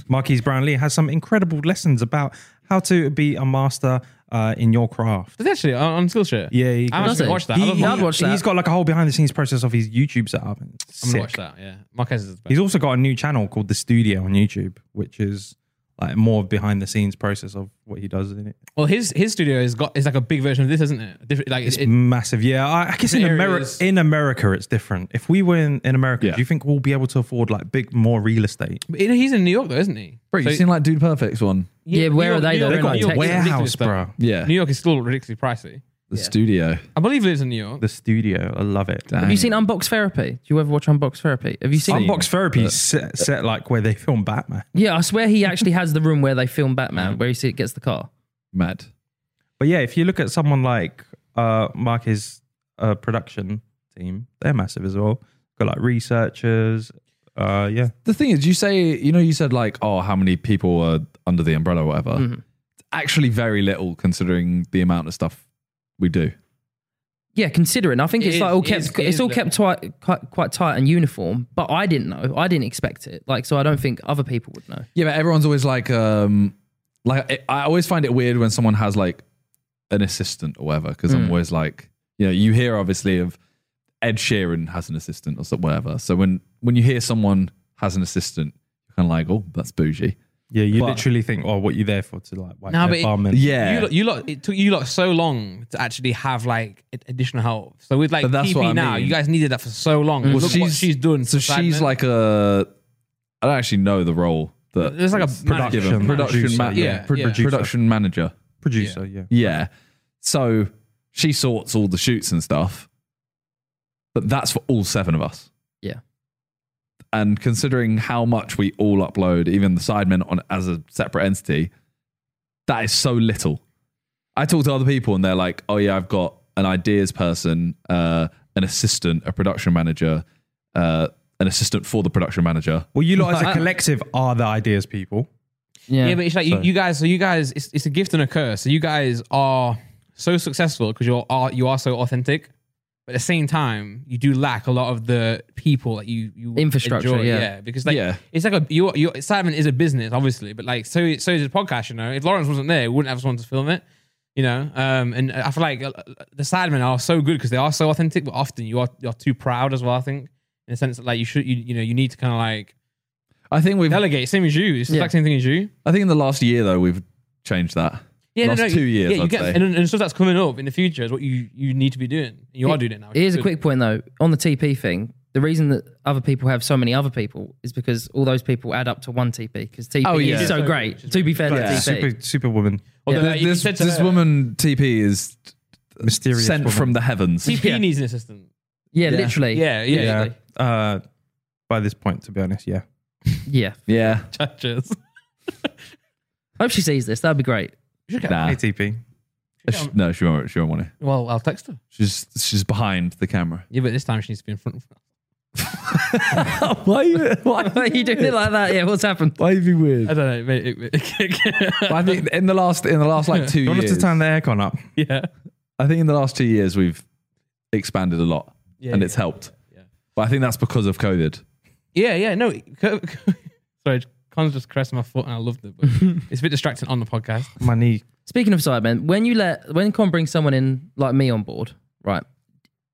Marquise Brownlee has some incredible lessons about how to be a master uh, in your craft. Does he actually on, on Skillshare? Yeah, he I Does must it? watch that. I He- love he- Marquez. I'd watch that. He's got like a whole behind the scenes process of his YouTube setup. It's I'm gonna sick. watch that. Yeah, Marquez is the best. He's also got a new channel called The Studio on YouTube, which is like more of behind the scenes process of what he does in it. well, his his studio is got is like a big version of this, isn't it? Different, like It's it, massive. Yeah, I, I guess in Different America, areas. in America, it's different. If we were in, in America, Yeah. do you think we'll be able to afford like big more real estate? but, you know, he's in New York though, isn't he? Bro, you So- seen like Dude Perfect's one? Yeah, where are they though? They They're in, got like your Texas. warehouse, Ridiculous, though. bro. Yeah. New York is still ridiculously pricey. the studio. I believe he lives in New York. The Studio, I love it. Have you seen Unbox Therapy? Do you ever watch Unbox Therapy? Have you seen? Unbox Therapy is set, set like where they film Batman. Yeah, I swear he actually has the room where they film Batman, where he see- gets the car. Mad. But yeah, if you look at someone like uh Mark's uh, production team, they're massive as well. Got like researchers, uh yeah. The thing is, you say, you know, you said like, oh, how many people are under the umbrella or whatever. It's actually very little considering the amount of stuff we do. Yeah, considering I think It it's is- like all it kept, is- it it's is all kept twi- quite quite tight and uniform. But I didn't know, I didn't expect it. Like, so I don't think other people would know. Yeah, but everyone's always like, um, like I- I always find it weird when someone has like an assistant or whatever, because I'm always like, you know, you hear obviously of Ed Sheeran has an assistant or so, whatever. So when when you hear someone has an assistant, you're kind of like, oh, that's bougie. Yeah, you But- literally think, oh, what you there for to like wipe No, their but it- bum and Yeah, You lot, you lot, it took you lot so long to actually have like ad- additional help. So with like But that's PP what I now, mean. Mm. you guys needed that for so long. Look what she's doing. So she's like a. I don't actually know the role that There's like a it's manager. given. production, Producer, ma- yeah, yeah, pro- yeah. production manager. producer, yeah. Yeah, so she sorts all the shoots and stuff, but that's for all seven of us. Yeah. and considering how much we all upload, even the sidemen on as a separate entity, that is so little. I talk to other people and they're like, "Oh yeah, I've got an ideas person, uh, an assistant, a production manager, uh, an assistant for the production manager." Well, you lot as a collective are the ideas people. yeah, but it's like you, you guys. So you guys, it's, it's a gift and a curse. So you guys are so successful because you're are you are so authentic, but at the same time, you do lack a lot of the people that you you Infrastructure, enjoy. yeah. because like Yeah. it's like a you you Simon is a business obviously, but like so so is a podcast. You know, if Lawrence wasn't there, we wouldn't have someone to film it. You know, um, and I feel like uh, the Sidemen are so good because they are so authentic, but often you are you're too proud as well. I think in the sense that like you should you you know you need to kind of like I think we've delegate, same as you. It's the Yeah. exact same thing as you. I think in the last year though we've changed that. Yeah, last no, no, two years. Yeah, you I'd get, say. and, and stuff that's coming up in the future is what you, you need to be doing. You are doing it now. which is Here's a good. quick point though on the TP thing. The reason that other people have so many other people is because all those people add up to one TP because TP Oh, yeah. is so great. To be fair, to Yeah. TP. Super superwoman. Although, Yeah. like, if you this said to this her, woman TP is Mysterious sent woman. from the heavens. TP Yeah. needs an assistant. yeah, literally. Yeah, yeah, yeah. Uh by this point, to be honest, yeah. yeah. Yeah, Judges. I hope she sees this. That'd be great. nah. ATP. She- no, she won't. She won't want it. Well, I'll text her. She's she's behind the camera. Yeah, but this time she needs to be in front. of why? Are you, why Why are you doing it like that? Yeah, what's happened? Why be weird? I don't know. Mate, it, it- I think in the last in the last like two You want us years, to turn the aircon up? yeah, I think in the last two years we've expanded a lot yeah, and it's yeah. helped. yeah. But I think that's because of COVID. Yeah, yeah. No, co- co- sorry, Con's just caressed my foot and I loved it. But it's a bit distracting on the podcast. My knee. Speaking of Sidemen, when you let when Con brings someone in like me on board, right?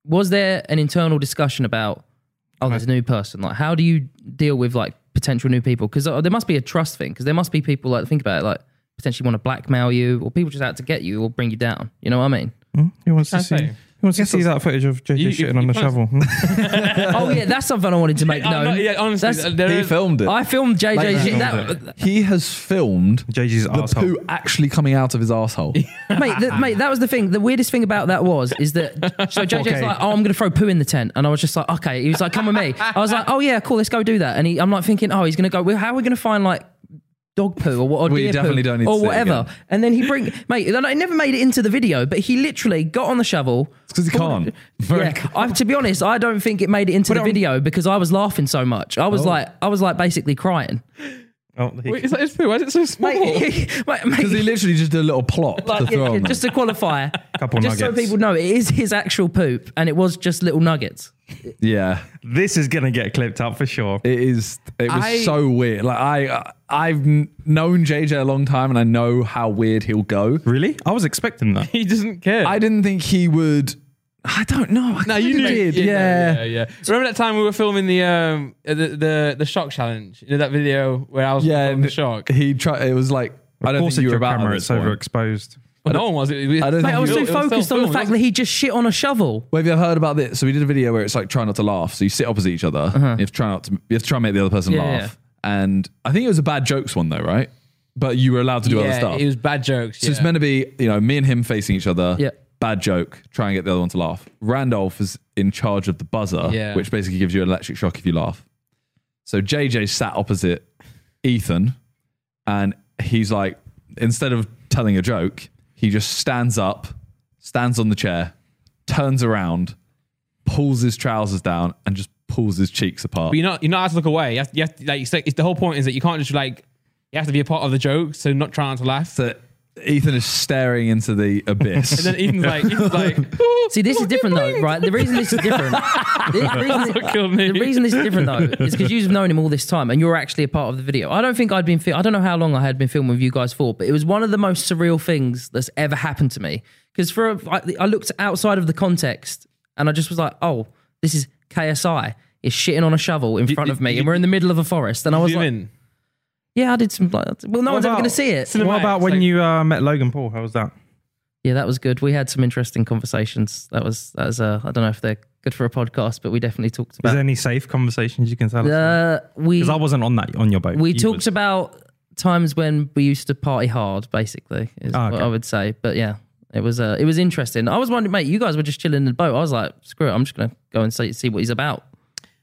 Was there an internal discussion about oh, there's a new person? Like, how do you deal with like potential new people? Because there must be a trust thing. Because there must be people like think about it, like potentially want to blackmail you, or people just out to get you or bring you down. You know what I mean? Hmm? Who wants to Can I see? say? Who wants to see that footage of JJ You- you- shitting on you the can't- shovel? Hmm? oh yeah, that's something I wanted to make I'm known. not- yeah, honestly, That's- there He is- filmed it. I filmed JJ. Like, shit, filmed that, he has filmed JJ's the asshole. poo actually coming out of his asshole. mate, th- mate, that was the thing. The weirdest thing about that was is that so JJ's Okay. like, oh, I'm gonna throw poo in the tent, and I was just like, okay. He was like, come with me. I was like, oh yeah, cool, let's go do that. And he, I'm like thinking, oh, he's gonna go. Well, how are we gonna find like dog poo or what? Or We deer definitely poo don't need to or see it whatever. again. And then he bring mate. And I never made it into the video, but he literally got on the shovel. 'cause he pulled- can't. Very yeah, I, to be honest, I Oh. don't think it made it into the video because I was laughing so much. I was like, I was like basically crying. Oh, he- Wait, is that his poo? Why is it so small? Mate, mate, mate, Because Oh. he literally just did a little plot to like, yeah, throw yeah, on them. just a qualifier. Couple just so nuggets. people know, it is his actual poop, and it was just little nuggets. yeah. this is gonna get clipped up for sure. It is. It was I- so weird. Like I, I've kn- known JJ a long time, and I know how weird he'll go. Really? I was expecting that. He doesn't care. I didn't think he would. I don't know. I No, you knew. kinda did. Yeah. yeah, yeah. Remember that time we were filming the um the the, the shock challenge? You know that video where I was Yeah, filming the and- shock. He tried. It was like I Of don't course, think you it's were your about camera. camera. It's overexposed. Well, no one was. It, it, I don't it think I was you- so it was focused on the self-filmed, fact that he just shit on a shovel. Well, have you heard about this? So we did a video where it's like try not to laugh. So you sit opposite each other. You have to try not to. You have to try and make the other person Yeah, laugh. And I think it was a bad jokes one though, right? But you were allowed to do wasn't it? other Yeah, stuff. it was bad jokes. So it's meant to be, you know, me and him facing each other. Yeah. Bad joke. Try and get the other one to laugh. Randolph is in charge of the buzzer, Yeah. which basically gives you an electric shock if you laugh. So JJ sat opposite Ethan, and he's like, instead of telling a joke, he just stands up, stands on the chair, turns around, pulls his trousers down, and just pulls his cheeks apart. But you're not you're not allowed to look away. You have, you have to, like it's, like- it's the whole point is that you can't just like you have to be a part of the joke. So not trying to laugh. So Ethan is staring into the abyss. And then Ethan's like, Ethan's like, See, this is different though, right? The reason this is different. the, reason, what killed me. the reason this is different though is because you've known him all this time, and you're actually a part of the video. I don't think I'd been. Fi- I don't know how long I had been filming with you guys for, but it was one of the most surreal things that's ever happened to me. Because for a, I, I looked outside of the context, and I just was like, oh, this is KSI. Is shitting on a shovel in front of me, and we're in the middle of a forest. And I was zoom like, in. "Yeah, I did some." Like, well, no one's ever about- going to see it. Cinematic. What about It's when like- you uh, met Logan Paul? How was that? Yeah, that was good. We had some interesting conversations. That was that was. Uh, I don't know if they're good for a podcast, but we definitely talked Is about. there any safe conversations you can tell us? Uh, we Because I wasn't on that on your boat. we You talked was. about times when we used to party hard, basically, is Ah, what okay. I would say. But yeah, it was uh, it was interesting. I was wondering, mate, you guys were just chilling in the boat. I was like, screw it, I'm just gonna go and see see what he's about.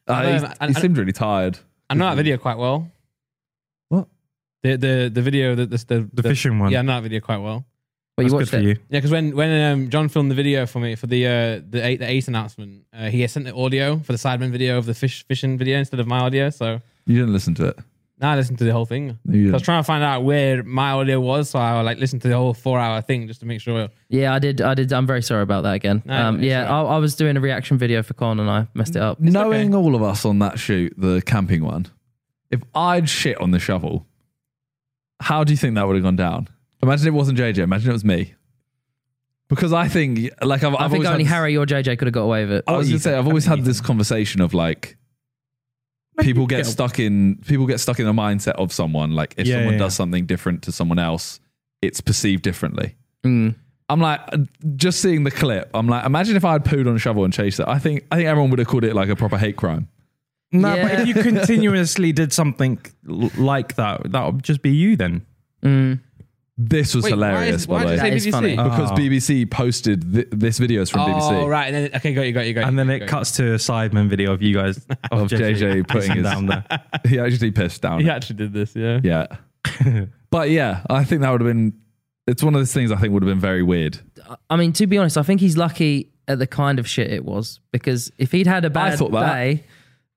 Uh, Um, he's- and- he and- seemed really tired. I know that video quite well. What? The the the video that the, the the fishing one. Yeah, I know that video quite well. But That's you good watched for it. you. Yeah, because when when um, John filmed the video for me for the uh, the eight, the ace announcement, uh, he had sent the audio for the sideman video of the fish fishing video instead of my audio. So You didn't listen to it. now I listened to the whole thing. You didn't. I was trying to find out where my audio was, so I like listened to the whole four hour thing just to make sure. Yeah, I did. I did. I'm very sorry about that again. No, um, it's yeah, I, I was doing a reaction video for Con and I messed it up. Knowing all of us on that shoot, the camping one, if I'd shit on the shovel, how do you think that would have gone down? Imagine it wasn't JJ. Imagine it was me. Because I think, like, I've, I I've think always had only this- Harry or JJ could have got away with it. I was Oh, gonna you- say, I've always had this conversation of like, people get stuck in people get stuck in the mindset of someone. Like, if Yeah, someone yeah, does yeah. something different to someone else, it's perceived differently. Mm. I'm like, uh, just seeing the clip, I'm like, imagine if I had pooed on a shovel and chased it. I think I think everyone would have called it like a proper hate crime. No, but Yeah. if you continuously did something l- like that, that would just be you then. Mm. This was Wait, hilarious, why by the is, why way. That did is you say funny. BBC? because Oh. BBC posted th- this video is from BBC Ah. Oh right, and then okay, got you, got you, got you. And then got it you. cuts to a Sidemen video of you guys of JJ putting his. down there. He actually pissed down. He Yeah, actually did this, yeah. but yeah, I think that would have been. It's one of those things I think would have been very weird. I mean, to be honest, I think he's lucky at the kind of shit it was because if he'd had a bad thought that. day,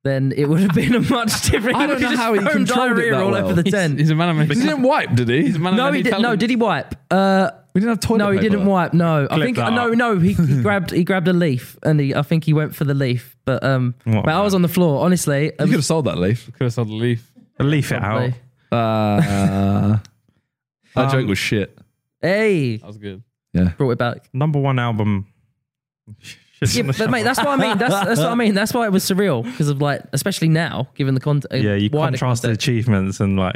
then it would have been a much different. I don't know just how he thrown controlled it diarrhea that all well. over the tent. He's a man of many. He didn't wipe, did he? man of no, many he did. No, talents. did he wipe? Uh, we didn't have toilet. no, he paper. didn't wipe. No, I Clip think that no, up. no. He, he grabbed he grabbed a leaf and he I think he went for the leaf. But um, What a but I was man. on the floor. Honestly, You um, could have sold that leaf. Could have sold the leaf. Leaf it out. probably. Uh, that Um, joke was shit. hey, That was good. brought it back. Number one album. Shit Yeah, on the but mate, shelf. that's what I mean. That's that's what I mean. That's why it was surreal because of like, especially now, given the context. yeah, you wider contrast the context. achievements and like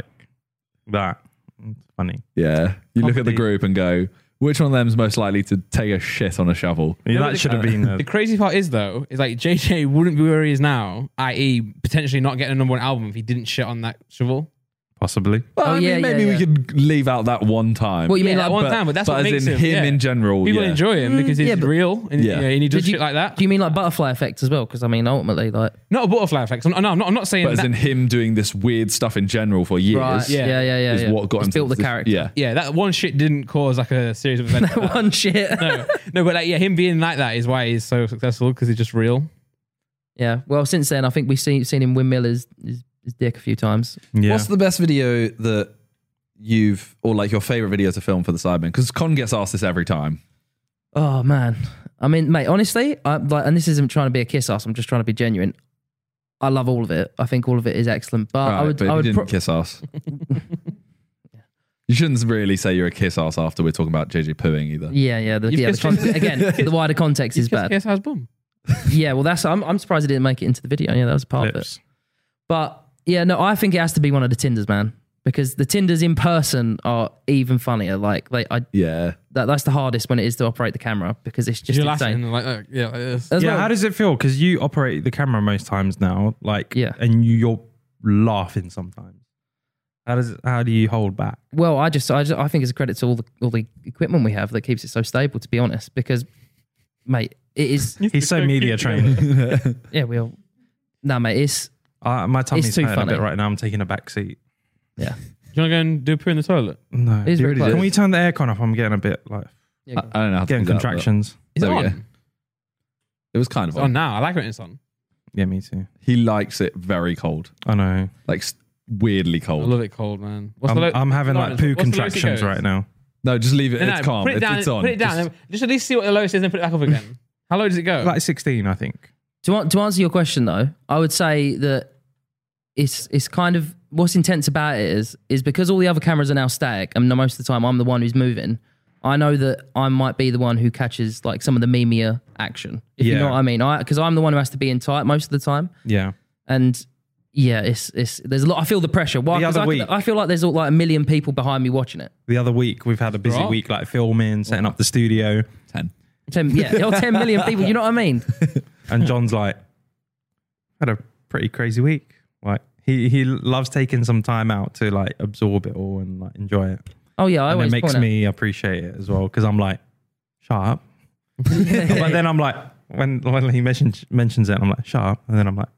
that. It's funny. Yeah, you look at the Comedy. group and go, which one of them's most likely to take a shit on a shovel? but Yeah, that the- should have been. A, The crazy part is though, is like JJ wouldn't be where he is now, i.e., potentially not getting a number one album if he didn't shit on that shovel. possibly. Well, Oh, I mean, yeah, yeah, maybe we yeah. could leave out that one time. What you mean, Yeah, like one but, time, but that's what as makes in him, yeah. in general. People yeah. enjoy him because he's Mm, yeah, but- real and, Yeah. yeah. and he does Did you- shit like that. Do you mean like butterfly effect as well? Because I mean, ultimately, like not a butterfly effect. So- No, I'm not, I'm not saying but as that. in him doing this weird stuff in general for years right, yeah, yeah, yeah, yeah. is what got It's him built to the this- character. Yeah, yeah, that one shit didn't cause like a series of events. like that. one shit. no, no, but like, yeah, him being like that is why he's so successful because he's just real. yeah. Well, since then, I think we've seen seen him windmill his, his his dick a few times. Yeah. What's the best video that you've, or like your favorite video to film for the Sidemen? Because Con gets asked this every time. Oh man, I mean, mate, honestly, I, like, and this isn't trying to be a kiss ass. I'm just trying to be genuine. I love all of it. I think all of it is excellent. But I Right, would, but I you would didn't pro- kiss ass. you shouldn't really say you're a kiss ass after we're talking about JJ pooing either. yeah, yeah, the, You've yeah. The kissed con- him. again, the wider context is bad. Yes, I was bum. Yeah, well, that's I'm, I'm surprised it didn't make it into the video. Yeah, that was part of it. Lips. But yeah, no, I think it has to be one of the Tinders, man, because the Tinders in person are even funnier. Like, they, I Yeah. that, that's the hardest when it is to operate the camera because it's just You're laughing insane. like, uh, yeah, like this. As Yeah, well- how does it feel? Because you operate the camera most times now, like, Yeah. and you, you're laughing sometimes. How does how do you hold back? Well, I just, I just I think it's a credit to all the all the equipment we have that keeps it so stable. To be honest, because mate, it is. He's so media trained. yeah, we all. Nah, mate, it's Uh, my tummy's too hurting a bit funny. right now. I'm taking a back seat. Do you want to go and do a poo in the toilet? No, It is very can close. we turn the aircon off? I'm getting a bit like Yeah, I, I don't know. How to getting do that, but contractions. Is it There we on? go. it was kind of It's on on. now. I like when it's on. Yeah, me too. He likes it very cold, I know. like s- weirdly I cold. love it cold, man. What's I'm, the lo- I'm having no, like it's- poo what's the lowest it contractions goes? right now. No, just leave it. No, no, it's calm. Put it down. it's, it's on. Put it down. Just- Just, at least see what the lowest is, and put it back up again. How low does it go? Like 16, I think. To, an- to answer your question though, I would say that it's it's kind of what's intense about it is is because all the other cameras are now static, and most of the time I'm the one who's moving. I know that I might be the one who catches like some of the memeier action, if you Yeah. know what I mean. I because I'm the one who has to be in tight most of the time, Yeah. and yeah, it's it's there's a lot. I feel the pressure. Why? The 'Cause other I, week- I feel like there's all, like a million people behind me watching it. The other week, we've had a busy Right. week, like filming, setting up the studio, 10. Ten, yeah, oh, 10 million people. You know what I mean? and John's like, had a pretty crazy week. Like he he loves taking some time out to like absorb it all and like enjoy it. Oh yeah, and I it always makes point out- me appreciate it as well because I'm like, shut up. but then I'm like, when when he mentions mentions it, I'm like, shut up. And then I'm like,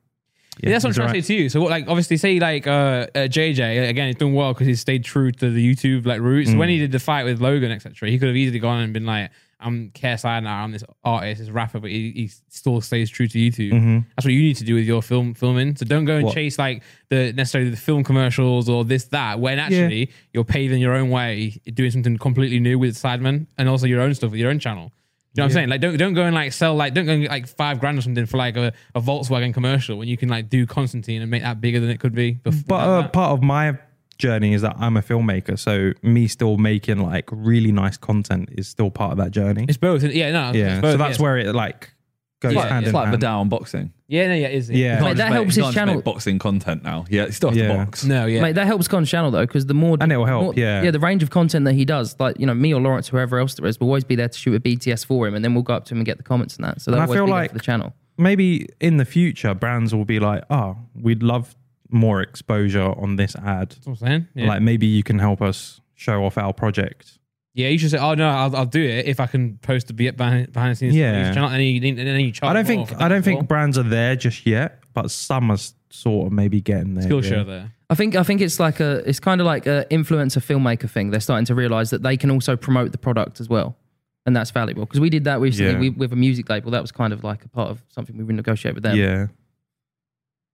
Yeah, that's what I'm he's trying all to say to you. So, what, like, obviously, say like uh, uh, JJ again, he's done well because he's stayed true to the YouTube like Mm. roots. When he did the fight with Logan, etc., he could have easily gone and been like, "I'm KSI now. I'm this artist, this rapper," but he, he still stays true to YouTube. That's what you need to do with your film filming. So don't go and Mm-hmm. What? chase like the necessarily the film commercials or this that. When actually you're paving your own way, doing something completely new with Sidemen and also your own stuff with your own channel. You know what I'm saying? Like, don't don't go and like sell like don't go and get like five grand or something for like a, a Volkswagen commercial when you can like do Constantine and make that bigger than it could be. bef- But without uh, that. part of my journey is that I'm a filmmaker, so me still making like really nice content is still part of that journey. it's both. isn't it? Yeah, no, yeah, it's both, so that's yeah. where it like goes Yeah, hand It's in like hand. Vidal on boxing. yeah, no, yeah, it is Yeah, Mate, that helps his channel. boxing content now. Yeah, you still have to Yeah. box. no, yeah, Mate, that helps Con's channel though, because the more And it'll help, more- yeah. yeah, the range of content that he does, like you know, me or Lawrence, whoever else there is, will always be there to shoot a BTS for him, and then we'll go up to him and get the comments and that. So And I that feel feel like- like the channel. Maybe in the future, brands will be like, "Oh, we'd love more exposure on this ad. that's what I'm saying. Yeah. Like, maybe you can help us show off our project." yeah, you should say, oh no, I'll, I'll do it if I can post a bit behind, behind the scenes. Yeah. channel, and then you, and then you charge I don't more think for that I don't as think well. brands are there just yet, but some are s- sort of maybe getting there. Skillshare yeah. there. I think I think it's like a it's kind of like a influencer filmmaker thing. They're starting to realize that they can also promote the product as well, and that's valuable because we did that recently Yeah. we, with a music label. That was kind of like a part of something we renegotiated with them. Yeah,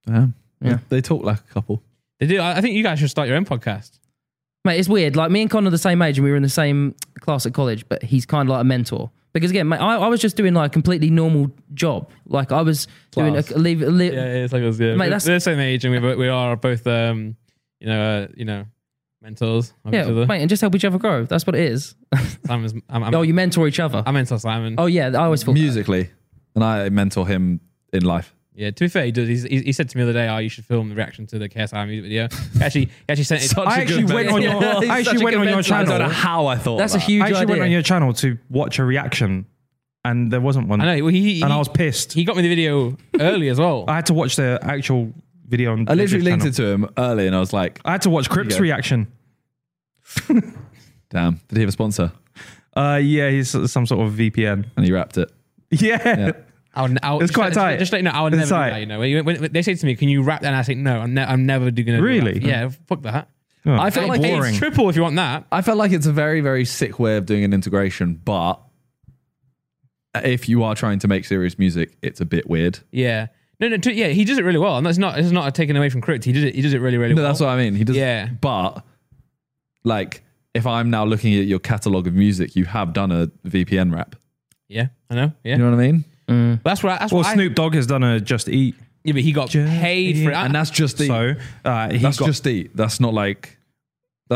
Damn. Yeah. They talk like a couple. They do. I I think you guys should start your own podcast. Mate, it's weird. Like me and Con are the same age, and we were in the same class at college, but he's kind of like a mentor. Because again, mate, I, I was just doing like a completely normal job. Like I was Class. doing a leave. leave Yeah, it's like us. Yeah, Mate, We're- that's- we're the same age, and we we are both um, you know, uh, you know, mentors. Of Yeah, each other. mate, and just help each other grow. That's what it is. Simon's, I'm, I'm, oh, you mentor each other. I mentor Simon. oh yeah, I always thought. Musically. And I mentor him in life. Yeah, to be fair, he does. He's, he, he said to me the other day, "Oh, you should film the reaction to the KSI music video." He actually, he actually sent it. Such I a actually good went on mentor. your. He's I such actually a went on good your mentor. channel. I don't know how I thought That's a that. huge I actually idea. went on your channel to watch a reaction, and there wasn't one. I know. Well, he, he, and I was pissed. he got me the video early as well. I had to watch the actual video. On I literally YouTube linked channel. it to him early and I was like, I had to watch There Crip's you go. reaction. damn, did he have a sponsor? Uh, yeah, he's some sort of VPN. And he wrapped it. Yeah, Yeah. I'll, I'll, It's just, quite just- tight. Just let you know, I would never It's do tight. that. You know, when, you- when they say to me, "Can you rap?" and I say, "No, I'm, ne- I'm never do- gonna." do Really? rap." Yeah, fuck that. Oh, I felt Like, like it's boring. triple if you want that. I felt like it's a very, very sick way of doing an integration, but if you are trying to make serious music, it's a bit weird. Yeah. No, no, t- yeah, he does it really well, and that's not it's not a taken away from Crypt. He did it. He does it really, really No, well. that's what I mean. He does. Yeah. But like, if I'm now looking at your catalog of music, you have done a VPN rap. yeah, I know. Yeah, You know what I mean? that's what. I, that's Well, what Snoop Dogg has done a Just Eat, I, yeah, but he got Just paid for it. eat. I- And that's just the. so uh, he that's got. just the. That's not like.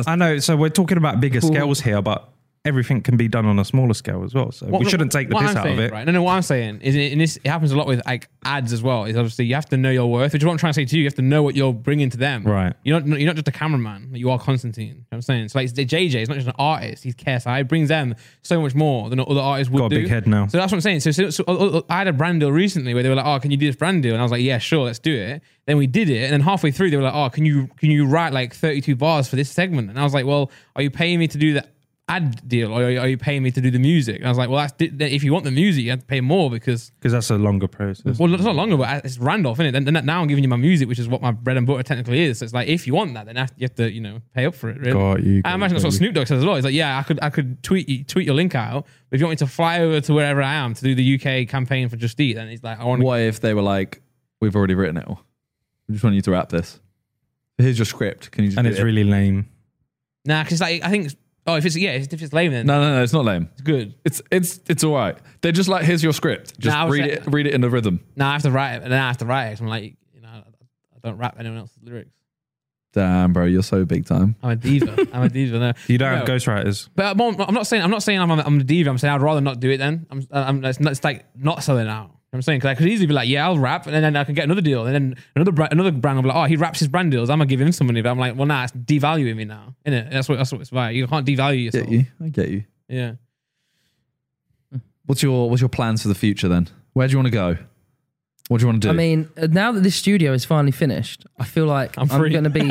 I know. So we're talking about bigger scales here, but everything can be done on a smaller scale as well. So we shouldn't take the what piss I'm out saying, of it. Right? No, no. What I'm saying is, and this it happens a lot with like ads as well. Is obviously you have to know your worth, which is what I'm trying to say to you. You have to know what you're bringing to them. Right. You're not you're not just a cameraman. You are Constantine. You know what I'm saying. So like JJ is not just an artist. He's KSI. He brings them so much more than other artists would Got a do. big head now. So that's what I'm saying. So, so, so, uh, uh, I had a brand deal recently where they were like, "Oh, can you do this brand deal?" And I was like, "Yeah, sure, let's do it." Then we did it, and then halfway through, they were like, "Oh, can you can you write like 32 bars for this segment?" And I was like, "Well, are you paying me to do the ad deal, or are you- are you paying me to do the music?" And I was like, "Well, that's, di- then if you want the music, you have to pay more because Because that's a longer process. well, it's not longer, but it's Randolph, isn't it? Then, then now I'm giving you my music, which is what my bread and butter technically is. So it's like if you want that, then I have- you have to you know pay up for it. Really. Got you, got I imagine that's you, what got you. Snoop Dogg says as well. He's like, yeah, I could I could tweet you, tweet your link out, but if you want me to fly over to wherever I am to do the UK campaign for Just Eat, then he's like, I want to. What if they were like, we've already written it all. We just want you to rap this. Here's your script. Can you just and do it's it? really lame. Nah, because like I think oh if it's yeah if it's lame then No, no, no. It's not lame. it's good. It's it's it's all right. They're just like, here's your script. Just Nah, I was read saying- it. Read it in the rhythm. Now I have to write it, and then I have to write it. 'cause I'm like you know I I don't rap anyone else's lyrics. Damn, bro, you're so big time. I'm a diva. I'm a diva. No. You don't have No. ghostwriters. But I'm, on- I'm not saying I'm not saying I'm I'm a diva. I'm saying I'd rather not do it. Then I'm, I'm it's, not, it's like not selling out. You know what I'm saying because I could easily be like, yeah, I'll rap, and then, then I can get another deal, and then another bra- another brand will be like, oh, he raps his brand deals. I'm gonna give him some money, but I'm like, well, nah, it's devaluing me now, innit? That's what that's what it's about. You can't devalue yourself. Get you. I get you. Yeah. What's your What's your plans for the future then? Where do you want to go? What do you want to do? I mean, uh, now that this studio is finally finished, I feel like I'm, free. gonna be,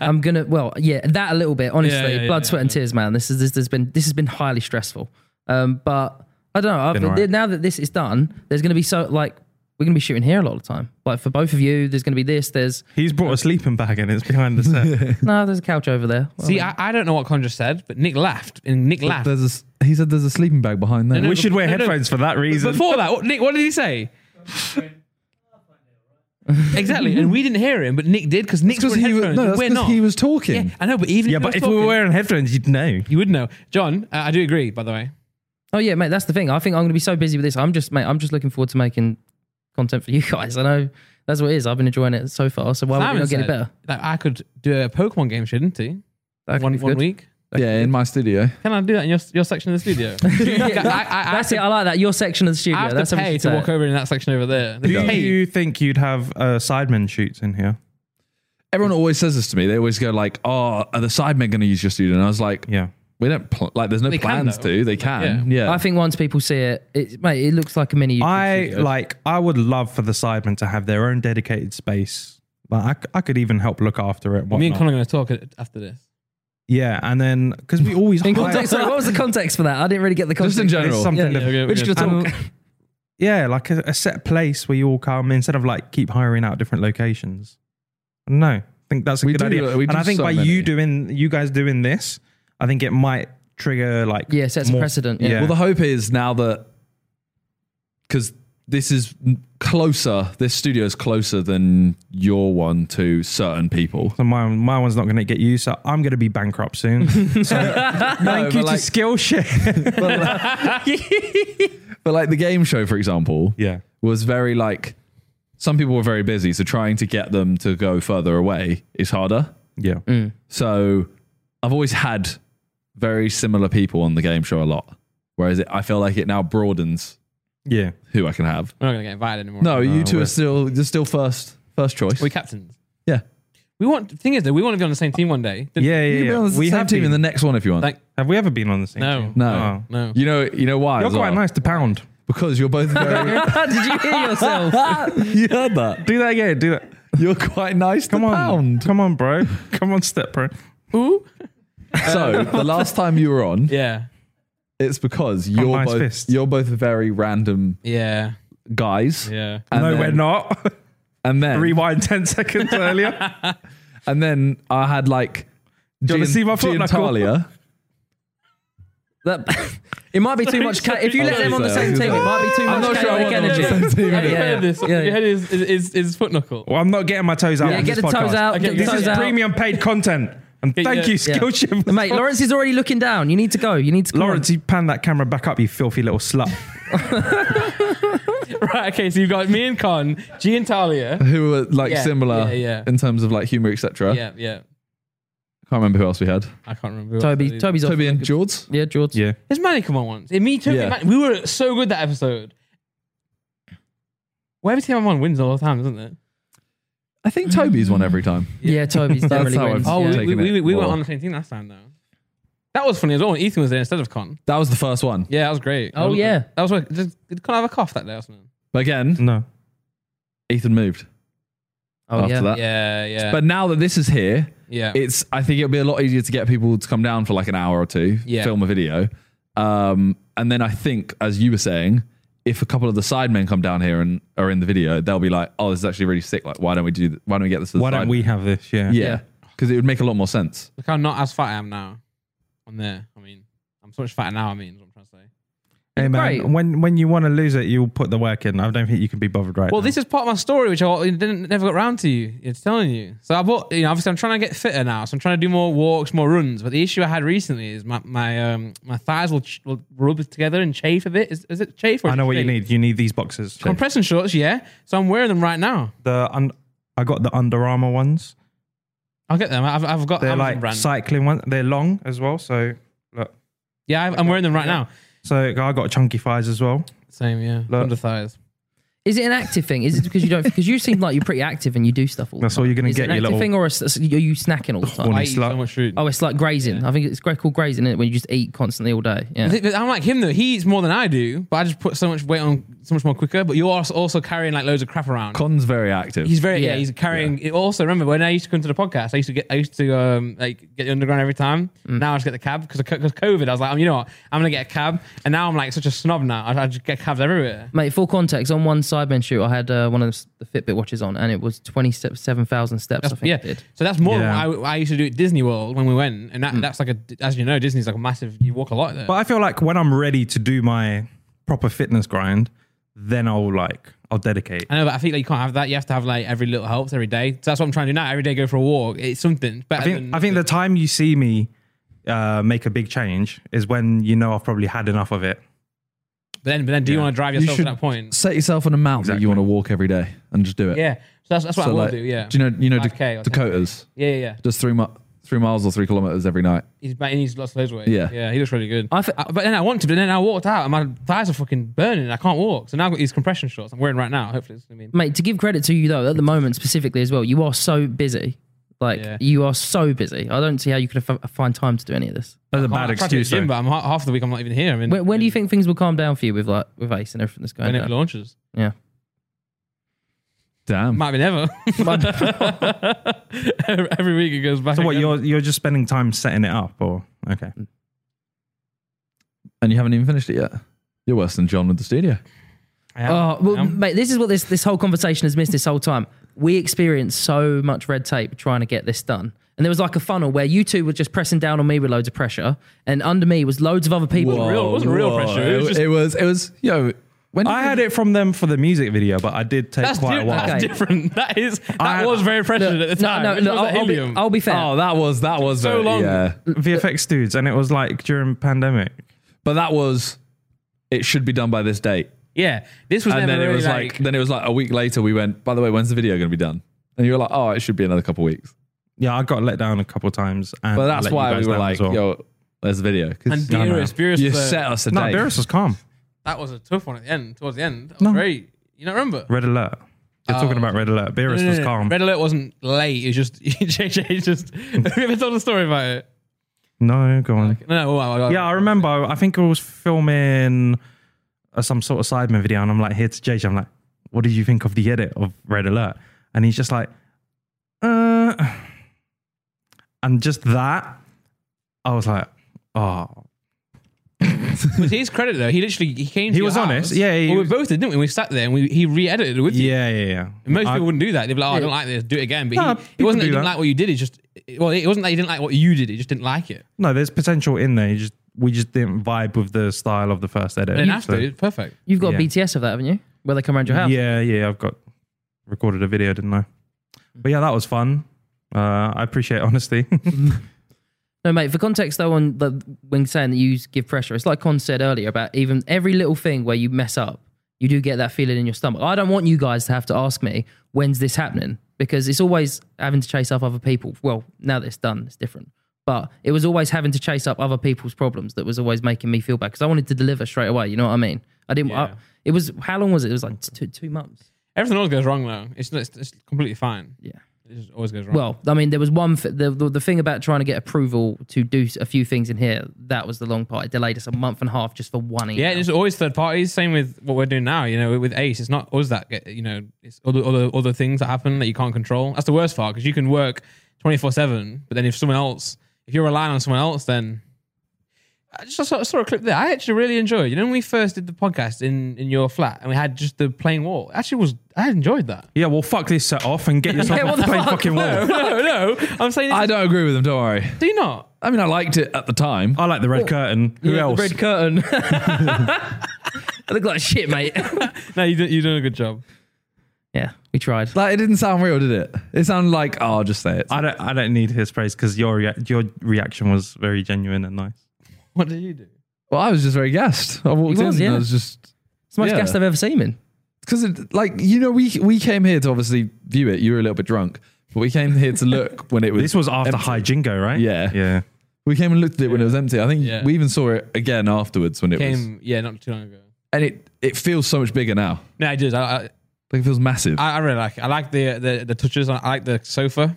I'm gonna, well, yeah, that a little bit, honestly. Yeah, yeah, yeah, Blood, yeah, sweat, and tears, man. This is this has been this has been highly stressful. Um, but I don't know. I've, Been alright. Now that this is done, there's gonna be so like we're gonna be shooting here a lot of the time. Like for both of you, there's gonna be this. There's He's brought a sleeping bag and it's behind the set. no, there's a couch over there. Well, See, I, I don't know what Conjure said, but Nick laughed, and Nick laughed. there's a, s- he said there's a sleeping bag behind there. ah. No, no, we should wear no, no. headphones for that reason. Before that, what, Nick, what did he say? exactly, and we didn't hear him, but Nick did because Nick's because wearing he was, headphones. no, that's we're 'cause not. he was talking. yeah, I know, but even yeah, he but was if we were talking- wearing headphones, you'd know. You would know, John. Uh, I do agree, by the way. Oh yeah, mate, that's the thing. I think I'm gonna be so busy with this. I'm just, mate, I'm just looking forward to making content for you guys. I know that's what it is. I've been enjoying it so far. So why would it Simon not get it said Oh, better? that I could do a Pokemon game, shouldn't he? That could One, be one good. week. yeah, in my studio. Can I do that in your, your section of the studio? I, I, I, That's have it. I like that. Your section of the studio. to, I have that's to how we pay should to say walk it. over in that section over there. Do Pay. you think you'd have uh, Sidemen shoots in here? Everyone always says this to me. They always go like, "Oh, are the Sidemen going to use your studio?" And I was like, Yeah. "We don't pl- like. There's no They can, plans though. to. They can. Yeah. I think once people see it, it, mate, it looks like a mini. YouTube I studio. like. I would love for the Sidemen to have their own dedicated space. Like, I, c- I could even help look after it. And Me and whatnot. Connor are going to talk after this. Yeah, and then because we always In hire- context, sorry, what was the context for that? I didn't really get the context. Just in It's general. something Yeah, that- yeah, okay, We're just gonna And- yeah, like a, a set place where you all come instead of like keep hiring out different locations. No, I think that's a We good do, idea. uh, we and do I think so by many. you doing, you guys doing this, I think it might trigger like Yeah, sets a precedent, yeah. Well, the hope is now that because this is n- closer, this studio is closer than your one to certain people. so my my one's not going to get you, so I'm going to be bankrupt soon. so thank you to like- Skillshare. But like the game show, for example, yeah, was very like some people were very busy, so trying to get them to go further away is harder. yeah. So I've always had very similar people on the game show a lot, whereas it, I feel like it now broadens Yeah, who I can have. We're not going to get invited anymore. No, you two Uh, we're- are still you're still first first choice. We're captains. yeah, We want, the thing is, though, we want to be on the same team one day. yeah, yeah. you can be yeah. on the We same have team been. in the next one if you want. Like- have we ever been on the same? No. team? no, Oh. No. you know you know why You're as quite well? nice to pound. because you're both very. Did you hear yourself? you heard that? Do that again. Do that. You're quite nice. Come to on, pound. come on, bro. Come on, step bro. Who? So the last time you were on, Yeah. it's because you're nice both fist. you're both very random Yeah. guys. Yeah. And no, then, we're not. And then Rewind 10 seconds earlier. and then I had like you wanna Gian- see my foot knuckle? Giantalia. That it might be too much. Ca- if you let them on the same team, it might be too I'm much not sure I chaotic want them on the same energy. team. Have you Yeah, heard yeah. this? Yeah. Your head is, is, is, is foot knuckle. Well, I'm not getting my toes out. Yeah, on get this the toes podcast. out. Okay, Get the this This toes is out. premium paid content. And Yeah, thank yeah, you, Yeah. Skillshare. Mate, Lawrence is already looking down. You need to go. You need to. Come Lawrence, you pan that camera back up, you filthy little slut. Right, okay, so you've got me and Con, G and Talia. Who were like Yeah, similar yeah, yeah. in terms of like humor, etc. Yeah, yeah. Can't remember who else we had. I can't remember. who else on. it Toby, is. Toby's off. Toby and George. Yeah, George. yeah. Has Manny come on once? It, me too. Yeah. Manny- we were so good that episode. Whatever team I'm on wins all the time, doesn't it? I think Toby's won every time. Yeah, Toby's generally how I wins. feel. Oh, yeah. Taking we, we, it we, we weren't more. on the same team last time, though. That was funny as well. Ethan was there instead of Con. That was the first one. Yeah, that was great. Oh, yeah. That was what- just, did Con have a cough that day or something? But again, No. Ethan moved Oh, after yeah. that. Yeah, yeah. But now that this is here, yeah. it's I think it'll be a lot easier to get people to come down for like an hour or two, Yeah. film a video. Um, and then I think, as you were saying, if a couple of the sidemen come down here and are in the video, they'll be like, "Oh, this is actually really sick. Like, why don't we do? Th- why don't we get this? To the Why side? don't we have this? Yeah. Yeah, because it would make a lot more sense. Look how not as fat I am now. On there. I mean, I'm so much fatter now, I mean, is what I'm trying to say. Hey, man, Right. when, when you want to lose it, you'll put the work in. I don't think you can be bothered right Well, now. this is part of my story, which I didn't never got round to you. It's telling you. So I bought, you know, obviously I'm trying to get fitter now, so I'm trying to do more walks, more runs. But the issue I had recently is my my um my thighs will, ch- will rub together and chafe a bit. Is, is it chafe? Or I know what you chafe? need. You need these boxes. Compression shorts, yeah. So I'm wearing them right now. The un- I got the Under Armour ones. I'll get them. I've, I've got They're Amazon like brand. cycling ones. They're long as well. So look. yeah, I've- I'm wearing them right now. So I got chunky thighs as well. Same, yeah. Look. Under thighs. Is it an active thing? Is it because you don't? Because you seem like you're pretty active and you do stuff all. the That's all time. you're gonna Is it get, an you active little- thing, or is- are you snacking all the time? Horny I eat slut. so much food. Oh, it's like grazing. I think it's gra- called grazing, isn't it? When you just eat constantly all day. Yeah. Th- th- I'm like him though. He eats more than I do, but I just put so much weight on so much more quicker. But you are also carrying like loads of crap around. Con's very active. He's very yeah. Yeah. he's carrying. It also, remember when I used to come to the podcast, I used to get I used to um like get the underground every time. Mm. Now I just get the cab because because COVID. I was like, oh, you know what, I'm gonna get a cab, and now I'm like such a snob now. I, I just get cabs everywhere. Mate, full context. On one Sidemen shoot, I had uh, one of the Fitbit watches on, and it was twenty-seven thousand steps. I think. yeah, it did. Mm. so that's more Yeah. than what I, I used to do at Disney World when we went, and that, that's like a as you know Disney's like a massive. You walk a lot there. But I feel like when I'm ready to do my proper fitness grind, then I'll like I'll dedicate. I know, but I think like, you can't have that. You have to have like every little helps every day. So that's what I'm trying to do now. Every day go for a walk. It's something better. I think I think the time you see me uh, make a big change is when you know I've probably had enough of it. But then, but then, do you Yeah. want to drive You yourself should to that point? Set yourself an amount that Exactly. you want to walk every day and just do it. Yeah. So that's, that's what So, I will like, do. Yeah. Do you know? You know, 5K or Dakotas yeah, yeah, yeah. does three mi- three miles or three kilometers every night. He's ba- he needs lots of loads of weight. Yeah. Yeah. He looks really good. I fe- I- but then I want to, but then I walked out and my thighs are fucking burning. and I can't walk. So now I've got these compression shorts I'm wearing right now. Hopefully it's going to be. Mate, to give credit to you though, at the moment specifically as well, you are so busy. Like Yeah. you are so busy. I don't see how you could f- find time to do any of this. That's a I tried bad to hit the excuse. Gym, though. but I'm ha- half the week I'm not even here. I mean, When, when do you think things will calm down for you with like with Ace and everything that's going when it on? launches? Yeah. Damn. Might be never. every, every week it goes back. So what again. you're you're just spending time setting it up, or okay? and you haven't even finished it yet. You're worse than John with the studio. I am. Oh I well, am. mate. This is what this this whole conversation has missed this whole time. We experienced so much red tape trying to get this done, and there was like a funnel where you two were just pressing down on me with loads of pressure, and under me was loads of other people. real- it wasn't real pressure, it It, was just- it was. It was. Yo, when I had it from them for the music video, but I did take That's, quite di- a while. that's Okay. different. That is that I- was very pressured at the No, time. no, Which look, was the I'll, I'll be, helium. I'll be fair. Oh, that was that was So very- long. Yeah, VFX dudes, and it was like during pandemic. but that was. It should be done by this date, yeah, this was and never then it really was like, like, Then it was like a week later. We went. By the way, when's the video going to be done? And you were like, oh, it should be another couple weeks. Yeah, I got let down a couple times, and But I that's let you why guys we were down like, as well. yo, there's the video. 'Cause and no, no. Beerus, Beerus you was a- set us a no, date. Beerus was calm. that was a tough one at the end. Towards the end, that was No. great. You don't remember? Red alert. Oh. You're talking about red alert. Beerus was calm. Red Alert wasn't late. It was just JJ just. Have you ever told a story about it? no, go on. No, no. well, well, Yeah, I remember. I think I was filming uh, some sort of Sidemen video, and I'm like, here to JJ. I'm like, what did you think of the edit of Red Alert? And he's just like, uh, and just that, I was like, oh, But to his credit though, he literally he came. To He your was house. honest. Yeah, he well, we was- both did, didn't we? We sat there and we he re-edited it with you. yeah, yeah, yeah. Most I- people wouldn't do that. They'd be like, "Oh, I Yeah. don't like this. Do it again." But Nah, he, it people wasn't that he do didn't that. like what you did. It just well, it wasn't that he didn't like what you did. He just didn't like it. no, there's potential in there. You just we just didn't vibe with the style of the first edit. And after, So- it's perfect. You've got Yeah. a BTS of that, haven't you? Where they come around your house. Yeah, yeah, I've got recorded a video, didn't I? But yeah, that was fun. Uh, I appreciate honesty. No, mate. For context, though, on the when saying that you give pressure, it's like Con said earlier about even every little thing where you mess up, you do get that feeling in your stomach. I don't want you guys to have to ask me when's this happening because it's always having to chase up other people. Well, now that it's done, it's different. But it was always having to chase up other people's problems that was always making me feel bad because I wanted to deliver straight away. You know what I mean? I didn't. I, Yeah. it was how long was it? It was like two two months. Everything always goes wrong though. It's it's, it's completely fine. Yeah. It just always goes wrong. Well, I mean, there was one th- the, the the thing about trying to get approval to do s- a few things in here. That was the long part. It delayed us a month and a half just for one email. yeah, it's always third parties. Same with what we're doing now. You know, with Ace, it's not us that get. You know, it's other other other things that happen that you can't control. That's the worst part because you can work twenty four seven, but then if someone else, if you're relying on someone else, then I just saw, saw a clip there. I actually really enjoyed. You know, when we first did the podcast in in your flat and we had just the plain wall. Actually, was I enjoyed that. yeah, well, fuck this set off and get yourself off the plain fucking wall. no, no, I'm saying I I don't agree with them. Don't worry. do not. I mean, I liked it at the time. I like the red curtain. Who Yeah, the else? Red curtain. I look like shit, mate. No, you did, you're doing a good job. yeah, we tried. Like, it didn't sound real, did it? It sounded like, oh, I'll just say it. I don't. I don't need his praise because your rea- your reaction was very genuine and nice. What did you do? Well, I was just very gassed. I walked He was, in and yeah. I was just It's the most Yeah. gassed I've ever seen him. in. because, like, you know, we we came here to obviously view it. You were a little bit drunk, but we came here to look when it was. This was after empty. High Jingo, right? Yeah. yeah. We came and looked at it when it was empty. I think Yeah. we even saw it again afterwards when it was, Came yeah, not too long ago. and it it feels so much bigger now. No, I did. I, I, Like, it feels massive. I, I really like it. I like the the, the touches. on I like the sofa.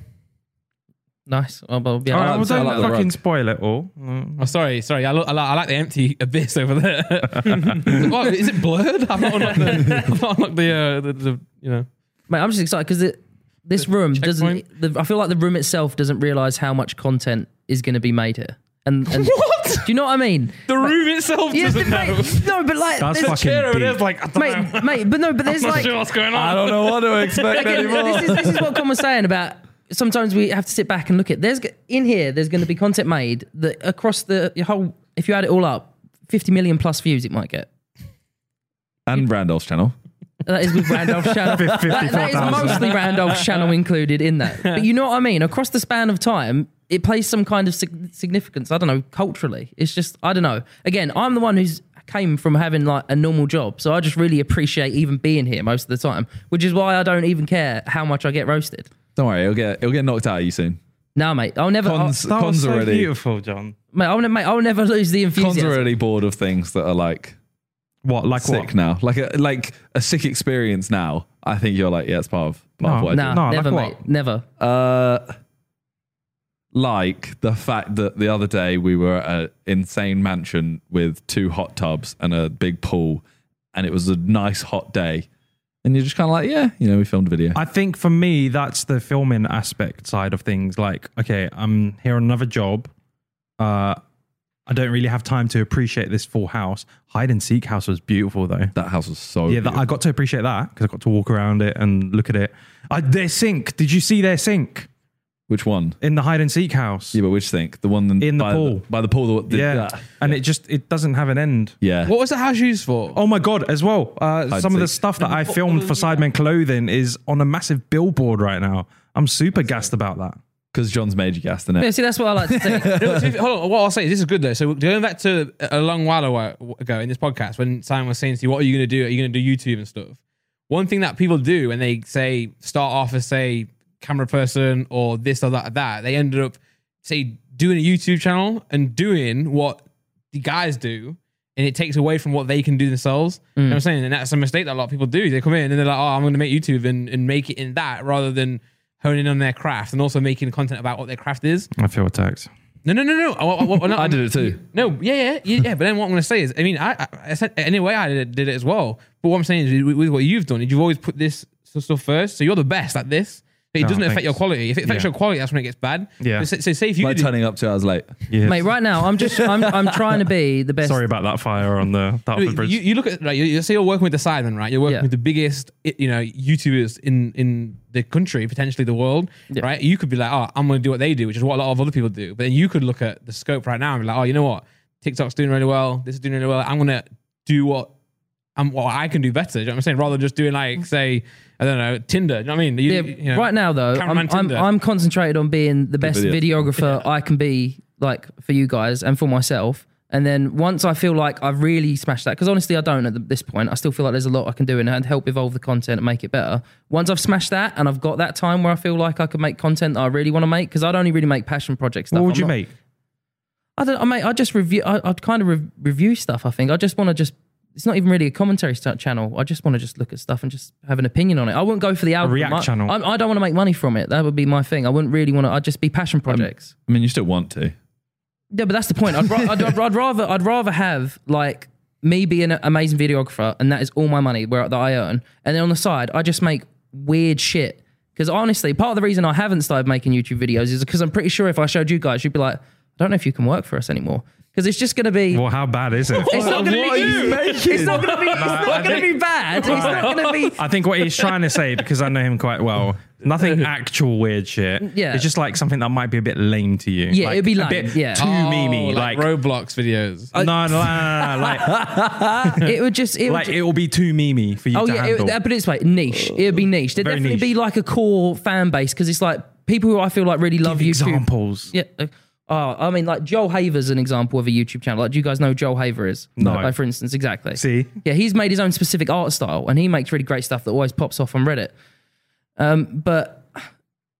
Nice. Oh, well, yeah, All right, I well, like I don't like the fucking rug. spoil it all. Mm. Oh, sorry, sorry. I, lo- I, li- I like the empty abyss over there. what, is it blurred? I've not unlocked the, I've not unlocked the, uh, the, the you know. Mate, I'm just excited because this room checkpoint. doesn't. The, I feel like the room itself doesn't realize how much content is going to be made here. And, and What? Do you know what I mean? The room itself Yeah, but doesn't know. mate, no, but like, That's there's- fucking Chair over there deep. is like, I don't know. mate, mate, but no, but there's I'm not like, sure what's going I on. don't know what to expect Again, anymore. this, is, this is what Con was saying about sometimes we have to sit back and look at there's in here there's going to be content made that across the your whole if you add it all up 50 million plus views it might get and Randolph's channel. that is with Randolph's channel that, that is 54,000. mostly Randolph's channel included in that but you know what I mean across the span of time it plays some kind of sig- significance I don't know culturally it's just I don't know again I'm the one who's came from having like a normal job so I just really appreciate even being here most of the time which is why I don't even care how much I get roasted Don't worry, it'll get it'll get knocked out of you soon. no, mate. I'll never. I'll- Cons, That was cons so already. beautiful, John. Mate, I'll, ne- mate, I'll never lose the Cons are enthusiasm. already bored of things that are like What like sick what? now. Like a like a sick experience now. I think you're like, yeah, it's part of part of No. what I do. Nah, No, never, like mate. what? Never. Uh, like the fact that the other day we were at an insane mansion with two hot tubs and a big pool, and it was a nice hot day, and you're just kind of like, yeah, you know, we filmed a video. I think for me, that's the filming aspect side of things. Like, okay, I'm here on another job. Uh, I don't really have time to appreciate this full house. Hide and seek house was beautiful though. that house was so Yeah, that, I got to appreciate that because I got to walk around it and look at it. I, their sink. Did you see their sink which one? in the hide and seek house? Yeah, but which think the one In the by pool. by the pool that yeah, that- and it just it doesn't have an end. yeah. What was the house used for? Oh my god! As well, uh, and some of the seek. stuff that I filmed for Sidemen Clothing is on a massive billboard right now. I'm super gassed about that. Because John's major gassed in Yeah, it. see, that's what I like to think. No, to be fair- hold on. What I'll say is this is good though. So going back to a long while awa- ago in this podcast when Simon was saying to you, "What are you going to do? Are you going to do YouTube and stuff?" One thing that people do when they say start off as say camera person or this or that or that, they ended up say doing a YouTube channel and doing what the guys do, and it takes away from what they can do themselves. You know what I'm saying, and that's a mistake that a lot of people do. They come in and they're like, "Oh, I'm going to make YouTube and and make it in that," rather than honing on their craft and also making content about what their craft is. I feel attacked. No, no, no, no. I, I, I, I did it too. No, yeah, yeah, yeah, yeah. But then what I'm going to say is, I mean, I, I, I said anyway, I did, did it as well. But what I'm saying is, with, with what you've done, is you've always put this sort of stuff first. So you're the best at this. But it No, doesn't affect thanks. your quality. If it affects Yeah. your quality, that's when it gets bad. Yeah. So, so say if you By did, turning up two hours late. Yeah. mate, right now, I'm just, I'm, I'm trying to be the best. Sorry about that fire on the Dartford you, Bridge. you look at right. You, you say you're working with the Sidemen, right? You're working Yeah. with the biggest, i- you know, YouTubers in in the country, potentially the world, right? You could be like, oh, I'm going to do what they do, which is what a lot of other people do. But then you could look at the scope right now and be like, oh, you know what? TikTok's doing really well. This is doing really well. I'm gonna do what I'm what I can do better. Do you know what I'm saying? Rather than just doing like say I don't know Tinder. Do you know what I mean? You- Mm. Yeah, you know, right now though, cameraman I'm, I'm, Tinder. I'm concentrated on being the best video. videographer I can be, like for you guys and for myself. And then once I feel like I've really smashed that, because honestly I don't at the- this point. I still feel like there's a lot I can do and and help evolve the content and make it better. Once I've smashed that and I've got that time where I feel like I can make content that I really want to make, because I'd only really make passion projects. What would you make? I don't. I mean, I just review. I, I'd kind of re- review stuff. I think I just want to just. It's not even really a commentary st- channel. I just want to just look at stuff and just have an opinion on it. I wouldn't go for the album. react I, channel. I, I don't want to make money from it. That would be my thing. I wouldn't really want to. I'd just be Um, passion projects. I mean, you still want to. yeah, but that's the point. I'd, ra- I'd, I'd, I'd rather. I'd rather have like me be an amazing videographer, and that is all my money where that I earn. And then on the side, I just make weird shit. Because honestly, part of the reason I haven't started making YouTube videos is because I'm pretty sure if I showed you guys, you'd be like, I don't know if you can work for us anymore. Because it's just going to be. Well, how bad is it? It's not going to What be are you good. making? It's not going to be. It's I not going to think- be bad. It's not going to be. I think what he's trying to say, because I know him quite well, nothing actual weird shit. Yeah. It's just like something that might be a bit lame to you. Yeah, Like, it'd be a lame, bit yeah. Too Oh, memey. Like, like, Roblox videos. Oh. no, no, no, no, no, Like, It would just. It would like ju- it will be too memey for you oh to yeah. It, handle. would- put it this way, niche. It would be niche. There'd Very definitely niche. be like a core fan base because it's like people who I feel like really love YouTube. Examples. Yeah. uh, Oh, I mean, like Joel Haver's an example of a YouTube channel. Like, do you guys know who Joel Haver is? No. Like, for instance, exactly. See? Yeah, he's made his own specific art style, and he makes really great stuff that always pops off on Reddit. Um, but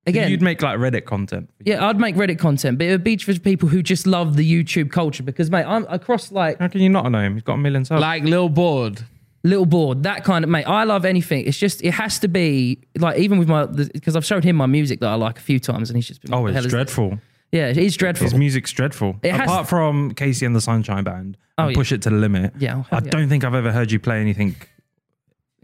again, You'd make like Reddit content. Yeah, I'd make Reddit content, but it would be for people who just love the YouTube culture because, mate, I'm across like How can you not know him? He's got a million subs. like Lil Board. Little Board, that kind of, mate, I love anything. It's just, it has to be like, even with my, because I've showed him my music that I like a few times and he's just been, oh, "What the hell it's is dreadful. this?" Yeah, it is dreadful. His music's dreadful. It has- Apart from Casey and the Sunshine Band, Oh, and yeah. push it to the limit. Yeah, oh, hell I yeah. don't think I've ever heard you play anything.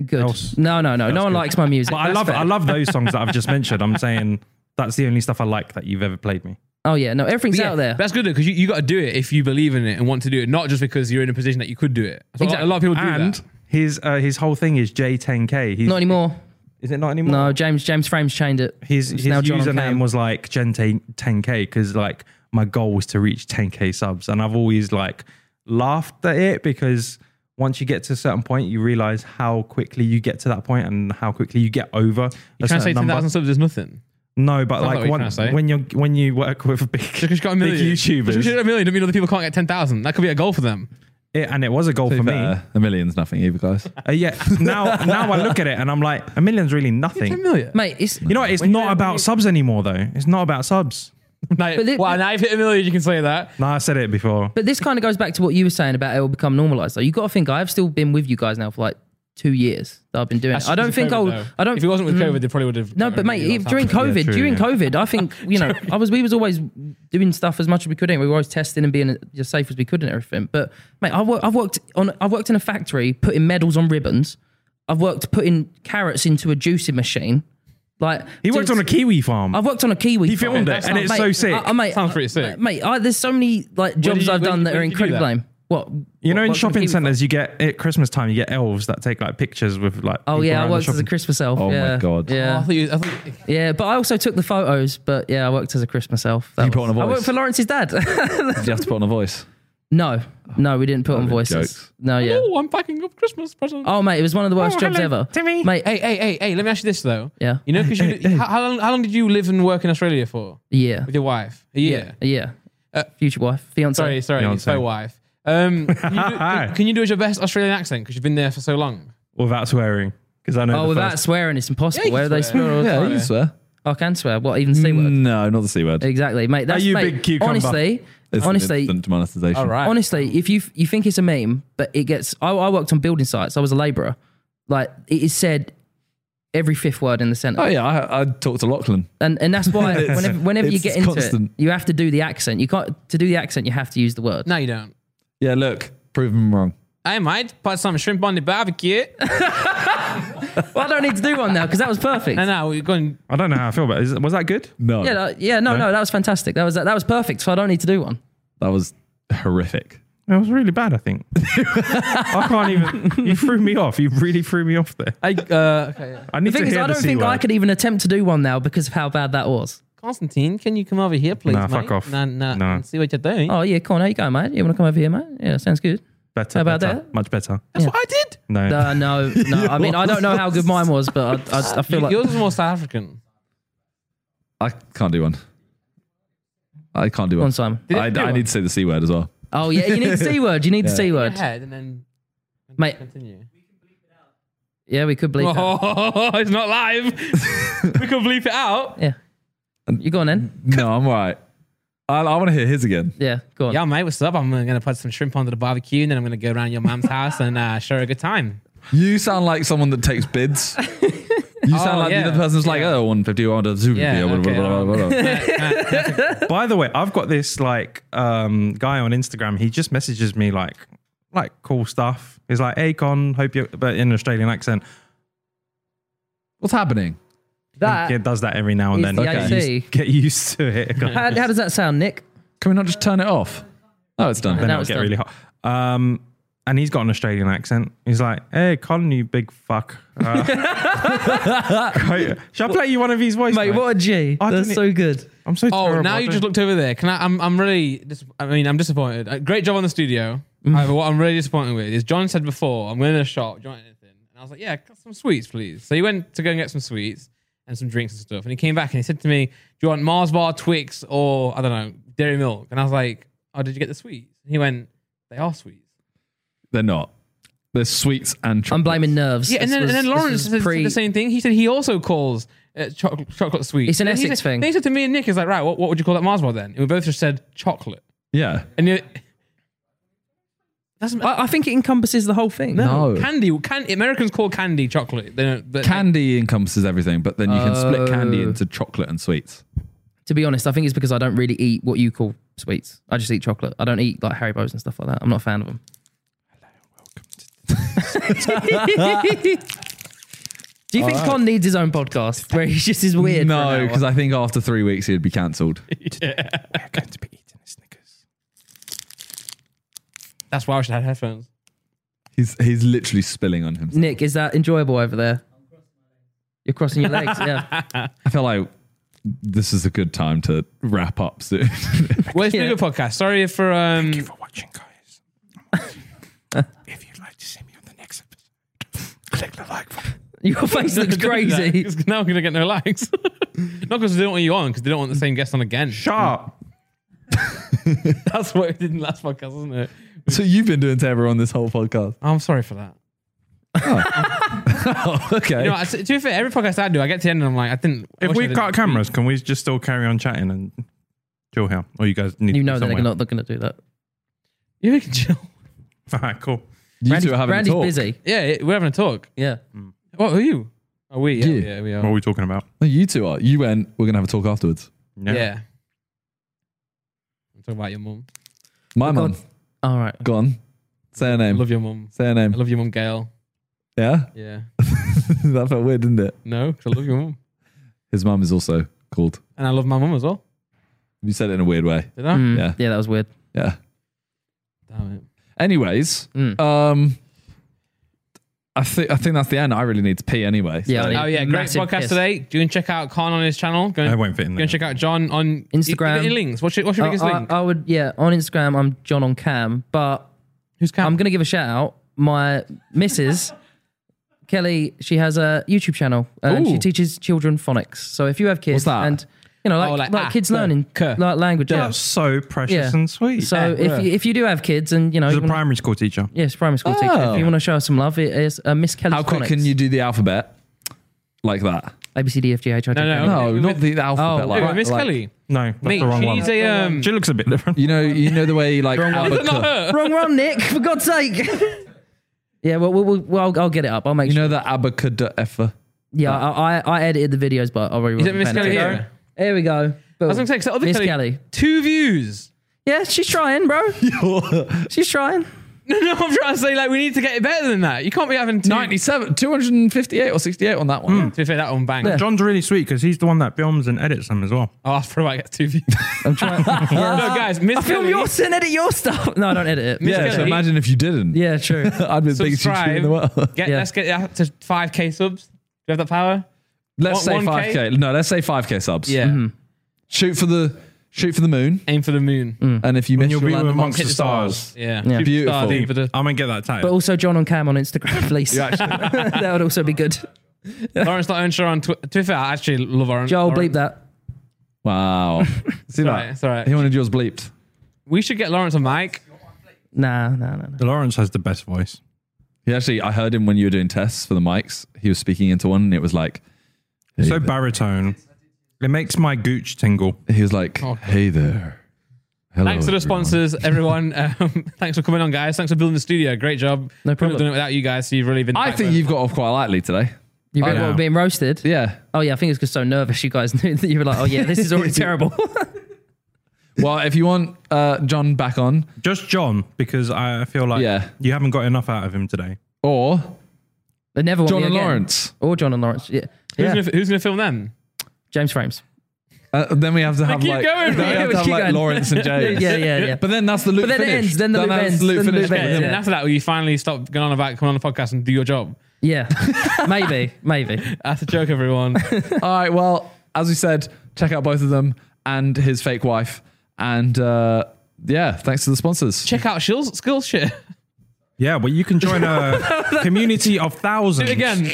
good. else. No, no, no. No one likes my music. But I That's love fair. I love those songs that I've just mentioned. I'm saying that's the only stuff I like that you've ever played me. Oh, yeah. No, everything's Yeah, out there. but That's good because you, you got to do it if you believe in it and want to do it, not just because you're in a position that you could do it. So Exactly. A lot of people do And that. his uh, his whole thing is J10K. He's, Not anymore. is it not anymore? No, James, James Frames changed it. His It's his now John on username cam. was like Jen10K because like my goal was to reach 10K subs, and I've always like laughed at it because once you get to a certain point, you realize how quickly you get to that point and how quickly you get over a You're trying to say certain number. 10,000 subs is nothing. No, but Sounds like like what one, you're trying to say. when you when you work with big, Just because you got a big million. Just because you YouTubers, got a million, don't mean other people can't get 10,000. That could be a goal for them. it, and it was a goal for me. Uh, a million's nothing either, guys. Uh, yeah, now now I look at it and I'm like, a million's really 10 nothing. million. Mate, it's, You know, what? it's not about subs anymore though. It's not about subs. Like, But it- well, now you've hit a million, you can say that. No, I said it before. But this kind of goes back to what you were saying about it will become normalized. Though you got to think I've still been with you guys now for like two years that I've been doing. That's it. I don't just with think I'll. COVID, though. I don't. If it wasn't with Mm. COVID, they probably would have. No, but mate, if, during COVID, true, during yeah. COVID, I think you know, I was we was always doing stuff as much as we could. And we were always testing and being as safe as we could and everything. But mate, I work, I've worked on. I've worked in a factory putting medals on ribbons. I've worked putting carrots into a juicing machine. Like He worked on a kiwi farm. I've worked on a kiwi. He farm. filmed it, and it's so sick. I, I, mate, Sounds pretty I- sick. mate. I, there's so many like jobs you- I've where done did- that where are did you do incredibly that? lame. What You know, what- in what- shopping kiwi farm? centers, you get at Christmas time, you get elves that take like pictures with like. Oh yeah, I worked as a shopping. Christmas elf. Oh my yeah. God. I Yeah, thought you, I thought you, yeah, but I also took the photos. But yeah, I worked as a Christmas elf. That You put was- on a I voice? worked for Lawrence's dad. Did you have to put on a voice? no, no, we didn't put on been voices. jokes. No, yeah. oh, I'm packing up Christmas presents. Oh mate, it was one of the worst Oh, jobs hello, ever. Timmy. mate, Hey, hey, hey, hey, let me ask you this, though. Yeah. You know, because you, how, how, long, how long did you live and work in Australia for yeah, with your wife? A year. yeah, yeah. Uh, Future wife, fiance. Sorry, sorry, You know what I'm it's my saying. wife. Um, can, you do, can, can you do it your best Australian accent because you've been there for so long? without swearing because I know. Oh, the without first- swearing, it's impossible. Yeah, you Where can are they swear. swear? all the Yeah, time? you can swear. I can swear. What even c word? No, not the c word. Exactly, mate. That's you mate, big cucumber? Honestly, It's honestly, instant demonetization. All right. honestly, if you you think it's a meme, but it gets. I, I worked on building sites. I was a labourer. Like it is said every fifth word in the sentence, Oh yeah, I, I talked to Lachlan. and and that's why whenever, whenever you it's get into constant. it, you have to do the accent. You can't to do the accent. You have to use the word. No, you don't. Yeah, look, prove him wrong. Hey, mate, put some shrimp on the barbecue. Well, I don't need to do one now because that was perfect. no, no, we're going. I don't know how I feel about. It. Is, was that good? No, yeah, no, yeah, no, no, that was fantastic. That was that was perfect. So I don't need to do one. that was horrific. That was really bad. I think. I can't even. You threw me off. You really threw me off there. I, uh, okay, yeah. I need The to thing is, hear I the don't C think I word. could even attempt to do one now because of how bad that was. Constantine, can you come over here, please? Nah, mate? fuck off. Nah, nah, Nah. And see what you're doing. Oh yeah, come on, how you going, mate? You want to come over here, mate? Yeah, sounds good. Better. How about better, that? Much better. That's what I did. No. Uh, no, no. I mean, I don't know how good mine was, but I, I, I feel like Yours was more South African. I can't do one. I can't do Go one. on Simon. Did I, it do I one? need to say the c word as well. Oh yeah, you need the c word. You need the c Go word. ahead and then Mate. continue. Yeah, we could bleep. that. Oh, it's not live. we can bleep it out. Yeah. You go on then. No, I'm all right. I, I want to hear his again. Yeah, go on. Yeah, mate, what's up? I'm gonna put some shrimp onto the barbecue, and then I'm gonna go around your mom's house and uh, show her a good time. You sound like someone that takes bids. Oh, You sound Oh, like the yeah. other person's like, oh, 150, 150, Yeah, oh, blah, blah, okay, blah, blah, blah, blah. By the way, I've got this like um, guy on Instagram. He just messages me like like cool stuff. He's like, "Hey, Con, hope you," but in an Australian accent. What's Uh, happening? That. It does that every now and is then. the Get AC. used- Get used to it. God, How, how does that sound, Nick? Can we not just turn it off? Oh, it's done. then now it'll it's get done. really hot. Um, and he's got an Australian accent. He's like, "Hey, Con, you big fuck." Uh, Shall I play you one of his voice? Mate, what a G. I That's didn't- so good. I'm so. Oh, terrible. now I you don't- just looked over there. Can I? I'm, I'm really. Dis- I mean, I'm disappointed. Uh, great job on the studio. However, what I'm really disappointed with is John said before, "I'm going to the shop. Do you want anything?" And I was like, "Yeah, got some sweets, please." So he went to go and get some sweets and some drinks and stuff, and he came back and he said to me, "Do you want Mars bar, Twix, or I don't know, Dairy Milk?" And I was like, "Oh, did you get the sweets?" And he went, "They are sweets." They're not. They're sweets and chocolate. I'm blaming nerves. Yeah, and This then, was- and then this Lawrence said, was said the same thing. He said he also calls uh, chocolate, chocolate sweets. It's an And he Essex said- thing. They said to me and Nick, "Is like right? What, what would you call that Mars bar then?" And we both just said chocolate. Yeah. And you that's I, I think it encompasses the whole thing. No. candy. Can, Americans call candy chocolate. They don't, they, Candy encompasses everything, but then you can split candy Oh. into chocolate and sweets. To be honest, I think it's because I don't really eat what you call sweets. I just eat chocolate. I don't eat like Haribo's and stuff like that. I'm not a fan of them. Do you think Con needs his own podcast where he's just as weird? no, because I think after three weeks he'd be cancelled. We're going to be eating Snickers. That's why I should have headphones. He's he's literally spilling on himself. Nick, is that enjoyable over there? You're crossing your legs. Yeah. I feel like this is a good time to wrap up soon. Well, it's been Yeah. a good podcast. Sorry for um. Thank you for watching, guys. if you'd like to see me on the next episode, click the like button. Your face looks crazy. Because now I'm gonna get no likes. Not because they don't want you on, because they don't want the same guest on again. Sharp. That's what we did in the last podcast, wasn't it? so you've been doing to everyone this whole podcast. I'm sorry for that. Oh, okay. You know, I- to be fair, every podcast I do, I get to the end and I'm like, I didn't. I wish If I we've didn't got speak. cameras, can we just still carry on chatting and chill here? Or you guys need You to know be they're somewhere? not they're going to do that. yeah, we can chill. All right, cool. you Randy- two are having Randy's a talk. busy. Yeah, it- we're having a talk. Yeah. What are you? Are we? Yeah, You. yeah, we What are are. we talking about? No, you two are. You went. We're gonna have a talk afterwards. Yeah. I'm talking about your mum. My God. mum All right. gone. Say her I name. love your mum. Say her I name. love your mum, Gail. Yeah, Yeah. that felt weird, didn't it? No, 'cause I love your mum. His mum is also called. And I love my mum as well. You said it in a weird way. Did I? Mm. Yeah. Yeah, that was weird. Yeah. Damn it. Anyways, Mm. um, I think I think that's the end. I really need to pee anyway. so- Yeah, I need- Oh yeah, great Massive podcast piss. today. Go and check out Khan on his channel. Go and, I won't fit in go there. and check out John on Instagram. Oh, uh, You- you got Any links? What's your, what's your I, biggest I, link? I would, yeah, on Instagram, I'm John on cam, but Who's Cam? I'm going to give a shout out. My missus, Kelly, she has a YouTube channel and Ooh. she teaches children phonics. So if you have What's kids that? and, you know, like, Oh, like, like ah, kids uh, learning cuh. like language. Yeah. That's so precious Yeah. and sweet. So Yeah, if, yeah. you, if you do have kids and, you know, She's you a wanna- primary school teacher. yes, primary school teacher, Oh. if you want to show us some love, it is uh, Miss Kelly How quick phonics. can you do the alphabet like that? A, B, C, D, F, G, H, I, No, J, K, no, L, M. No, Okay, not the alphabet. Oh, Hey, like, wait, Miss like- Kelly. No, that's Mate, the wrong one. she's a um. she looks a bit different. You know, you know the way like Albert No, Kuh, her. Wrong one, Nick, for God's sake. yeah, well, we'll, we'll, well I'll, I'll get it up. I'll make you sure. know that abacadabra. Yeah, I, I, I edited the videos, but I really Is it wasn't Miss paying Kelly attention. here? There we go. I was gonna say 'cause the other Miss Kelly, Kelly. two views. Yeah, she's trying, bro. she's trying. No, no, I'm trying to say like we need to get it better than that. You can't be having two. 97, 258 or 68 on that one. To be fair, that one bang. Yeah. John's really sweet because he's the one that films and edits them as well. Oh, I probably might get two views. I'm trying. yeah. no, guys, Miss I film Kelly, your sin, edit your stuff. No, I don't edit it. Miss Yeah, so Kelly. imagine if you didn't. Yeah, true. I'd be the biggest Subscribe. YouTuber in the world. Get, Yeah. Let's get up to 5k subs. Do you have that power? Let's say One- 5K. 1K? No, let's say 5K subs. Mm-hmm. Yeah. Shoot for the shoot for the moon, Aim for the moon. and if you miss, you'll you'll be land amongst amongst the the stars. Yeah. Yeah. Beautiful. Aim for the- I'm gonna get that title. But also John on Cam on Instagram, please. Yeah, actually. that would also be good. Lawrence Lawrence on Twi- Twitter. I actually love Lawrence. Joel, bleep that. Wow. See Sorry, that? sorry. He wanted yours bleeped. We should get Lawrence a mic. Nah, nah, nah, nah. Lawrence has the best voice. He actually, I heard him when you were doing tests for the mics. He was speaking into one, and it was like, hey So th- baritone. It makes my gooch tingle. he was like, Oh, God. "Hey there." Hello, Thanks to the everyone." sponsors, everyone. Um, thanks for coming on, guys. Thanks for building the studio. Great job. No Couldn't have problem. done it without you guys, so you've really been. I think you've got off quite lightly today. You I read know. what being roasted? Yeah. Oh yeah, I think it's because so nervous you guys knew that you were like, oh yeah, this is already terrible. Well, if you want uh, John back on, Just John, because I feel like Yeah. you haven't got enough out of him today. or They never want John me and again. Lawrence, or John and Lawrence. Yeah, Who's, yeah. gonna, who's gonna film them? James Frames. uh, then we have to have keep like, going, then we bro. have to Keep have, like going. Lawrence and James. Yeah, yeah, yeah. But then that's the loop. But then it finish. ends, then the loop that's ends, loop then the finish. loop ends, And Yeah. after that, will you finally stop going on about coming on the podcast and do your job? Yeah, maybe, maybe. That's a joke, everyone. All right. Well, as we said, check out both of them and his fake wife. And uh, yeah, thanks to the sponsors. Check out Shills Skillshare Yeah, well, you can join a community of thousands. again.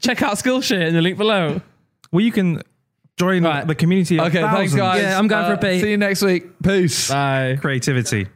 Check out Skillshare in the link below. Well, you can join Right. the community of Okay, thousands. thanks guys. Uh, Yeah, I'm going for a pee. See you next week. Peace. Bye. Creativity.